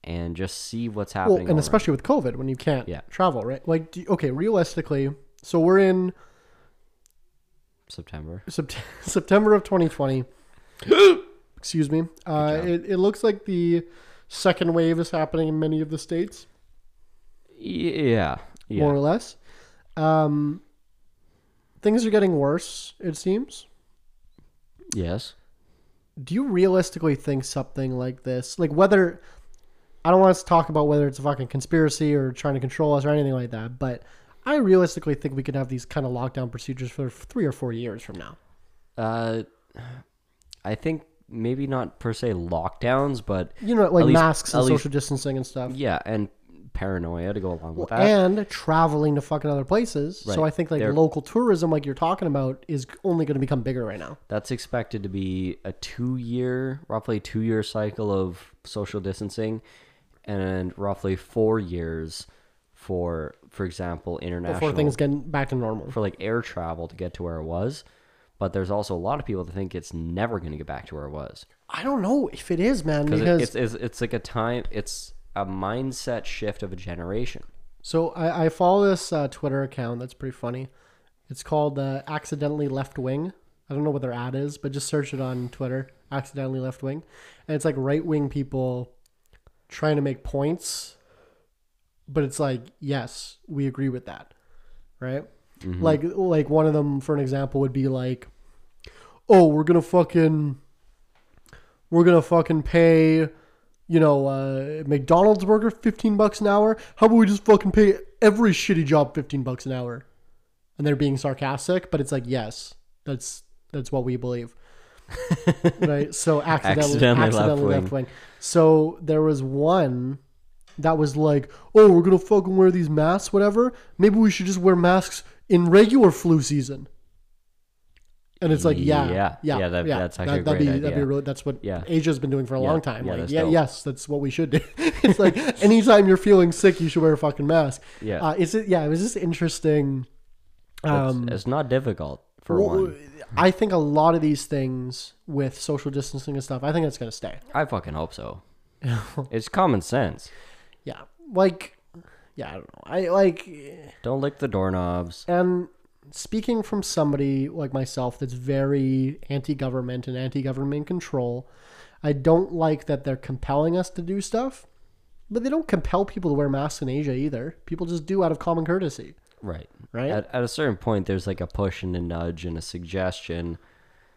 Speaker 2: and just see what's
Speaker 1: Well,
Speaker 2: happening.
Speaker 1: and
Speaker 2: all
Speaker 1: especially with COVID, when you can't
Speaker 2: Yeah.
Speaker 1: travel, right? Like, do you- okay, realistically, so we're in
Speaker 2: around September.
Speaker 1: Sept- September of 2020. Excuse me. Uh, it, it looks like the second wave is happening in many of the states,
Speaker 2: Yeah. Yeah.
Speaker 1: more or less. Um, things are getting worse, it seems.
Speaker 2: yes.
Speaker 1: do you realistically think something like this like whether i don't want us to talk about whether it's a fucking conspiracy or trying to control us or anything like that but i realistically think we could have these kind of lockdown procedures for three or four years from now
Speaker 2: Uh, I think maybe not per se lockdowns, but
Speaker 1: you know like
Speaker 2: least-
Speaker 1: masks and
Speaker 2: at least-
Speaker 1: social distancing and stuff
Speaker 2: yeah, and paranoia to go along with that.
Speaker 1: and traveling to fucking other places so
Speaker 2: Right.
Speaker 1: i think like
Speaker 2: They're-
Speaker 1: local tourism like you're talking about is only going to become bigger right now
Speaker 2: That's expected to be a two year, roughly two year cycle of social distancing and roughly four years for, for example, international,
Speaker 1: before things get back to normal
Speaker 2: for like air travel to get to where it was. But there's also a lot of people that think it's never going to get back to where it was.
Speaker 1: i don't know if it is man
Speaker 2: 'Cause it-
Speaker 1: because
Speaker 2: it's, it's, it's like a time, it's a mindset shift of a generation.
Speaker 1: So I, I follow this uh, Twitter account that's pretty funny. It's called uh, Accidentally Left Wing. I don't know what their ad is, but just search it on Twitter. Accidentally Left Wing, and it's like right wing people trying to make points, but it's like yes, we agree with that, right?
Speaker 2: Mm-hmm.
Speaker 1: Like like one of them for an example would be like, oh, we're gonna fucking we're gonna fucking pay you know uh, mcdonald's burger 15 bucks an hour how about we just fucking pay every shitty job 15 bucks an hour and they're being sarcastic but it's like yes that's that's what we believe right so accidentally, accidentally,
Speaker 2: Accidentally
Speaker 1: left,
Speaker 2: left-wing.
Speaker 1: wing. so there was one that was like oh we're gonna fucking wear these masks whatever maybe we should just wear masks in regular flu season and it's like yeah yeah
Speaker 2: Yeah.
Speaker 1: yeah,
Speaker 2: Yeah, that- that's actually a
Speaker 1: that'd
Speaker 2: great
Speaker 1: be that'd be
Speaker 2: idea.
Speaker 1: really that's what
Speaker 2: Yeah.
Speaker 1: Asia's been doing for a long time.
Speaker 2: Yeah,
Speaker 1: like,
Speaker 2: that's
Speaker 1: yeah,
Speaker 2: dope.
Speaker 1: yes, that's what we should do. it's like anytime you're feeling sick, you should wear a fucking mask.
Speaker 2: Yeah.
Speaker 1: Uh, is it? Yeah, it was just interesting.
Speaker 2: It's,
Speaker 1: Um,
Speaker 2: it's not difficult for
Speaker 1: w-
Speaker 2: one.
Speaker 1: I think a lot of these things with social distancing and stuff, I think that's gonna stay.
Speaker 2: I fucking hope so. it's common sense.
Speaker 1: Yeah, like, yeah, I don't know. I like,
Speaker 2: Don't lick the doorknobs.
Speaker 1: and speaking from somebody like myself that's very anti-government and anti-government control, I don't like that they're compelling us to do stuff. But they don't compel people to wear masks in Asia either. People just do out of common courtesy.
Speaker 2: Right.
Speaker 1: Right?
Speaker 2: At, at a certain point, there's like a push and a nudge and a suggestion.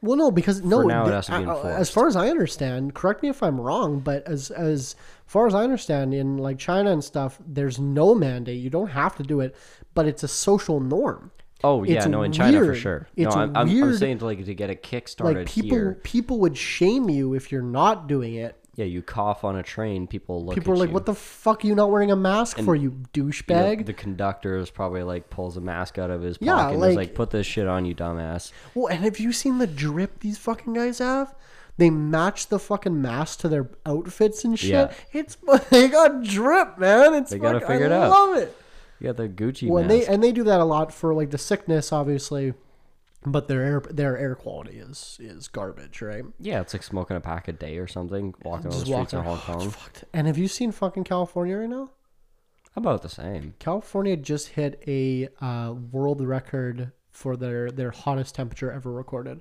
Speaker 1: Well, no, because no.
Speaker 2: now, it
Speaker 1: the-
Speaker 2: has to be
Speaker 1: I- I- As
Speaker 2: enforced.
Speaker 1: far as I understand, correct me if I'm wrong, but as as far as I understand, in like China and stuff, there's no mandate. You don't have to do it, but it's a social norm.
Speaker 2: Oh yeah,
Speaker 1: It's
Speaker 2: no, in China for
Speaker 1: weird.
Speaker 2: sure.
Speaker 1: It's
Speaker 2: no, I'm, I'm, I'm
Speaker 1: weird.
Speaker 2: saying to like to get it kickstarted
Speaker 1: Like people
Speaker 2: here.
Speaker 1: people would shame you if you're not doing it.
Speaker 2: Yeah, you cough on a train, people look.
Speaker 1: People
Speaker 2: at
Speaker 1: are like,
Speaker 2: you.
Speaker 1: "What the fuck are you not wearing a mask for, you
Speaker 2: You know,
Speaker 1: douchebag?"
Speaker 2: The conductor is probably like pulls a mask out of his pocket
Speaker 1: Yeah,
Speaker 2: and is
Speaker 1: like-
Speaker 2: like, "Put this shit on, you dumbass."
Speaker 1: well, and have you seen the drip these fucking guys have? They match the fucking mask to their outfits and shit.
Speaker 2: Yeah.
Speaker 1: It's they got drip, man. It's they
Speaker 2: gotta
Speaker 1: I
Speaker 2: figure it out.
Speaker 1: love it.
Speaker 2: You got the Gucci
Speaker 1: Well, and
Speaker 2: mask.
Speaker 1: they and they do that a lot for like the sickness, obviously, but their air their air quality is is garbage, right?
Speaker 2: Yeah, it's like smoking a pack a day or something. Walking
Speaker 1: Just
Speaker 2: on the streets
Speaker 1: walking
Speaker 2: in Hong Kong,
Speaker 1: Fucked. And have you seen fucking California right now?
Speaker 2: about the same.
Speaker 1: California just hit a uh, world record for their their hottest temperature ever recorded.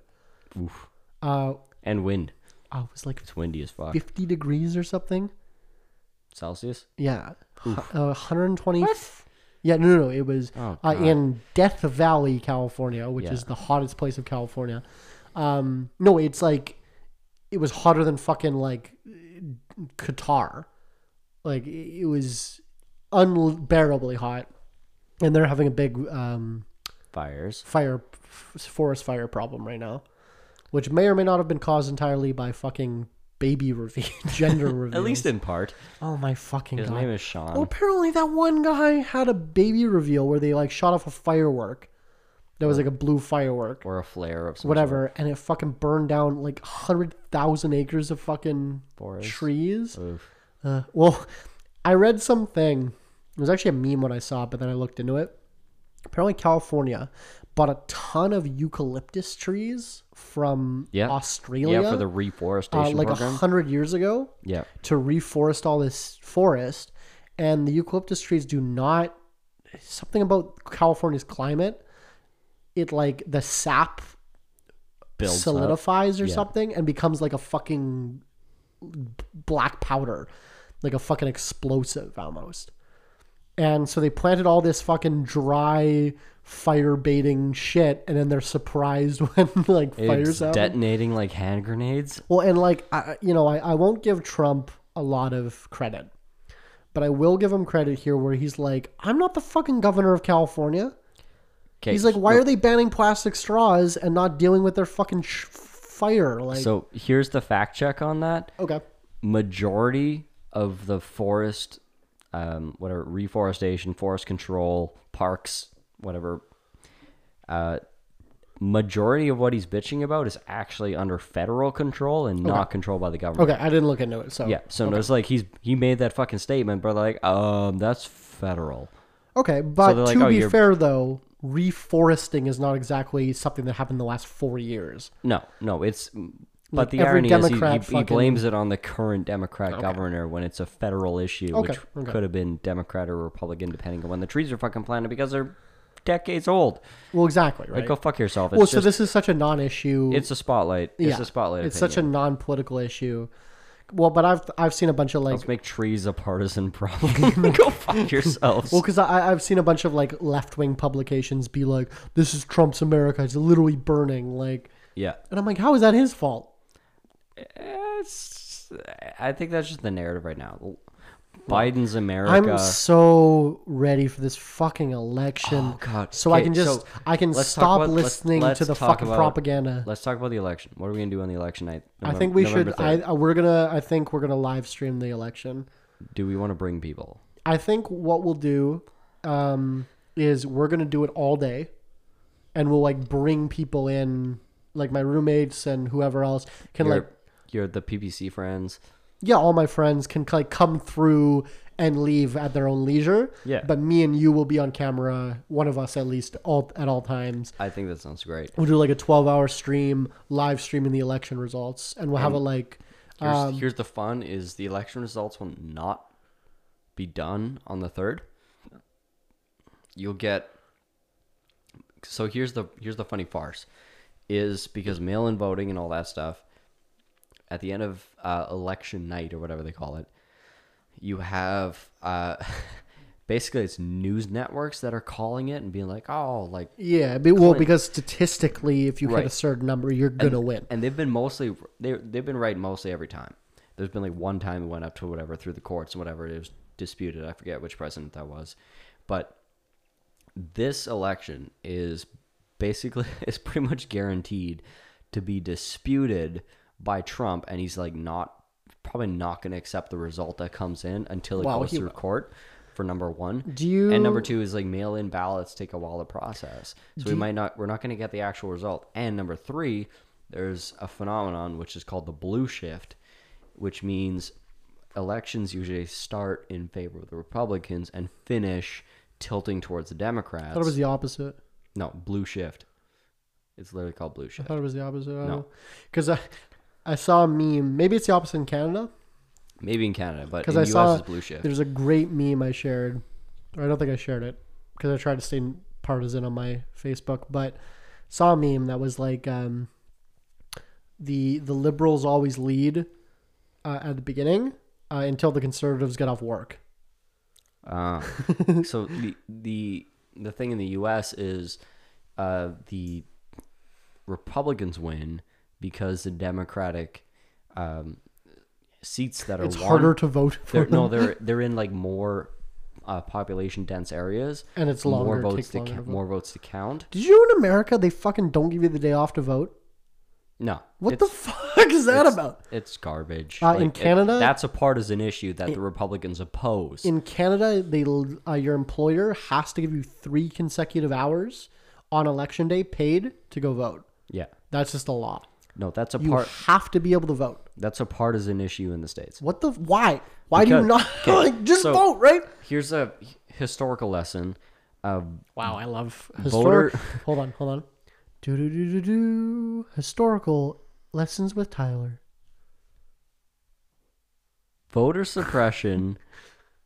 Speaker 2: Oof.
Speaker 1: Uh,
Speaker 2: And wind.
Speaker 1: oh, it was like
Speaker 2: It's windy as fuck.
Speaker 1: fifty degrees or something.
Speaker 2: Celsius.
Speaker 1: Yeah, uh, one hundred and twenty. Yeah, no, no, no, it was
Speaker 2: Oh,
Speaker 1: uh, in Death Valley, California, which is
Speaker 2: Yeah.
Speaker 1: the hottest place of California. Um, no, it's like it was hotter than fucking like Qatar. Like it it was unbearably hot, and they're having a big um,
Speaker 2: Fires.
Speaker 1: fire f- forest fire problem right now, which may or may not have been caused entirely by fucking baby reveal, gender reveal.
Speaker 2: At least in part.
Speaker 1: oh my fucking
Speaker 2: His
Speaker 1: god! Oh.
Speaker 2: name is Sean.
Speaker 1: Well, apparently that one guy had a baby reveal where they like shot off a firework. That was like a blue firework,
Speaker 2: Or a flare of some
Speaker 1: whatever, and it fucking burned down like hundred thousand acres of fucking
Speaker 2: Forest.
Speaker 1: trees.
Speaker 2: sort. Oof.
Speaker 1: Uh, well, I read something. It was actually a meme when I saw it, but then I looked into it. Apparently, California bought a ton of eucalyptus trees from
Speaker 2: Yeah.
Speaker 1: Australia,
Speaker 2: Yeah, for the
Speaker 1: uh,
Speaker 2: reforestation
Speaker 1: like a
Speaker 2: program.
Speaker 1: hundred years ago
Speaker 2: yeah.
Speaker 1: to reforest all this forest and the eucalyptus trees do not something about california's climate it like the sap
Speaker 2: Builds up.
Speaker 1: solidifies or something and becomes like a fucking black powder like a fucking explosive almost and so they planted all this fucking dry fire baiting shit and then they're surprised when like fires
Speaker 2: It's
Speaker 1: happen.
Speaker 2: detonating like hand grenades.
Speaker 1: Well, and like I, you know, I, I won't give Trump a lot of credit, but I will give him credit here where he's like, I'm not the fucking governor of California.
Speaker 2: Okay.
Speaker 1: He's like, why are they banning plastic straws and not dealing with their fucking sh- fire? Like,
Speaker 2: So here's the fact check on that.
Speaker 1: okay,
Speaker 2: majority of the forest, um, whatever reforestation, forest control, parks, whatever. Uh, majority of what he's bitching about is actually under federal control and not controlled by the government.
Speaker 1: okay, I didn't look into it. So
Speaker 2: Yeah, so it's like he's he made that fucking statement, but like, um, that's federal.
Speaker 1: okay, but
Speaker 2: they're like,
Speaker 1: to
Speaker 2: "Oh,
Speaker 1: be
Speaker 2: you're-"
Speaker 1: fair though, reforesting is not exactly something that happened in the last four years.
Speaker 2: No, no, it's But
Speaker 1: Like
Speaker 2: the
Speaker 1: every
Speaker 2: irony is he- he,
Speaker 1: Democrat
Speaker 2: he,
Speaker 1: fucking-
Speaker 2: blames it on the current Democrat
Speaker 1: Okay.
Speaker 2: governor when it's a federal issue,
Speaker 1: Okay,
Speaker 2: which
Speaker 1: okay.
Speaker 2: could have been Democrat or Republican, depending on when the trees are fucking planted because they're decades old.
Speaker 1: Well, exactly, right?
Speaker 2: Like, go fuck yourself. It's
Speaker 1: well,
Speaker 2: just,
Speaker 1: so this is such a non-issue.
Speaker 2: it's a spotlight. It's a spotlight.
Speaker 1: It's such a
Speaker 2: opinion.
Speaker 1: non-political issue. Well, but I've I've seen a bunch of like
Speaker 2: Let's make trees a partisan problem. go fuck yourselves.
Speaker 1: Well, because I I've seen a bunch of like left wing publications be like, "This is Trump's America. It's literally burning." Like,
Speaker 2: yeah.
Speaker 1: and I'm like, "How is that his fault?"
Speaker 2: It's, I think that's just the narrative right now. Biden's America.
Speaker 1: I'm so ready for this fucking election.
Speaker 2: Oh, God.
Speaker 1: So I
Speaker 2: Okay,
Speaker 1: can just
Speaker 2: so
Speaker 1: I can
Speaker 2: let's talk
Speaker 1: stop
Speaker 2: about- let's-
Speaker 1: listening
Speaker 2: let's
Speaker 1: to the
Speaker 2: talk
Speaker 1: fucking
Speaker 2: about-
Speaker 1: propaganda.
Speaker 2: Let's talk about the election. What are we gonna do on the election night?
Speaker 1: I
Speaker 2: Novem-
Speaker 1: think we
Speaker 2: November
Speaker 1: should.
Speaker 2: 3rd?
Speaker 1: I we're gonna. I think we're gonna live stream the election.
Speaker 2: Do we want to bring people?
Speaker 1: I think what we'll do um, is we're gonna do it all day, and we'll like bring people in, like my roommates and whoever else can
Speaker 2: You're,
Speaker 1: like
Speaker 2: you're the PPC friends.
Speaker 1: yeah, all my friends can like come through and leave at their own leisure.
Speaker 2: Yeah.
Speaker 1: But me and you will be on camera, one of us at least, all at all times.
Speaker 2: I think that sounds great.
Speaker 1: We'll do like a twelve-hour stream, live streaming the election results, and we'll have a like.
Speaker 2: Here's,
Speaker 1: Um,
Speaker 2: here's the fun: is the election results will not be done on the third. You'll get. So here's the here's the funny farce, is because mail-in voting and all that stuff. At the end of uh, election night or whatever they call it, you have uh, basically it's news networks that are calling it and being like, oh, like
Speaker 1: yeah, but, well, because statistically, if you hit a
Speaker 2: Right.
Speaker 1: certain number, you're gonna win.
Speaker 2: and they've been mostly they they've been right mostly every time. There's been like one time it went up to whatever through the courts and whatever it was disputed. I forget which president that was, but this election is basically is pretty much guaranteed to be disputed by Trump, and he's like not probably not going to accept the result that comes in until it
Speaker 1: Well,
Speaker 2: goes
Speaker 1: he
Speaker 2: through court. For number one,
Speaker 1: Do you
Speaker 2: and number two is like mail in ballots take a while to process. So we might not, we're not going to get the actual result. And number three, there's a phenomenon which is called the blue shift, which means elections usually start in favor of the Republicans and finish tilting towards the Democrats.
Speaker 1: I thought it was the opposite.
Speaker 2: no, blue shift. It's literally called blue
Speaker 1: I
Speaker 2: shift.
Speaker 1: thought it was the opposite.
Speaker 2: No.
Speaker 1: Because I, I saw a meme. Maybe it's the opposite in Canada.
Speaker 2: Maybe in Canada, but in
Speaker 1: 'Cause
Speaker 2: the
Speaker 1: I
Speaker 2: US
Speaker 1: saw
Speaker 2: it's blue shift.
Speaker 1: There's a great meme I shared. Or I don't think I shared it because I tried to stay partisan on my Facebook, but saw a meme that was like um, the the liberals always lead uh, at the beginning uh, until the conservatives get off work.
Speaker 2: Uh, so the the the thing in the U.S. is uh, the Republicans win because the Democratic um, seats that are
Speaker 1: It's
Speaker 2: won-
Speaker 1: harder to vote for
Speaker 2: They're,
Speaker 1: them,
Speaker 2: no, they're they're in like more uh, population dense areas.
Speaker 1: and it's longer.
Speaker 2: More votes
Speaker 1: takes
Speaker 2: to
Speaker 1: longer
Speaker 2: ca-
Speaker 1: to vote.
Speaker 2: more votes to count.
Speaker 1: Did you know in America they fucking don't give you the day off to vote?
Speaker 2: No,
Speaker 1: What
Speaker 2: it's,
Speaker 1: the fuck is that
Speaker 2: it's-
Speaker 1: about?
Speaker 2: It's garbage.
Speaker 1: Uh, in
Speaker 2: it-
Speaker 1: Canada-
Speaker 2: that's a partisan issue that the Republicans oppose.
Speaker 1: in Canada, they uh, your employer has to give you three consecutive hours on election day paid to go vote.
Speaker 2: yeah,
Speaker 1: That's just the law.
Speaker 2: no, that's a
Speaker 1: You
Speaker 2: part.
Speaker 1: have to be able to vote.
Speaker 2: That's a partisan issue in the states.
Speaker 1: What the? Why? Why do you
Speaker 2: Because-
Speaker 1: not
Speaker 2: okay,
Speaker 1: like, just
Speaker 2: so-
Speaker 1: vote? Right?
Speaker 2: Here's a h- historical lesson. Uh,
Speaker 1: Wow, I love
Speaker 2: Voter-
Speaker 1: historic. hold on, hold on. Do do do do do. Historical lessons with Tyler.
Speaker 2: voter suppression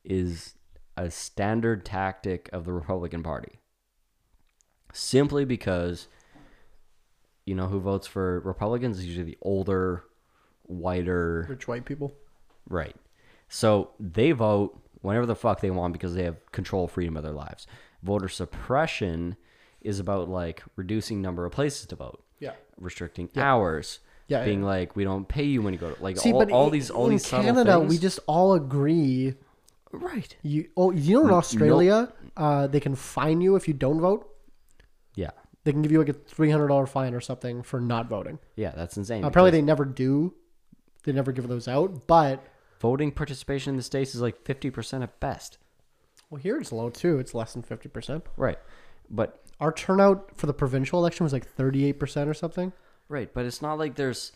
Speaker 2: is a standard tactic of the Republican Party. Simply because, you know, who votes for Republicans is usually the older, whiter,
Speaker 1: Rich white people.
Speaker 2: Right. So they vote whenever the fuck they want because they have control freedom of their lives. Voter suppression is about like reducing number of places to vote.
Speaker 1: Yeah.
Speaker 2: Restricting hours.
Speaker 1: Yeah, yeah,
Speaker 2: Being
Speaker 1: yeah.
Speaker 2: like we don't pay you when you go to like
Speaker 1: See,
Speaker 2: all,
Speaker 1: but
Speaker 2: all
Speaker 1: in-
Speaker 2: these all
Speaker 1: in
Speaker 2: these subtle
Speaker 1: Canada,
Speaker 2: things.
Speaker 1: we just all agree.
Speaker 2: right.
Speaker 1: You oh, you
Speaker 2: Mm,
Speaker 1: know in Australia, uh, they can fine you if you don't vote.
Speaker 2: Yeah.
Speaker 1: they can give you like a three hundred dollar fine or something for not voting.
Speaker 2: Yeah, that's insane.
Speaker 1: Apparently, they never do. They never give those out. But
Speaker 2: because voting participation in the states is like 50% at best.
Speaker 1: well, here it's low too. It's less than fifty percent.
Speaker 2: Right. But
Speaker 1: Our turnout for the provincial election was like thirty eight percent or something.
Speaker 2: Right, but it's not like there's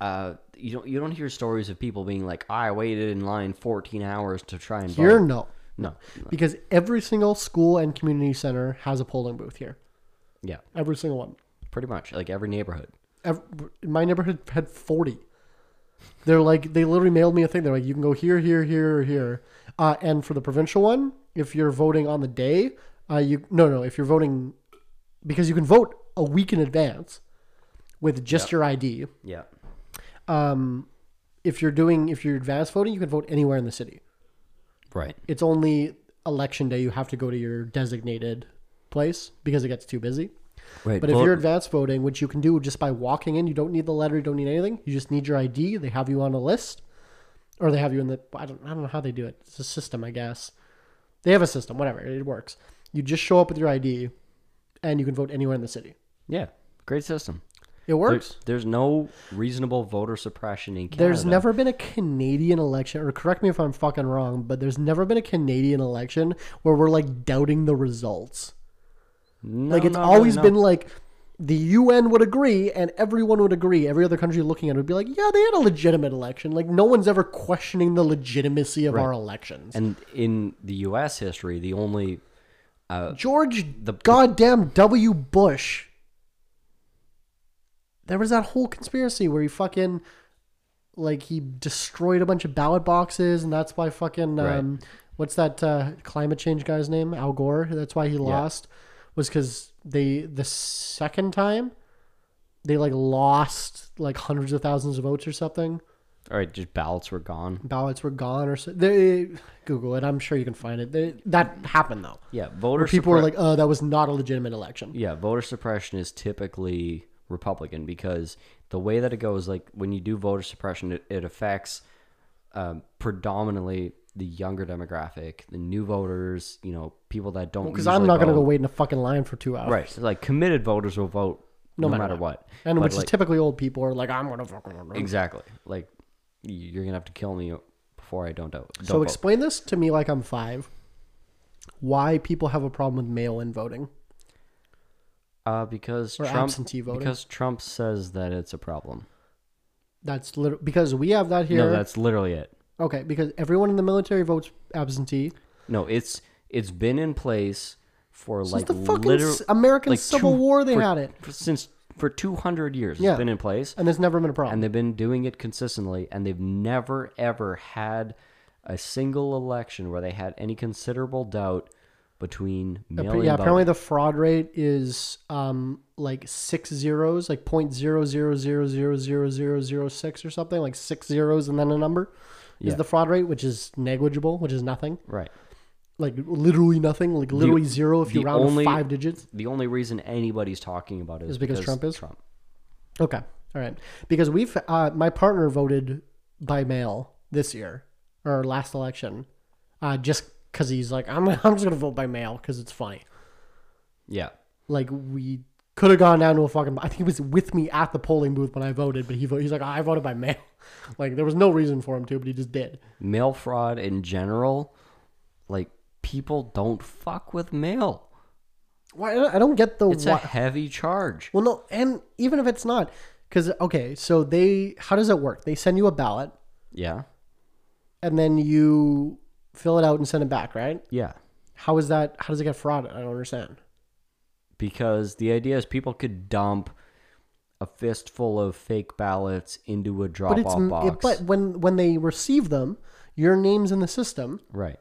Speaker 2: uh you don't you don't hear stories of people being like I waited in line 14 hours to try and
Speaker 1: Here,
Speaker 2: vote.
Speaker 1: no,
Speaker 2: No.
Speaker 1: because every single school and community center has a polling booth here.
Speaker 2: Yeah,
Speaker 1: Every single one.
Speaker 2: pretty much like every neighborhood.
Speaker 1: ev- my neighborhood had 40. They're like, they literally mailed me a thing. They're like, you can go here, here, here, or here. Uh, and for the provincial one, if you're voting on the day, uh, you no, no, if you're voting, because you can vote a week in advance with just your ID.
Speaker 2: Yeah.
Speaker 1: Um, if you're doing, if you're advanced voting, you can vote anywhere in the city.
Speaker 2: Right.
Speaker 1: It's only election day you have to go to your designated place because it gets too busy.
Speaker 2: Right.
Speaker 1: But if you're advanced voting, which you can do just by walking in, you don't need the letter, you don't need anything. You just need your ID. They have you on a list, or they have you in the. I don't. I don't know how they do it. It's a system, I guess. They have a system. Whatever, it works. You just show up with your ID, and you can vote anywhere in the city.
Speaker 2: yeah, great system.
Speaker 1: It
Speaker 2: There-
Speaker 1: works.
Speaker 2: there's no reasonable voter suppression in Canada.
Speaker 1: There's never been a Canadian election, or correct me if I'm fucking wrong, but there's never been a Canadian election where we're like doubting the results.
Speaker 2: No,
Speaker 1: Like it's
Speaker 2: no, no,
Speaker 1: always
Speaker 2: no.
Speaker 1: been like the UN would agree and everyone would agree. Every other country looking at it would be like, yeah, they had a legitimate election. Like no one's ever questioning the legitimacy of our elections.
Speaker 2: And in the U.S. history, the only
Speaker 1: George goddamn W. Bush. There was that whole conspiracy where he fucking like he destroyed a bunch of ballot boxes and that's why fucking
Speaker 2: Right.
Speaker 1: um what's that uh, climate change guy's name? Al Gore. That's why he lost was cuz they the second time they like lost like hundreds of thousands of votes or something.
Speaker 2: all right, just ballots were gone.
Speaker 1: Ballots were gone or so. They, Google it. I'm sure you can find it. They, that happened though.
Speaker 2: Yeah, voter
Speaker 1: People were
Speaker 2: suppre-
Speaker 1: like, "Oh, that was not a legitimate election."
Speaker 2: Yeah, voter suppression is typically Republican because the way that it goes, like when you do voter suppression, it, it affects um, predominantly the younger demographic, the new voters, you know, people that don't.
Speaker 1: Because I'm
Speaker 2: usually
Speaker 1: not going to go
Speaker 2: vote.
Speaker 1: wait in a fucking line for two hours.
Speaker 2: "Oh." Right, so, like committed voters will vote no,
Speaker 1: matter
Speaker 2: matter, what,
Speaker 1: And
Speaker 2: But,
Speaker 1: which
Speaker 2: like,
Speaker 1: is typically old people are like, I'm going to fucking.
Speaker 2: exactly like you're gonna have to kill me before I don't do Don't
Speaker 1: So
Speaker 2: vote.
Speaker 1: explain this to me like I'm five. Why people have a problem with mail in voting.
Speaker 2: uh, because
Speaker 1: Or
Speaker 2: Trump
Speaker 1: absentee voting.
Speaker 2: because Trump says that it's a problem.
Speaker 1: That's lit- because we have that here.
Speaker 2: No, that's literally it.
Speaker 1: okay, because everyone in the military votes absentee.
Speaker 2: No, it's it's been in place for
Speaker 1: Since
Speaker 2: like
Speaker 1: the fucking
Speaker 2: literal-
Speaker 1: s- American
Speaker 2: like
Speaker 1: Civil
Speaker 2: two-
Speaker 1: War, they
Speaker 2: for-
Speaker 1: had it.
Speaker 2: for- since for 200 years.
Speaker 1: Yeah.
Speaker 2: It's been in place
Speaker 1: And there's never been a problem.
Speaker 2: and they've been doing it consistently and they've never ever had a single election where they had any considerable doubt between mail
Speaker 1: Appa- yeah, apparently the fraud rate is um like six zeros, like point zero zero zero zero zero zero zero six or something, like six zeros and then a number is
Speaker 2: Yeah.
Speaker 1: the fraud rate, which is negligible, which is nothing,
Speaker 2: right.
Speaker 1: like literally nothing, like literally zero if you
Speaker 2: the
Speaker 1: round to
Speaker 2: only-
Speaker 1: five digits.
Speaker 2: The only reason anybody's talking about it is,
Speaker 1: because Trump is?
Speaker 2: Trump.
Speaker 1: Okay, all right, because we've uh, my partner voted by mail this year or last election, uh, just because he's like I'm I'm just gonna vote by mail because it's funny.
Speaker 2: Yeah.
Speaker 1: like we could have gone down to a fucking. I think he was with me at the polling booth when I voted, but he voted. He's like, I voted by mail. Like there was no reason for him to, but he just did.
Speaker 2: Mail fraud in general, like people don't fuck with mail.
Speaker 1: Why? I don't get the
Speaker 2: It's
Speaker 1: why.
Speaker 2: a heavy charge.
Speaker 1: well, no, and even if it's not, because okay, so they how does it work? They send you a ballot,
Speaker 2: Yeah.
Speaker 1: and then you fill it out and send it back, right?
Speaker 2: Yeah.
Speaker 1: How is that? How does it get frauded? I don't understand.
Speaker 2: because the idea is people could dump a fistful of fake ballots into a
Speaker 1: But
Speaker 2: drop
Speaker 1: it's
Speaker 2: off box.
Speaker 1: it, but when when they receive them, your name's in the system.
Speaker 2: right.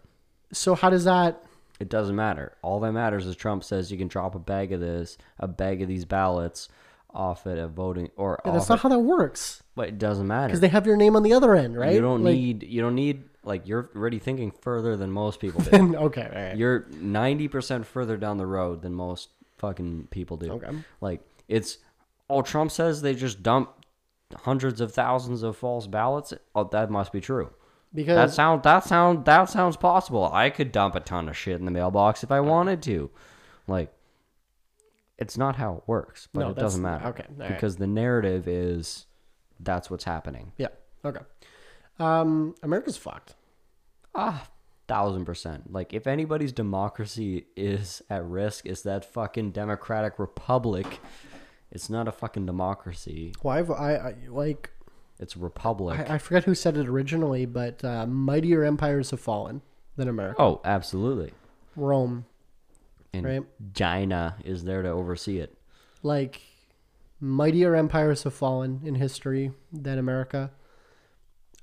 Speaker 1: So how does that?
Speaker 2: It doesn't matter. All that matters is Trump says you can drop a bag of this, a bag of these ballots off at a voting or
Speaker 1: That's
Speaker 2: off
Speaker 1: not
Speaker 2: at-
Speaker 1: how that works.
Speaker 2: but it doesn't matter.
Speaker 1: Because they have your name on the other end, right?
Speaker 2: You don't
Speaker 1: Like-
Speaker 2: need you don't need like you're already thinking further than most people do.
Speaker 1: And- okay, all right.
Speaker 2: You're ninety percent further down the road than most fucking people do.
Speaker 1: Okay.
Speaker 2: Like it's oh Trump says they just dump hundreds of thousands of false ballots. Oh, that must be true. That
Speaker 1: Because
Speaker 2: sound that sound that sounds possible. I could dump a ton of shit in the mailbox if I wanted to. Like it's not how it works, but
Speaker 1: No,
Speaker 2: it
Speaker 1: that's-
Speaker 2: doesn't matter.
Speaker 1: okay, all right.
Speaker 2: Because the narrative is that's what's happening.
Speaker 1: yeah, okay. Um, America's fucked.
Speaker 2: Ah, thousand percent. Like, if anybody's democracy is at risk, it's that fucking Democratic Republic. It's not a fucking democracy.
Speaker 1: Why? Well, I, I like
Speaker 2: It's a republic.
Speaker 1: I, I forget who said it originally, but uh, mightier empires have fallen than America.
Speaker 2: oh, absolutely.
Speaker 1: Rome,
Speaker 2: And
Speaker 1: Right.
Speaker 2: China is there to oversee it.
Speaker 1: like mightier empires have fallen in history than America.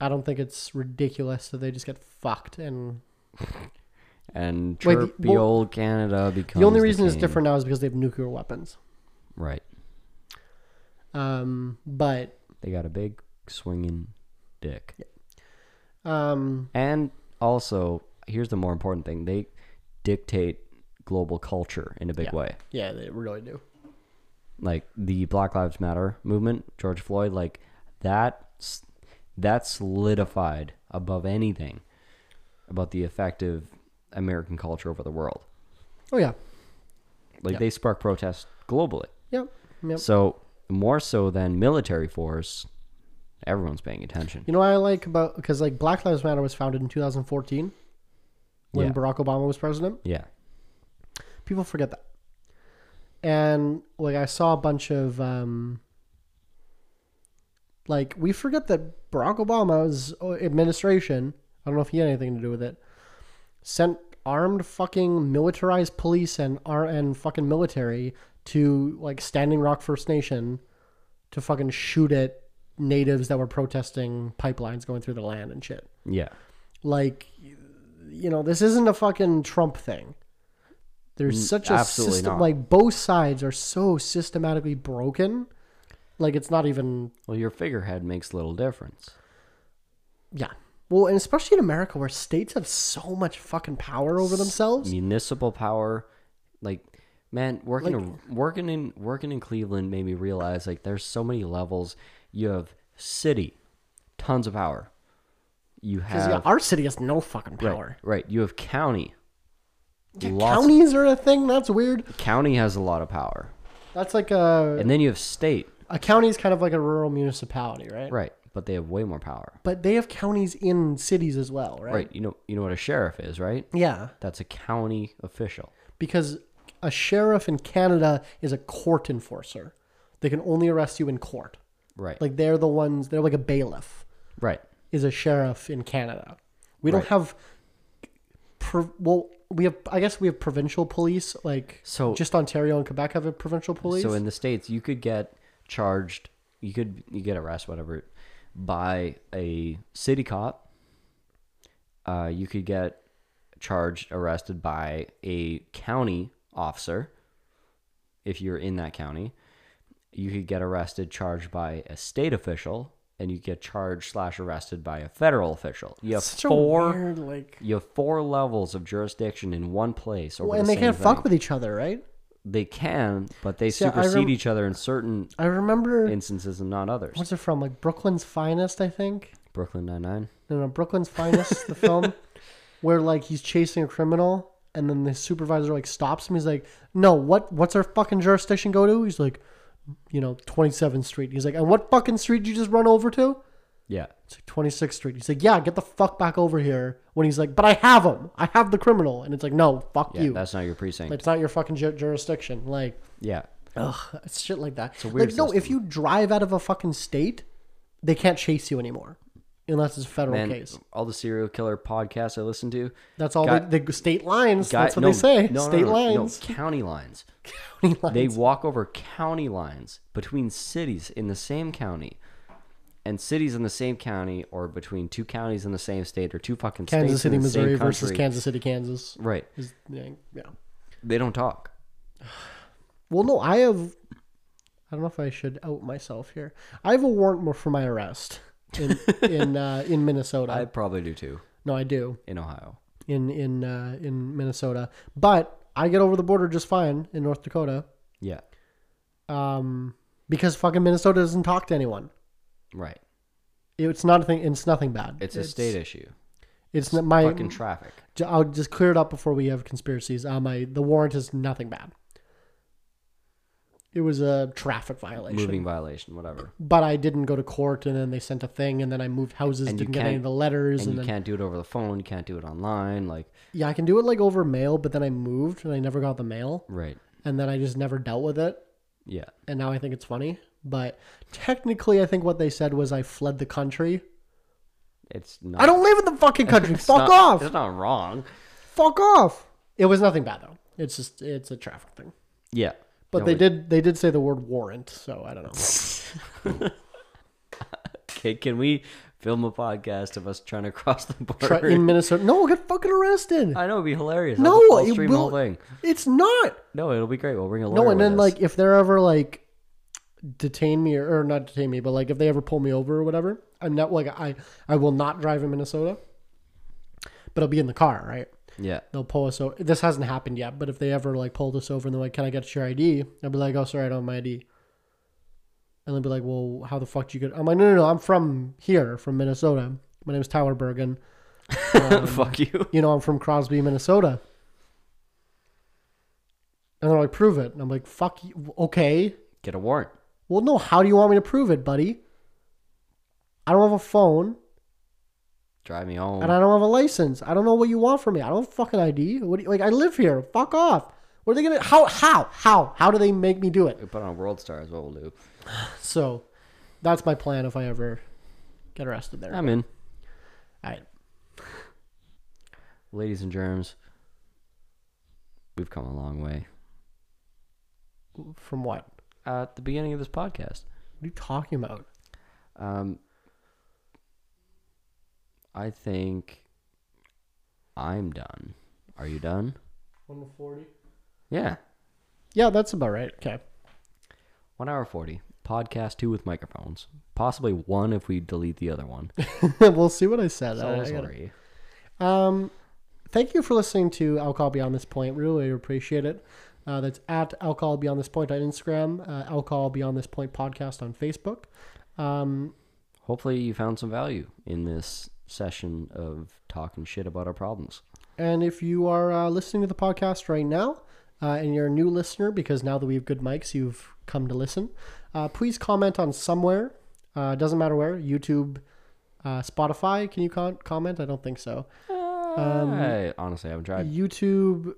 Speaker 1: I don't think it's ridiculous that they just get fucked. And
Speaker 2: And
Speaker 1: Wait, the-
Speaker 2: chirpy
Speaker 1: well,
Speaker 2: old Canada becomes
Speaker 1: the only reason it's
Speaker 2: king.
Speaker 1: different now is because they have nuclear weapons.
Speaker 2: Right.
Speaker 1: Um, but
Speaker 2: They got a big swinging dick.
Speaker 1: um,
Speaker 2: And also, here's the more important thing: they dictate global culture in a big
Speaker 1: Yeah.
Speaker 2: way.
Speaker 1: yeah, they really do.
Speaker 2: Like the Black Lives Matter movement, George Floyd, like that s- that solidified above anything about the effective American culture over the world.
Speaker 1: Oh yeah,
Speaker 2: Like
Speaker 1: Yep.
Speaker 2: they spark protests globally.
Speaker 1: yep, yep.
Speaker 2: So more so than military force, everyone's paying attention.
Speaker 1: You know what I like about because like Black Lives Matter was founded in 2014 when
Speaker 2: Yeah.
Speaker 1: Barack Obama was president.
Speaker 2: Yeah.
Speaker 1: People forget that. And like I saw a bunch of um like we forget that Barack Obama's uh, administration, I don't know if he had anything to do with it, sent armed fucking militarized police and R and fucking military to like Standing Rock First Nation to fucking shoot at natives that were protesting pipelines going through the land and shit
Speaker 2: Yeah.
Speaker 1: like you know this isn't a fucking trump thing there's such a
Speaker 2: absolutely
Speaker 1: system
Speaker 2: not.
Speaker 1: like both sides are so systematically broken like it's not even
Speaker 2: Well, your figurehead makes little difference.
Speaker 1: yeah well and especially in america where states have so much fucking power over themselves
Speaker 2: municipal power like man working working in working in cleveland made me realize like there's so many levels you have city tons of power you
Speaker 1: 'Cause, yeah,
Speaker 2: have
Speaker 1: our city has no fucking
Speaker 2: right,
Speaker 1: power
Speaker 2: right you have county
Speaker 1: Yeah,
Speaker 2: lots-
Speaker 1: counties are a thing that's weird
Speaker 2: county has a lot of power
Speaker 1: that's like a
Speaker 2: and then you have state
Speaker 1: a county is kind of like a rural municipality right,
Speaker 2: right but they have way more power
Speaker 1: but they have counties in cities as well right,
Speaker 2: right you know you know what a sheriff is right
Speaker 1: yeah
Speaker 2: that's a county official
Speaker 1: because a sheriff in Canada is a court enforcer. They can only arrest you in court.
Speaker 2: right
Speaker 1: Like they're the ones. They're like a bailiff
Speaker 2: right
Speaker 1: is a sheriff in Canada. We don't
Speaker 2: Right.
Speaker 1: have. pro- Well, we have. I guess we have provincial police. Like
Speaker 2: So-
Speaker 1: just Ontario and Quebec have a provincial police.
Speaker 2: So in the states, you could get charged, you could you get arrested, whatever, by a city cop. Uh, you could get charged, arrested by a county officer, if you're in that county. You could get arrested, charged by a state official, and you get charged slash arrested by a federal official. You have
Speaker 1: Such a
Speaker 2: four.
Speaker 1: weird, like.
Speaker 2: You have four levels of jurisdiction in one place. Over
Speaker 1: Well,
Speaker 2: the
Speaker 1: and they
Speaker 2: same
Speaker 1: can't
Speaker 2: thing.
Speaker 1: fuck with each other, right?
Speaker 2: They can, but they
Speaker 1: See, I
Speaker 2: supersede
Speaker 1: rem-
Speaker 2: each other in certain
Speaker 1: I remember.
Speaker 2: instances and not others.
Speaker 1: what's it from? Like Brooklyn's Finest, I think.
Speaker 2: Brooklyn Nine Nine.
Speaker 1: No, no, Brooklyn's Finest, the film, where like he's chasing a criminal, and then the supervisor like stops him. He's like, "No, what? What's our fucking jurisdiction go to?" He's like, "You know, Twenty Seventh Street." He's like, "And what fucking street did you just run over to?"
Speaker 2: Yeah,
Speaker 1: It's like Twenty Sixth Street. He's like, "Yeah, get the fuck back over here." When he's like, "But I have him. I have the criminal," and it's like, "No, fuck
Speaker 2: yeah.
Speaker 1: you.
Speaker 2: That's not your precinct.
Speaker 1: It's not your fucking ju- jurisdiction." Like,
Speaker 2: yeah,
Speaker 1: ugh, it's shit like that.
Speaker 2: weird
Speaker 1: like, no, if you drive out of a fucking state, they can't chase you anymore, unless it's a federal
Speaker 2: and
Speaker 1: case.
Speaker 2: all the serial killer podcasts I listen to.
Speaker 1: That's all
Speaker 2: Guy-
Speaker 1: they, the state lines.
Speaker 2: guy-
Speaker 1: that's what
Speaker 2: no,
Speaker 1: they say.
Speaker 2: no, no,
Speaker 1: state
Speaker 2: no, no, no,
Speaker 1: lines.
Speaker 2: county lines.
Speaker 1: County lines.
Speaker 2: They walk over county lines between cities in the same county, and cities in the same county, or between two counties in the same state, or two fucking
Speaker 1: Kansas
Speaker 2: states
Speaker 1: City,
Speaker 2: in the same
Speaker 1: Missouri
Speaker 2: country.
Speaker 1: versus Kansas City, Kansas.
Speaker 2: Right.
Speaker 1: Is- yeah, yeah.
Speaker 2: They don't talk.
Speaker 1: Well, no, I have. I don't know if I should out myself here. I have a warrant mo- for my arrest in in uh, in Minnesota.
Speaker 2: I probably do too
Speaker 1: no, I do
Speaker 2: in Ohio.
Speaker 1: in in uh, in Minnesota, but I get over the border just fine in North Dakota
Speaker 2: Yeah.
Speaker 1: um, because fucking Minnesota doesn't talk to anyone.
Speaker 2: Right.
Speaker 1: It's not a thing. It's nothing bad.
Speaker 2: It's, a state issue.
Speaker 1: It's not my
Speaker 2: Fucking traffic.
Speaker 1: J- I'll just clear it up before we have conspiracies. Um, I, the warrant is nothing bad. It was a traffic violation,
Speaker 2: Moving violation. Whatever.
Speaker 1: but I didn't go to court, and then they sent a thing, and then I moved houses,
Speaker 2: And you
Speaker 1: didn't get any
Speaker 2: can't-
Speaker 1: of the letters,
Speaker 2: And
Speaker 1: and,
Speaker 2: you
Speaker 1: then
Speaker 2: can't do it over the phone. You can't do it online. Like.
Speaker 1: yeah, I can do it like over mail, but then I moved and I never got the mail,
Speaker 2: Right.
Speaker 1: and then I just never dealt with it,
Speaker 2: Yeah.
Speaker 1: and now I think it's funny. But technically, I think what they said was I fled the country.
Speaker 2: It's not.
Speaker 1: I don't live in the fucking country.
Speaker 2: it's
Speaker 1: Fuck
Speaker 2: not-
Speaker 1: off.
Speaker 2: It's not wrong.
Speaker 1: Fuck off. It was nothing bad though. It's just it's a traffic thing.
Speaker 2: Yeah.
Speaker 1: But
Speaker 2: No,
Speaker 1: they
Speaker 2: it-
Speaker 1: did they did say the word warrant, so I don't know.
Speaker 2: Okay, can we film a podcast of us trying to cross the
Speaker 1: Try-
Speaker 2: border?
Speaker 1: in Minnesota. No, we'll get fucking arrested.
Speaker 2: I know it'd be hilarious. I'll-
Speaker 1: no,
Speaker 2: I'll,
Speaker 1: it
Speaker 2: stream
Speaker 1: will.
Speaker 2: the whole thing.
Speaker 1: It's not.
Speaker 2: No, it'll be great. We'll bring a lawyer.
Speaker 1: No, and
Speaker 2: with
Speaker 1: then
Speaker 2: us.
Speaker 1: like if they're ever like detain me or, or not detain me, but like if they ever pull me over or whatever, I'm not like I I will not drive in Minnesota. But I'll be in the car, right?
Speaker 2: yeah,
Speaker 1: They'll pull us over. This hasn't happened yet, but if they ever like pulled us over and they're like, "Can I get your ID?" I'll be like, "Oh, sorry, I don't have my ID." And they'll be like, "Well, how the fuck did you get?" I'm like, "No, no, no. I'm from here, from Minnesota. My name's Tyler Bergen.
Speaker 2: fuck you.
Speaker 1: You know, I'm from Crosby, Minnesota." And they're like, "Prove it." And I'm like, "Fuck you. Okay."
Speaker 2: Get a warrant.
Speaker 1: Well, no, how do you want me to prove it, buddy? I don't have a phone
Speaker 2: Drive me home.
Speaker 1: and I don't have a license. I don't know what you want from me. I don't have fucking ID. What do you, like I live here. Fuck off. What are they gonna how how how how do they make me do it?
Speaker 2: We put on a world star is what we'll do.
Speaker 1: So that's my plan if I ever get arrested there.
Speaker 2: I'm in,
Speaker 1: All right.
Speaker 2: ladies and germs. We've come a long way.
Speaker 1: From what? What
Speaker 2: Uh, at the beginning of this podcast,
Speaker 1: are you talking about?
Speaker 2: um, I think I'm done. Are you done?
Speaker 1: One forty.
Speaker 2: Yeah.
Speaker 1: Yeah, that's about right. Okay.
Speaker 2: One hour forty. Podcast two with microphones. Possibly one if we delete the other one.
Speaker 1: we'll see what I said. I- I
Speaker 2: So
Speaker 1: gotta-
Speaker 2: sorry.
Speaker 1: Um, thank you for listening to Alcohol Beyond This Point. Really appreciate it. Uh, that's at Alcohol Beyond This Point on Instagram, uh, Alcohol Beyond This Point podcast on Facebook. Um,
Speaker 2: Hopefully you found some value in this session of talking shit about our problems.
Speaker 1: and if you are uh, listening to the podcast right now uh, and you're a new listener, because now that we have good mics, you've come to listen, uh, please comment on somewhere. Uh, doesn't matter where, YouTube, uh, Spotify. Can you con- comment? I don't think so. Um,
Speaker 2: I honestly haven't tried.
Speaker 1: YouTube,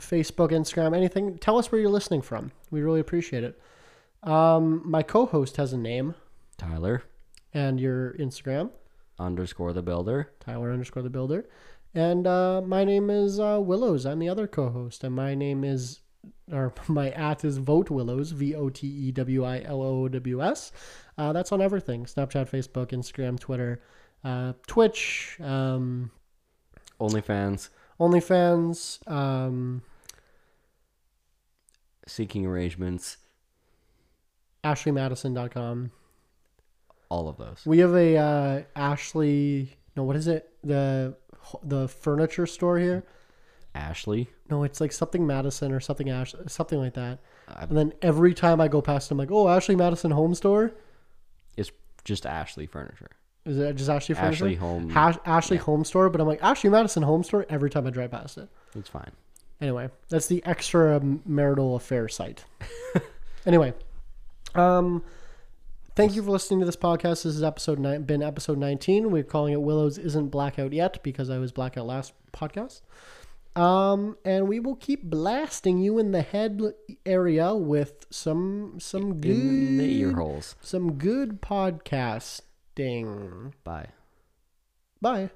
Speaker 1: Facebook, Instagram, anything. Tell us where you're listening from. We really appreciate it. Um, my co-host has a name
Speaker 2: Tyler
Speaker 1: and your Instagram,
Speaker 2: underscore the builder.
Speaker 1: Tyler underscore the Builder, and uh, my name is uh, Willows. I'm the other co-host, and my name is or my at is Vote Willows, V O T E W I L O W S. Uh, that's on everything: Snapchat, Facebook, Instagram, Twitter, uh, Twitch, um,
Speaker 2: OnlyFans
Speaker 1: OnlyFans. Um,
Speaker 2: seeking arrangements.
Speaker 1: AshleyMadison.com.
Speaker 2: All of those.
Speaker 1: We have a uh, Ashley. No, what is it? The the furniture store here.
Speaker 2: Ashley.
Speaker 1: No, it's like something Madison or something Ash, something like that.
Speaker 2: I-
Speaker 1: And then every time I go past, I'm like, oh, Ashley Madison Home Store.
Speaker 2: It's just Ashley Furniture.
Speaker 1: Is it just Ashley Furniture?
Speaker 2: Ashley Home.
Speaker 1: Hash, Ashley Home Store. But I'm like Ashley Madison Home Store every time I drive past it.
Speaker 2: it's fine.
Speaker 1: Anyway, that's the extra marital affair site. anyway, um, thank you for listening to this podcast. This is episode nine, been episode nineteen. We're calling it Willows isn't blackout yet because I was blackout last podcast. Um, and we will keep blasting you in the head area with some some good
Speaker 2: In the ear holes.
Speaker 1: some good podcasting.
Speaker 2: Bye.
Speaker 1: Bye.